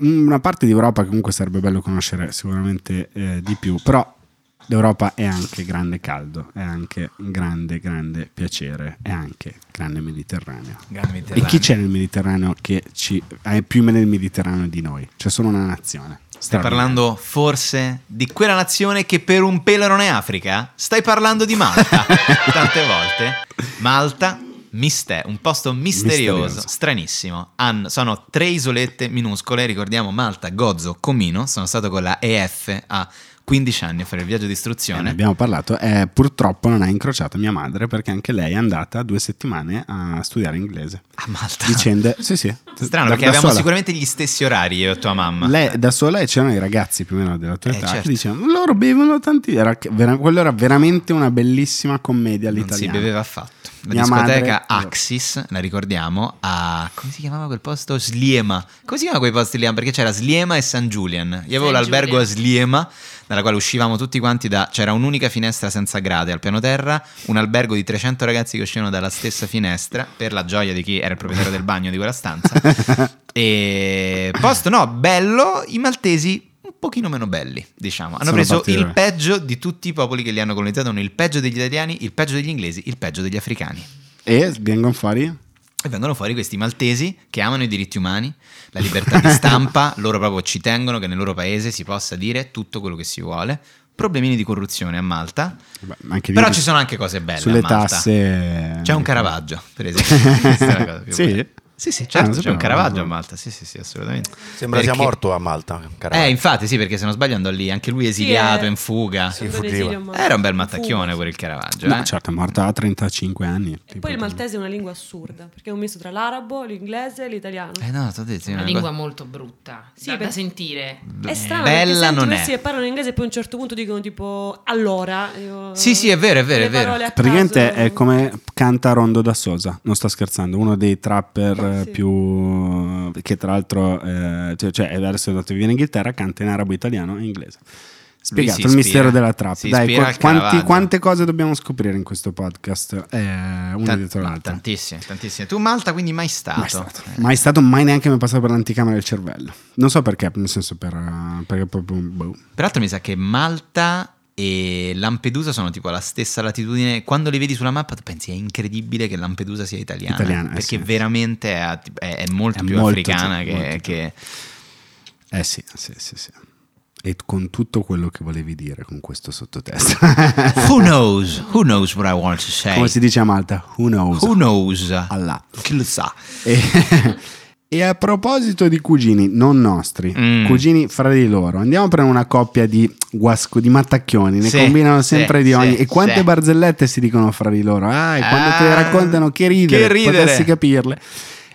una parte d'Europa che comunque sarebbe bello conoscere sicuramente eh, di più, però l'Europa è anche grande caldo, è anche un grande, grande piacere, è anche grande Mediterraneo. E chi c'è nel Mediterraneo che ci, è più nel Mediterraneo di noi? C'è solo una nazione. Stai parlando forse di quella nazione che per un pelo non è Africa? Stai parlando di Malta tante volte. Malta, mistè, un posto misterioso, Misterioso. stranissimo. Han- sono tre isolette minuscole, ricordiamo Malta, Gozzo, Comino. Sono stato con la EF a 15 anni a fare il viaggio di Eh, ne istruzione. abbiamo parlato, eh, purtroppo non ha incrociato mia madre perché anche lei è andata due settimane a studiare inglese. A Malta. Vicende, sì sì. Strano Da- perché da avevamo sola. sicuramente gli stessi orari io e tua mamma. Lei da sola e c'erano i ragazzi più o meno della tua Eh, età certo. che dicevano loro bevono tanti. Era che- vera- quello era veramente una bellissima commedia Non si all'italiana. beveva affatto. La Mia discoteca madre- Axis, la ricordiamo, a come si chiamava quel posto? Sliema. Come si chiamava quei posti lì? Perché c'era Sliema e San Julian. Io avevo San l'albergo a Julian. Sliema, dalla quale uscivamo tutti quanti da c'era un'unica finestra senza grade al piano terra, un albergo di 300 ragazzi che uscivano dalla stessa finestra per la gioia di chi era il proprietario del bagno di quella stanza. E posto no, bello, i maltesi un pochino meno belli, diciamo. Hanno Sono preso partiti, il eh. peggio di tutti i popoli che li hanno colonizzato, hanno il peggio degli italiani, il peggio degli inglesi, il peggio degli africani. E vengono fuori? E vengono fuori questi maltesi che amano i diritti umani, la libertà di stampa, loro proprio ci tengono che nel loro paese si possa dire tutto quello che si vuole. Problemini di corruzione a Malta, Beh, anche però lì- ci sono anche cose belle. Sulle a Malta. tasse. eh, C'è un Caravaggio, per esempio. Questa è la cosa più Sì? bella. Sì, sì, Ah, certo, non c'è un sapevo. Caravaggio a Malta, sì, sì, sì, assolutamente. Sembra sia Perché- morto a Malta. Caravaggio. Eh, infatti, sì, perché se non sbaglio andò lì, anche lui esiliato, eh. in fuga. Sì, Sono fuggiva. desiderio, ma- Era un bel mattacchione Fuga. quel Caravaggio. No, eh. certo, è morta a 35 anni. E tipo. poi il maltese è una lingua assurda, perché è un misto tra l'arabo, l'inglese e l'italiano. Eh no, t'ho detto, Una una lingua cosa- molto brutta. Sì, da, da per- sentire. È strano Bella perché senti non è. questi che parlano in inglese e poi a un certo punto dicono tipo allora. io- Sì, sì, è vero, è vero, le è vero. parole a Praticamente caso. è come canta Rondo da Sosa, non sto scherzando, uno dei trapper eh, Ah, Sì. più... che tra l'altro, eh, cioè, cioè adesso è andato via in Inghilterra, canta in arabo, italiano e inglese. Spiegato si il ispira. mistero della trap. Si Dai, ispira qu- al quanti, Caravaggio. quante cose dobbiamo scoprire in questo podcast? Eh, una Tan- dietro ma l'altra. Tantissime, tantissime. Tu Malta quindi mai stato. Eh. Mai stato. Mai stato, mai neanche mi è passato per l'anticamera del cervello. Non so perché, nel senso per... eh, perché proprio... boh. Peraltro mi sa che Malta e Lampedusa sono tipo alla stessa latitudine. Quando li vedi sulla mappa tu pensi è incredibile che Lampedusa sia italiana. Italiana, eh, perché sì. veramente è, a- è- è molto È più molto, africana sì, che... molto più. che- Eh sì, sì, sì, sì. E con tutto quello che volevi dire con questo sottotesto. Who knows? Who knows what I want to say? Come si dice a Malta? Who knows? Who knows? Allah. Chi lo sa? E, e a proposito di cugini, non nostri, Mm. cugini fra di loro, andiamo per una coppia di guasco, di mattacchioni, ne Sì, combinano sì, sempre di sì, ogni. e quante sì. barzellette si dicono fra di loro? Ah, e quando te le Ah, raccontano che ridere, che ridere. potessi capirle.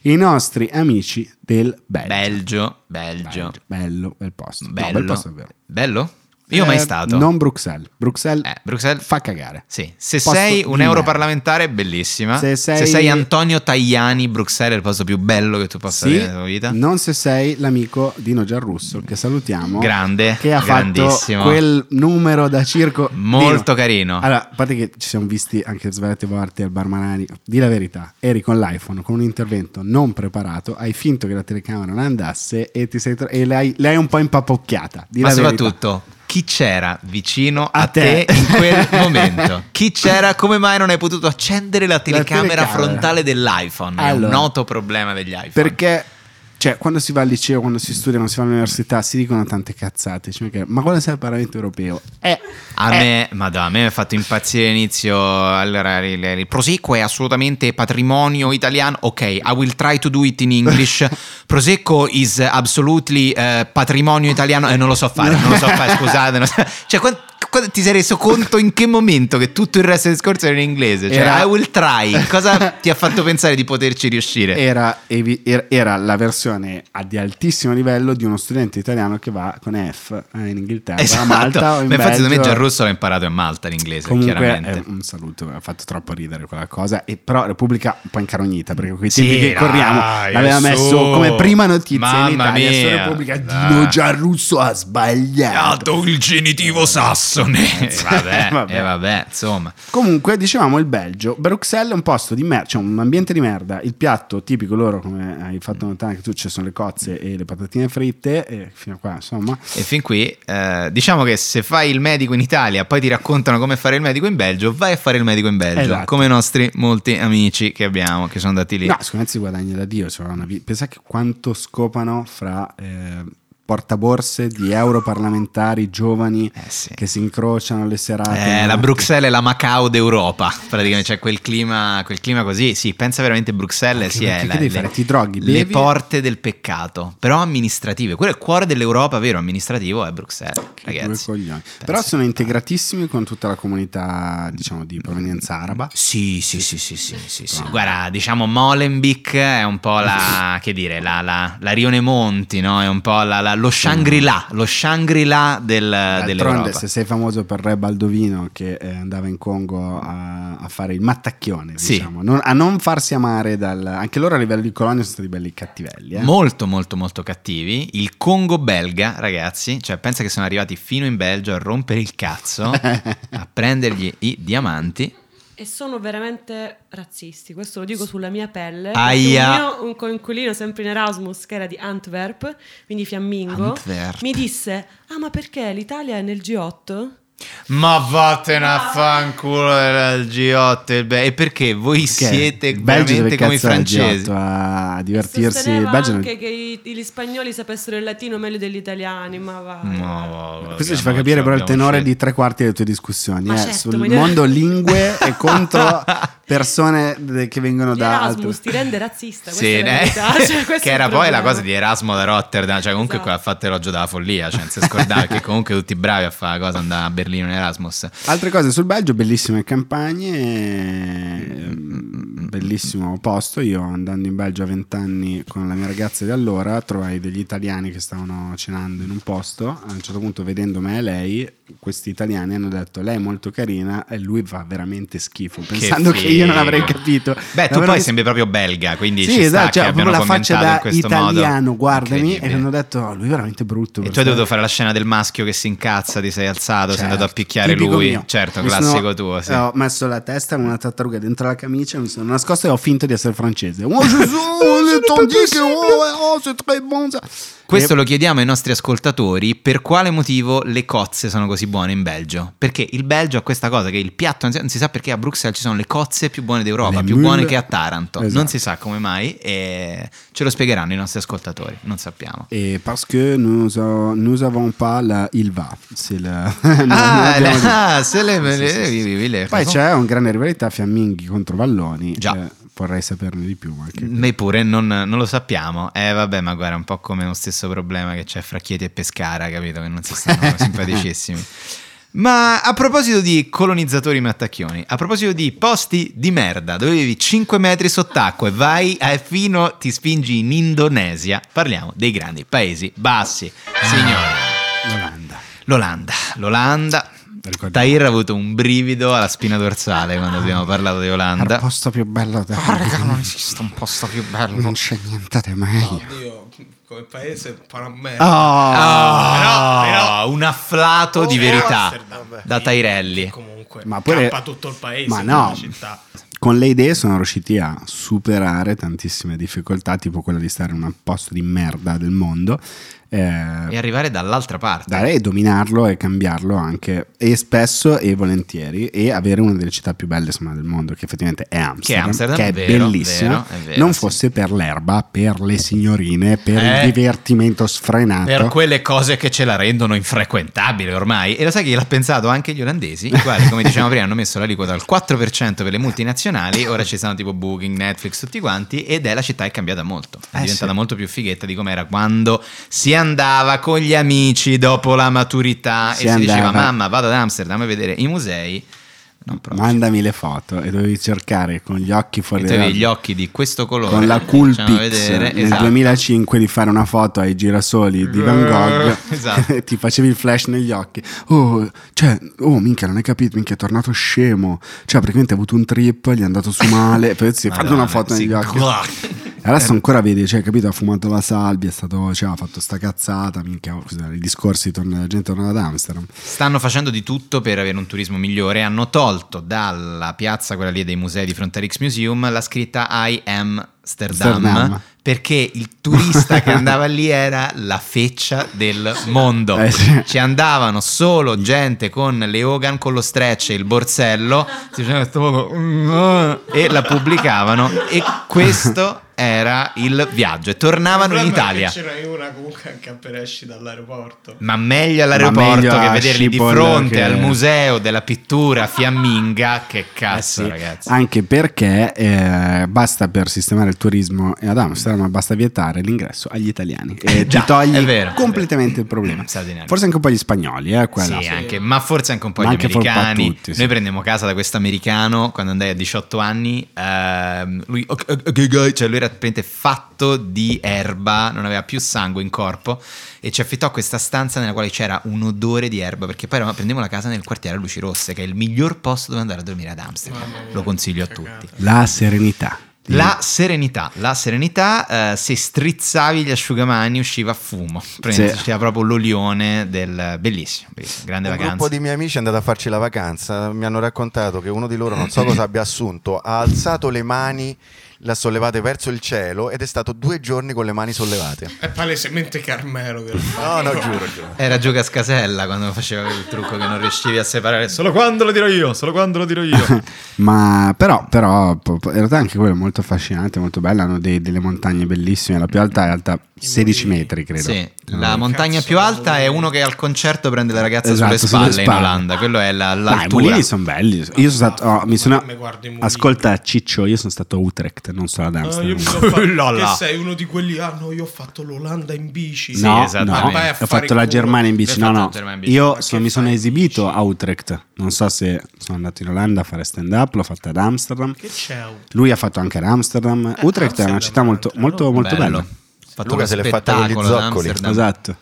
I nostri amici del Belgio. Belgio, Belgio. Bello, bel posto. No, Bello. bel posto è vero. Bello? Io mai Eh, stato. Non Bruxelles. Bruxelles, Eh, Bruxelles- fa cagare. Sì, se Posto sei di un merda. europarlamentare bellissima. Se Se sei... sei- Antonio Tajani, Bruxelles è il posto più bello che tu possa Sì, avere nella tua vita. non se sei l'amico Dino Giarrusso che salutiamo. Grande, Che ha fatto grandissimo. quel numero da circo. Molto Dino, carino. Allora, a parte che ci siamo visti anche svariate volte al Bar Marani, di la verità, eri con l'iPhone con un intervento non preparato, hai finto che la telecamera non andasse e, ti sei tro- e l'hai, l'hai un po' impappocchiata. Di Ma la verità. soprattutto, chi c'era vicino a, A te. te. in quel momento? Chi c'era? Come mai non hai potuto accendere la telecamera, telecamera. frontale dell'iPhone? È un Allora, noto problema degli iPhone. Perché cioè, quando si va al liceo, quando si studia, quando si va all'università, si dicono tante cazzate. Cioè, che- ma quando sei al Parlamento europeo? Eh, A me, madonna, a me mi ha fatto impazzire l'inizio. Allora, il, il prosecco è assolutamente patrimonio italiano. Ok, I will try to do it in English. Prosecco is absolutely eh, patrimonio italiano. E non lo so fare, non lo so fare, scusate. non so- Cioè, quan- quando ti sei reso conto in che momento che tutto il resto del discorso era in inglese? Cioè, Era- I will try. Cosa ti ha fatto pensare di poterci riuscire? era, evi- er- era la versione a- di altissimo livello di uno studente italiano che va con F eh, in Inghilterra, a Malta o in Esatto. Ma infatti, secondo me Belgio. Gianrusso l'ha imparato a Malta l'inglese, Comunque, chiaramente. eh, un saluto, ha fatto troppo ridere quella cosa. E però Repubblica un po' incarognita perché quei Sì, tempi che dai, corriamo l'aveva su. messo come prima notizia in Mamma mia, Italia su Eh. Ah, Repubblica. dai. Dino Giarrusso ha sbagliato. Dato il genitivo sassone. Eh, vabbè, Vabbè. eh, vabbè, insomma. Comunque, dicevamo il Belgio. Bruxelles è un posto di merda, cioè un ambiente di merda. Il piatto tipico loro, come hai fatto notare anche tu, ci sono le cozze e le patatine fritte. E fino a qua, insomma. E fin qui, eh, diciamo che se fai il medico in Italia, poi ti raccontano come fare il medico in Belgio, vai a fare il medico in Belgio, Esatto. come i nostri molti amici che abbiamo, che sono andati lì. No, sicuramente si guadagna da Dio. Cioè una vi- Pensa che quanto scopano fra eh, portaborse di europarlamentari giovani Eh sì. che si incrociano alle serate. Eh, la Bruxelles è la Macao d'Europa, praticamente c'è quel clima, quel clima così. Sì, pensa veramente Bruxelles Anche sì, è perché la- che devi le- fare? Ti droghi, le bevi? porte del peccato, però amministrative. Quello è il cuore dell'Europa, vero? Amministrativo è Bruxelles, Che due ragazzi. coglioni. Pensa Però un sono po'. integratissimi con tutta la comunità, diciamo, di provenienza araba. Sì, sì, sì, sì, sì, sì, Ah. sì. Guarda, diciamo Molenbeek è un po' la, che dire, la, la, la Rione Monti, no? È un po' la- la- lo Shangri-La, lo Shangri-La del, D'altronde, dell'Europa. se sei famoso per Re Baldovino che eh, andava in Congo a, a fare il mattacchione, Sì. diciamo, non- a non farsi amare dal. Anche loro a livello di colonia sono stati belli cattivelli. eh. Molto, molto, molto cattivi. Il Congo belga, ragazzi, cioè pensa che sono arrivati fino in Belgio a rompere il cazzo, a prendergli i diamanti E sono veramente razzisti, questo lo dico sulla mia pelle. Aia. Un mio un coinquilino sempre in Erasmus, che era di Antwerp, quindi fiammingo, Antwerp. mi disse: Ah, ma perché l'Italia è nel G8? Ma vattene a fanculo il G8 il Be- E perché voi Che siete il Belgio deve veramente come i cazzare il francesi G8 a divertirsi. Il Sosteneva Belgio non- anche che i- gli spagnoli sapessero il latino meglio degli italiani, ma va. Questo ci fa capire però il tenore di tre quarti delle tue discussioni Ma eh, certo, sul voglio- mondo lingue e contro persone de- che vengono da Erasmus ti altri. rende razzista. questa Sì, è la eh, verità, cioè, questo che è il era poi la problema. cosa di Erasmo da Rotterdam, cioè comunque Esatto. qua ha fatto elogio della follia, cioè non si scordava che comunque tutti bravi a fare la cosa andare a Berlino in Erasmus. Altre cose sul Belgio, bellissime campagne, Mm. ehm, bellissimo posto. Io andando in Belgio a 20 anni con la mia ragazza di allora, trovai degli italiani che stavano cenando in un posto. A un certo punto, vedendo me e lei, questi italiani hanno detto: Lei è molto carina e lui fa veramente schifo, pensando che, io non figo. avrei capito. Beh, tu Davvero poi che- sembri proprio belga, quindi Sì, ci sta esatto, che cioè, abbiano proprio la faccia commentato da in questo italiano, modo. guardami, e Incredibile. hanno detto, "Oh, lui è veramente brutto. E tu hai questo- dovuto fare la scena del maschio che si incazza, ti sei alzato, sei Certo, andato a picchiare tipico lui. mio. Certo, Mi classico sono- eh, tuo. Sì. Ho messo la testa in una tartaruga dentro la camicia, mi sono nascosto e ho finto di essere francese. Oh Gesù, le tendis che- oh, oh, c'est très bon ça. Questo E- lo chiediamo ai nostri ascoltatori, per quale motivo le cozze sono così buone in Belgio? Perché il Belgio ha questa cosa che il piatto, non si- non si sa perché a Bruxelles ci sono le cozze più buone d'Europa, Le più mule. buone che a Taranto, non Esatto. si sa come mai e ce lo spiegheranno i nostri ascoltatori, non sappiamo. Et Eh, parce que nous, a- nous avons pas la Ilva. C'est la... non, non Ah, abbiamo- ah, se le- Sì, le- sì, sì. vi- vi- le- Poi c'è una grande rivalità Fiamminghi contro Valloni. Già. Mm. eh, vorrei saperne di più. ma anche- Noi pure non, non lo sappiamo. Eh vabbè, ma guarda, è un po' come lo stesso problema che c'è fra Chieti e Pescara, capito? Che non si stanno simpaticissimi. Ma a proposito di colonizzatori mattacchioni, a proposito di posti di merda dove vivi 5 metri sott'acqua e vai a- fino, ti spingi in Indonesia, parliamo dei grandi paesi bassi, signori. L'Olanda. L'Olanda, l'Olanda. Ricordiamo. Tahir ha avuto un brivido alla spina dorsale quando abbiamo parlato di È il Olanda. posto più bello del Ah, raga, non esiste un posto più bello. Non c'è niente di meglio. Ah, Oddio, come paese, fa una merda. Oh, Ah, Però- però- un afflato di Oh, verità Amsterdam. da Tairelli. Comunque, Ma ma pure- tutto il paese, ma ma no. la città. Con le idee sono riusciti a superare tantissime difficoltà, tipo quella di stare in un posto di merda del mondo, E eh, arrivare dall'altra parte. da- e dominarlo e cambiarlo anche, e spesso e volentieri, e avere una delle città più belle insomma, del mondo, che effettivamente è Amsterdam, Amsterdam, che è vero, bellissima, vero, è vero, non sì. fosse per l'erba, per le signorine, per Eh. il divertimento sfrenato. Per quelle cose che ce la rendono infrequentabile ormai. E lo sai chi l'ha pensato anche gli olandesi, i quali, come dicevamo prima, hanno messo l'aliquota al 4% per le multinazionali. Ora ci sono tipo Booking, Netflix, tutti quanti. Ed è la città è cambiata molto. È Eh, diventata sì. molto più fighetta di come era quando si andava con gli amici dopo la maturità Si e si diceva: andava. Mamma, vado ad Amsterdam a vedere i musei. Non proprio. Mandami le foto e dovevi cercare con gli occhi fuori E tu avevi dal- gli occhi di questo colore diciamo, con la esatto. cool Cool Pix nel Esatto. 2005 di fare una foto ai girasoli di Van Gogh Esatto. ti facevi il flash negli occhi oh, cioè, oh minchia non hai capito minchia è tornato scemo cioè praticamente ha avuto un trip gli è andato su male poi si è fatto una foto negli occhi E adesso ancora vedi, cioè, capito? Ha fumato la salvia, è stato, cioè, ha fatto sta cazzata, minchia, scusa, i discorsi, torna, la gente torna ad Amsterdam. Stanno facendo di tutto per avere un turismo migliore. Hanno tolto dalla piazza, quella lì dei musei di fronte all'X Museum, la scritta I am Amsterdam Amsterdam. perché il turista che andava lì era la feccia del mondo. Eh, sì. Ci andavano solo gente con le Hogan, con lo stretch e il borsello, si facevano questo poco, "Mm, ah", e la pubblicavano e questo era il viaggio e tornavano in Il problema è Italia. che Ce n'è una comunque anche appena esci dall'aeroporto. Ma meglio all'aeroporto meglio che a vederli di Schiphol fronte che- al museo della pittura fiamminga. Che cazzo, Eh sì, ragazzi. Anche perché eh, basta per sistemare il turismo ad Amsterdam, ma basta vietare l'ingresso agli italiani. E Eh, Già, ti togli è vero, è vero. completamente il problema. Straordinario. Forse anche un po' gli spagnoli, eh, quella. Sì, anche- ma forse anche un po' Ma gli anche un po' americani. tutti, sì. Noi prendiamo casa da questo americano quando andai a 18 anni. ehm, lui, ok, ok, ok, ok, cioè lui era praticamente fatto di erba, non aveva più sangue in corpo. E ci affittò questa stanza nella quale c'era un odore di erba. Perché poi eravamo- prendiamo la casa nel quartiere a Luci Rosse, che è il miglior posto dove andare a dormire ad Amsterdam. Lo consiglio a tutti. La serenità. La serenità, la serenità, eh, se strizzavi gli asciugamani usciva fumo, Prende- Sì. usciva proprio l'olione del... Bellissimo, bellissimo, grande Un vacanza. gruppo di miei amici è andato a farci la vacanza, mi hanno raccontato che uno di loro, non so cosa abbia assunto, ha alzato le mani, le ha sollevate verso il cielo ed è stato due giorni con le mani sollevate. È palesemente Carmelo che lo fa. Ah, No, no, giuro, giuro. Era Gioca Scasella quando faceva il trucco che non riuscivi a separare, solo quando lo dirò io, solo quando lo dirò io. Ma però, però, po- po- in realtà anche quello è molto affascinante, molto bello. Hanno dei- delle montagne bellissime. La più alta è alta 16 metri, credo. Eh, Sì, la montagna più alta è uno che al concerto prende le ragazze sulle, Esatto, sulle spalle in spalle. Olanda, quello è la, Dai, i l'altura. mulini sono belli. Io sono stato. oh, mi sono- Mi guardo i mulini. Ascolta, Ciccio, io sono stato a Utrecht, non solo ad No, Amsterdam. io mi sono fatto- Lola. Che sei uno di quelli. Ah, no, io ho fatto l'Olanda in bici. Sì, no, esatto. no, Ma vai a ho fare fatto il la culo. Germania in bici. Hai No, fatto no, la Germania in bici. io Ma sono- che mi sono fai in esibito bici? a Utrecht. Non so se sono andato in Olanda a fare stand up, l'ho fatto ad Amsterdam. Che c'è? oh? Lui ha fatto anche ad Amsterdam. Utrecht è Amsterdam, una città molto, Amsterdam. molto, molto Bello. bella. Ha Fatto Luca uno se l'è fatta con gli spettacolo ad zoccoli. Amsterdam. Esatto.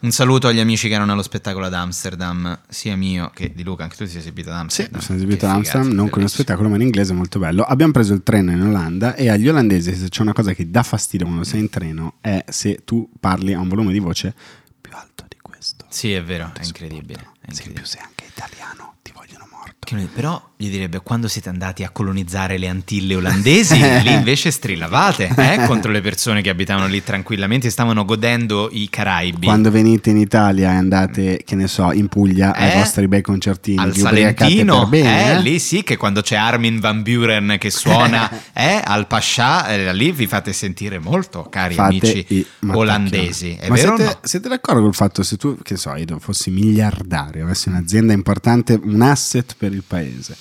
Un saluto agli amici che erano allo spettacolo ad Amsterdam, sia mio che di Luca, anche tu ti sei esibito ad Sì, Amsterdam. mi sono esibito Che ad Amsterdam, figata, non con bellissimo. uno spettacolo, ma in inglese molto bello. Abbiamo preso il treno in Olanda e agli olandesi se c'è una cosa che dà fastidio quando sei in treno è se tu parli a un volume di voce più alto di questo. Sì, è vero, è Ti incredibile. sopportano. è Se in incredibile. più sei anche italiano, ti vogliono morto. Che noi- però gli direbbe quando siete andati a colonizzare le Antille olandesi, lì invece strillavate eh, contro le persone che abitavano lì tranquillamente e stavano godendo i Caraibi. Quando venite in Italia e andate, che ne so, in Puglia ai Mm. Eh? vostri bei concertini, al vi ubriacate Salentino, per bene. eh, lì sì che quando c'è Armin Van Buren che suona eh, al Pascià, eh, lì vi fate sentire molto, cari fate amici i mattacchioni. olandesi. È Ma vero o siete, no? siete d'accordo col fatto se tu, che so, io fossi miliardario, avessi un'azienda importante, un asset per il paese,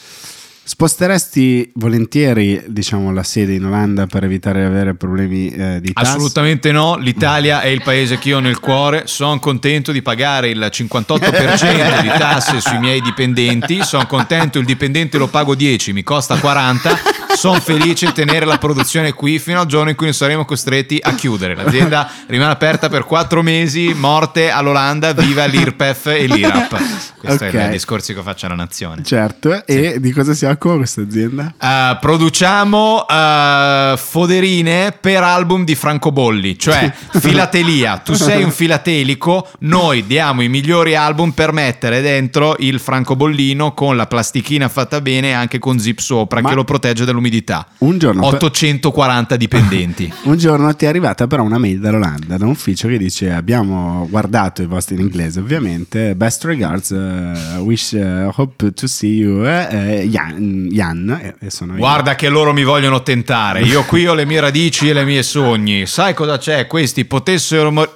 sposteresti volentieri, diciamo, la sede in Olanda per evitare di avere problemi eh, di tasse? Assolutamente no, l'Italia è il paese che io ho nel cuore, sono contento di pagare il 58% di tasse sui miei dipendenti, sono contento il dipendente lo pago 10, mi costa 40, sono felice di tenere la produzione qui fino al giorno in cui non saremo costretti a chiudere. L'azienda rimane aperta per 4 mesi, morte all'Olanda, viva l'IRPEF e l'IRAP. Questo è Ok. il discorso che faccio alla nazione. Certo, e di cosa si occupa questa azienda? Eh, produciamo eh, foderine per album di francobolli, cioè filatelia. Tu sei un filatelico, noi diamo i migliori album per mettere dentro il francobollino con la plastichina fatta bene e anche con zip sopra Ma- che lo protegge dall'umidità. Un giorno, 840 dipendenti. un giorno ti è arrivata però una mail dall'Olanda, da un ufficio che dice abbiamo guardato i vostri in inglese ovviamente, best regards, eh, wish, eh, hope to see you, eh, eh, Jan, Jan", e- e sono io. Guarda che loro mi vogliono tentare. Io qui ho le mie radici e le mie sogni. Sai cosa c'è? Questi potessero mor-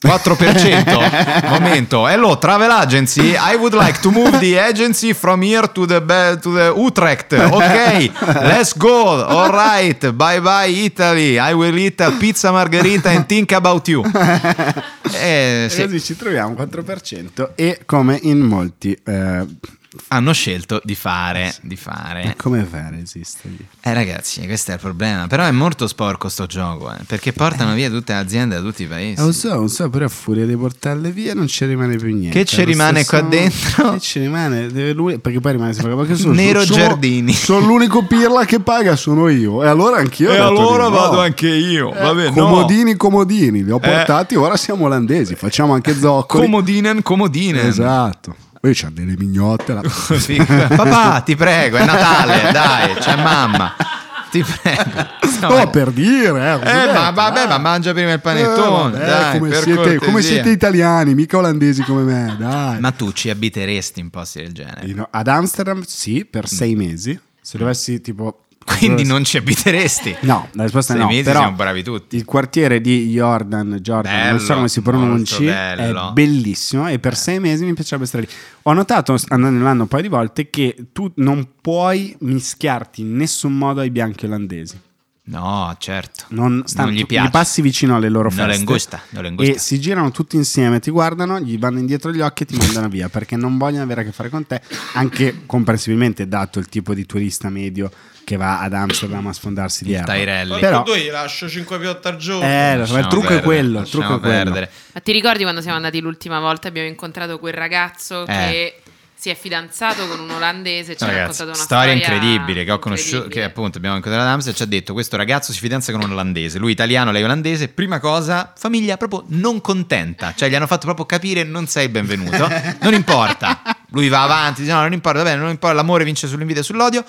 4%? Momento. Hello, travel agency. I would like to move the agency from here to the, be- to the Utrecht. Ok, let's go. All right. Bye bye Italy. I will eat a pizza margherita and think about you. Eh, E sì. così ci troviamo 4% e come in molti... eh, Hanno scelto di fare, di fare. ma come fare esiste lì? Ecco. Eh ragazzi, questo è il problema, però è molto sporco sto gioco, eh, perché portano via tutte le aziende da tutti i paesi. Eh, Lo so, lo so, però a furia di portarle via non ci rimane più niente. Che ci Lo rimane qua dentro? Che ci rimane? Deve lui, perché poi rimane sempre perché sono, Nero sono- Giardini. Sono l'unico pirla che paga, sono io. E allora anch'io. ho e dato allora di no. Eh, vado anche io, va bene. Eh. Comodini, comodini, li ho portati, ora siamo olandesi, facciamo anche zoccoli. Comodinen, comodinen. esatto. Poi c'ha delle mignotte. La... Sì. Papà, ti prego, è Natale, dai, c'è mamma. Ti prego. No, per dire, eh, così Eh, detto, ma vabbè, dai. ma mangia prima il Eh, panettone, vabbè, dai, come, per siete, come cortesia. siete italiani, mica olandesi come me, dai. Ma tu ci abiteresti in posti del genere? Eh. Io- Ad Amsterdam sì, per sei mesi. Se dovessi tipo... Mm. Quindi non ci abiteresti. No, la risposta è Sei no. mesi però siamo bravi tutti. Il quartiere di Jordan, Jordan non so Bello, come si molto pronunci, è bello. Eh. bellissimo e per sei mesi mi piacerebbe stare lì. Ho notato, andando in Olanda un paio di volte, che tu non puoi mischiarti in nessun modo ai bianchi olandesi. No, certo. Non, stanno- gli piace. passi vicino alle Non loro feste. Eh, lo ingusta, non lo ingusta. E si girano tutti insieme, ti guardano, gli vanno indietro gli occhi e ti mandano via perché non vogliono avere a che fare con te, anche comprensibilmente dato il tipo di turista medio che va ad Amsterdam a sfondarsi di Il erba. Tyrelli. Però, Però tu Ecco, gli lascio 5 piotte al giorno. eh, Lasciamo il trucco è perdere, quello, il lasciamo trucco è quello. perdere. Ma ti ricordi quando siamo andati l'ultima volta e abbiamo incontrato quel ragazzo Eh. che si è fidanzato con un olandese. Ci ha Ragazzi, raccontato una storia incredibile che ho conosciuto, incredibile. che appunto abbiamo incontrato ad Amsterdam, ci ha detto questo ragazzo si fidanza con un olandese, lui italiano, lei olandese, prima cosa, famiglia proprio non contenta, cioè gli hanno fatto proprio capire non sei il benvenuto, non importa, lui va avanti, dice no non importa, va bene, non importa, l'amore vince sull'invidia e sull'odio,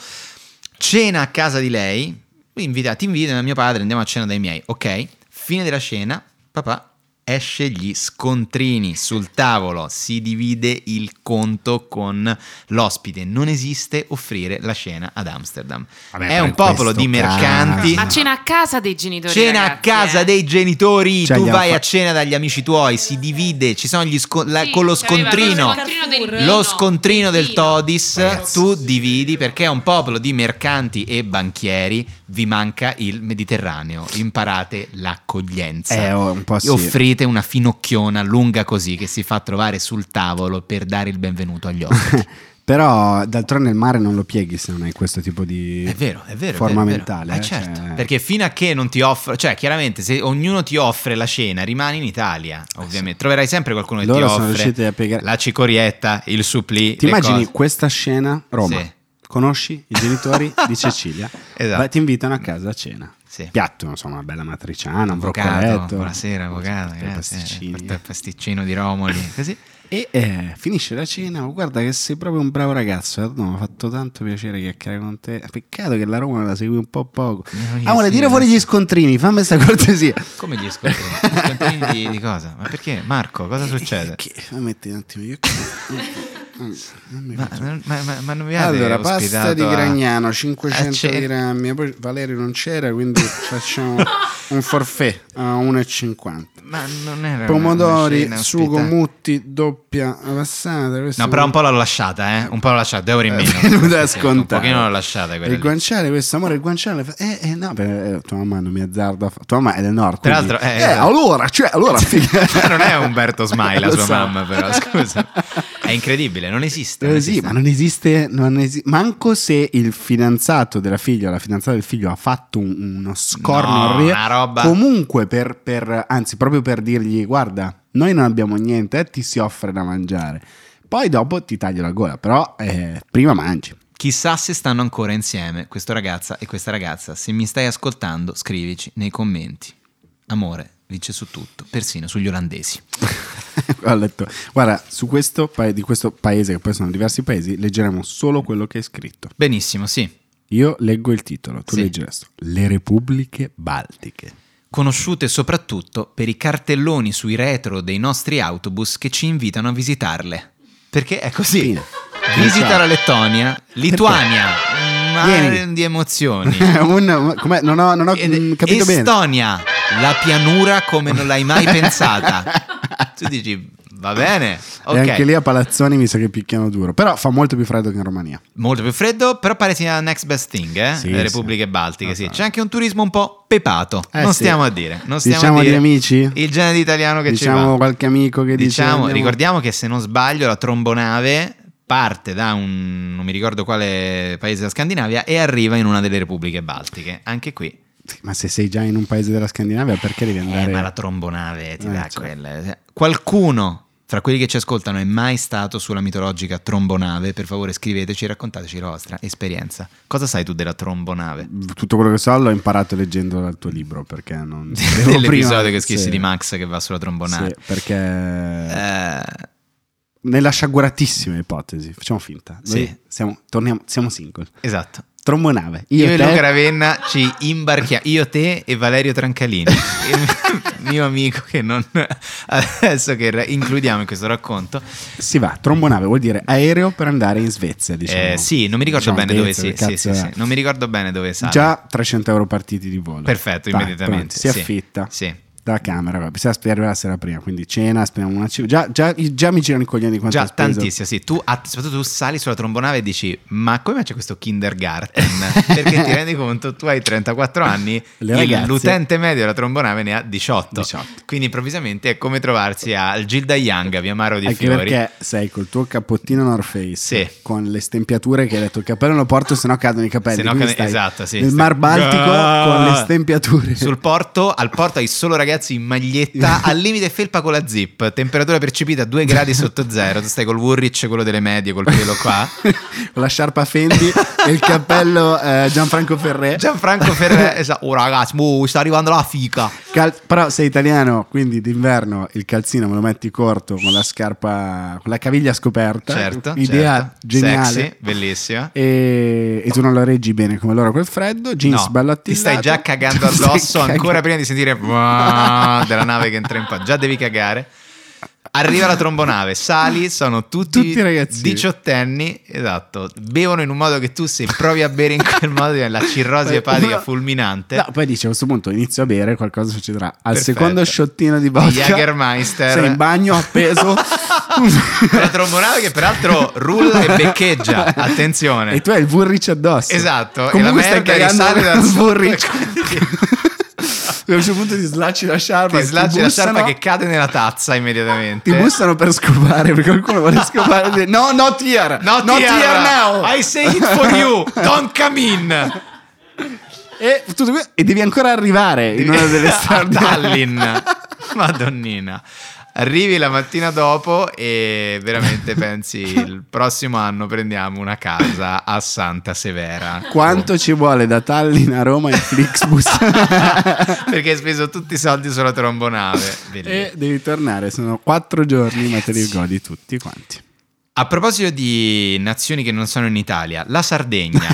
cena a casa di lei, lui invita, ti invita da mio padre, andiamo a cena dai miei, ok, fine della cena, papà esce gli scontrini sul tavolo, si divide il conto con l'ospite, non esiste offrire la cena ad Amsterdam. Vabbè, È ma un in popolo questo di mercanti. Ma cena a casa dei genitori. Cena a ragazzi, casa eh. dei genitori, Cioè, tu gli ha vai fa- a cena dagli amici tuoi, si divide, ci sono gli sco- la- Sì, con lo ci aveva scontrino. scontrino del Lo vino, Lo scontrino del vino. Todis tu dividi perché è un popolo di mercanti e banchieri, vi manca il Mediterraneo, imparate l'accoglienza. Eh, oh, un po' sì. Offrite una finocchiona lunga così che si fa trovare sul tavolo per dare il benvenuto agli ospiti. Però d'altronde il mare non lo pieghi se non hai questo tipo di È vero, è vero. forma è vero, è vero. mentale. Eh, eh, certo. cioè- Perché fino a che non ti offre, cioè chiaramente se ognuno ti offre la cena, rimani in Italia, ovviamente. Troverai sempre qualcuno che Eh, Loro ti sono riusciti offre a piegare. la cicorietta, il supplì. Ti le immagini cose. questa scena Roma? Sì. Conosci i genitori di Cecilia? Esatto. Va- Ti invitano a casa a cena. Sì. Piatto, insomma, una bella matriciana, un Avvocato, broccoletto. buonasera, avvocato, Dei grazie. pasticcini. Il pasticcino di Romoli, così. E eh, finisce la cena, oh, guarda che sei proprio un bravo ragazzo, eh, no, mi ha fatto tanto piacere chiacchierare con te. Peccato che la Roma la segui un po' poco. Eh, Amore, sì, tira fuori grazie. gli scontrini, fammi questa cortesia. Come gli scontrini? Gli scontrini di, di cosa? Ma perché? Marco, cosa succede? Eh, Che, metti un attimo gli occhi. Non mi Ma, ma- ma- ma non vi avete Allora, pasta di ospitato eh? a- Gragnano, 500 a ce- grammi. Poi Valerio non c'era, quindi facciamo un forfè a 1,50. Ma non era una- una Pomodori, cena sugo ospitata. mutti, doppia passata. questo- No, però un po' l'ho lasciata, eh. Un po' l'ho lasciata, devo rimettere. Venuta a Un scontare. pochino l'ho lasciata quella Il lì. guanciale, questo amore, il guanciale. fa- Eh, eh, no, beh, eh, tua mamma non mi azzarda. a fa- Tua mamma è del nord. Tra quindi- l'altro, eh, eh, esatto. allora, cioè, allora, figa. non è Umberto Smile la Lo sua so. mamma, però scusa. È incredibile, non esiste. non Eh sì, esiste. ma non esiste, non esi- manco se il fidanzato della figlia o la fidanzata del figlio ha fatto un- uno scorno No, orre- una roba- comunque per, per- anzi proprio per dirgli guarda noi non abbiamo niente eh, ti si offre da mangiare poi dopo ti taglio la gola però eh, prima mangi Chissà se stanno ancora insieme questo ragazza e questa ragazza. Se mi stai ascoltando, scrivici nei commenti. Amore vince su tutto, persino sugli olandesi. Ho letto. guarda su questo, pa- di questo paese che poi sono diversi paesi leggeremo solo quello che è scritto Benissimo, sì. io leggo il titolo tu Sì. leggi il resto le repubbliche baltiche Conosciute soprattutto per i cartelloni sui retro dei nostri autobus che ci invitano a visitarle. Perché è così. Fine. Visita Ciao. la Lettonia, Lituania, un mare Vieni. Mm, di emozioni. Un- com'è? non ho, non ho, Ed- mm, capito bene Estonia, la pianura come non l'hai mai pensata. Tu dici, va bene, ok. E anche lì a Palazzoni mi sa che picchiano duro. Però fa molto più freddo che in Romania. Molto più freddo, però pare sia next best thing, eh? Sì, Le sì. Repubbliche Baltiche, Ah, sì. ah. C'è anche un turismo un po' pepato, Eh, non sì. stiamo a dire. Non stiamo Diciamo a dire di amici? Il genere italiano che ci Diciamo va. qualche amico che dice, Diciamo, andiamo- ricordiamo che se non sbaglio la trombonave parte da un, non mi ricordo quale paese della Scandinavia e arriva in una delle Repubbliche Baltiche. Anche qui Ma se sei già in un paese della Scandinavia, perché devi Eh, andare? ma la trombonave ti Eh, dà certo. quel- Qualcuno fra quelli che ci ascoltano è mai stato sulla mitologica trombonave? Per favore scriveteci e raccontateci la vostra esperienza. Cosa sai tu della trombonave? Tutto quello che so l'ho imparato leggendo dal tuo libro. Perché non sapevo prima. Dell'episodio che scrissi Sì. di Max che va sulla trombonave. Sì, perché Eh, nella sciaguratissima ipotesi, facciamo finta. Noi Sì. siamo, torniamo, siamo single. esatto. Trombonave. Io, Io, e te- Luca Ravenna ci imbarchiamo, io, te e Valerio Trancalini, il mio amico che non... adesso che ra- includiamo in questo racconto. Si va, trombonave vuol dire aereo per andare in Svezia. Diciamo. Eh, sì, non mi ricordo Diciamo bene dove... Sì, Svezia, che sì, sì, cazzo sì, è. non mi ricordo bene dove sale. Già 300 euro partiti di volo. Perfetto, Dai, immediatamente. pronto, Si Sì. affitta. Sì. Da camera, vabbè, bisogna aspettare la sera prima, quindi cena, aspettiamo una cena. Già, già, già mi girano i coglioni di quanto Già, ho speso. tantissimo, sì. Tu, att- soprattutto tu sali sulla trombonave e dici, ma come c'è questo kindergarten? Perché ti rendi conto, tu hai 34 anni, Le il- ragazze- l'utente medio della trombonave ne ha 18. 18. Quindi improvvisamente è come trovarsi al Gilda Young, a Via Maro di Anche Fiori. perché sei col tuo cappottino North Face Sì. con le stempiature che hai detto il cappello non lo porto, sennò cadono i capelli. Se no quindi cade- stai esatto, sì, nel stai- Mar Baltico Ah! con le stempiature. Sul porto, al porto hai solo ragazze ragazzi in maglietta, al limite felpa con la zip, temperatura percepita 2 gradi sotto zero, tu stai col Woolrich, quello delle medie, col pelo qua. con la sciarpa Fendi e il cappello eh, Gianfranco Ferré. Gianfranco Ferré, esatto, oh ragazzi, boh, sta arrivando la fica. Cal- però sei italiano, quindi d'inverno il calzino me lo metti corto con la scarpa, con la caviglia scoperta. Certo, idea certo. geniale. Sexy, bellissima. E, e tu non la reggi bene come loro col freddo, jeans No, ballattinato. Ti stai già cagando Stai addosso ancora cagando. prima di sentire "Wah" della nave che entra in pa. Già devi cagare. Arriva la trombonave, sali, sono tutti, Tutti ragazzini. diciottenni, esatto, bevono in un modo che tu se provi a bere in quel modo è la cirrosi epatica fulminante. Eh, No, poi dice a questo punto inizio a bere, qualcosa succederà. Al Perfetto. secondo sciottino di vodka, Jägermeister. sei in bagno appeso. La trombonave che peraltro rulla e beccheggia, attenzione. E tu hai il Burrich addosso. Esatto, e la Comunque stai merda cagando risale dal dal sotto, Burrich. quindi- a un certo punto ti slacci la sciarpa. ti e slacci la sciarpa bussano- che cade nella tazza immediatamente. Ti bussano per scopare, perché qualcuno vuole scopare. No, no, here. Not, no, here. now. I say it for you. Don't come in. E, tutto que- e devi ancora arrivare in una delle a strade. Tallinn. Madonnina. Arrivi la mattina dopo e veramente pensi il prossimo anno prendiamo una casa a Santa Severa. Quanto ci vuole da Tallinn a Roma il Flixbus? Perché hai speso tutti i soldi sulla trombonave. Bellissimo. e devi tornare, sono quattro giorni, ma te li Ragazzi. godi tutti quanti. A proposito di nazioni che non sono in Italia, la Sardegna.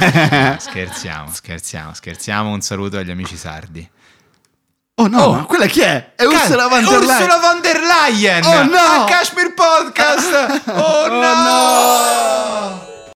No, scherziamo, scherziamo, scherziamo. Un saluto agli amici sardi. Oh no, Oh. ma quella chi è? È Cazzo, Ursula von der Leyen. Ursula von der Leyen Oh no! a Kashmir Podcast. Oh, Oh no!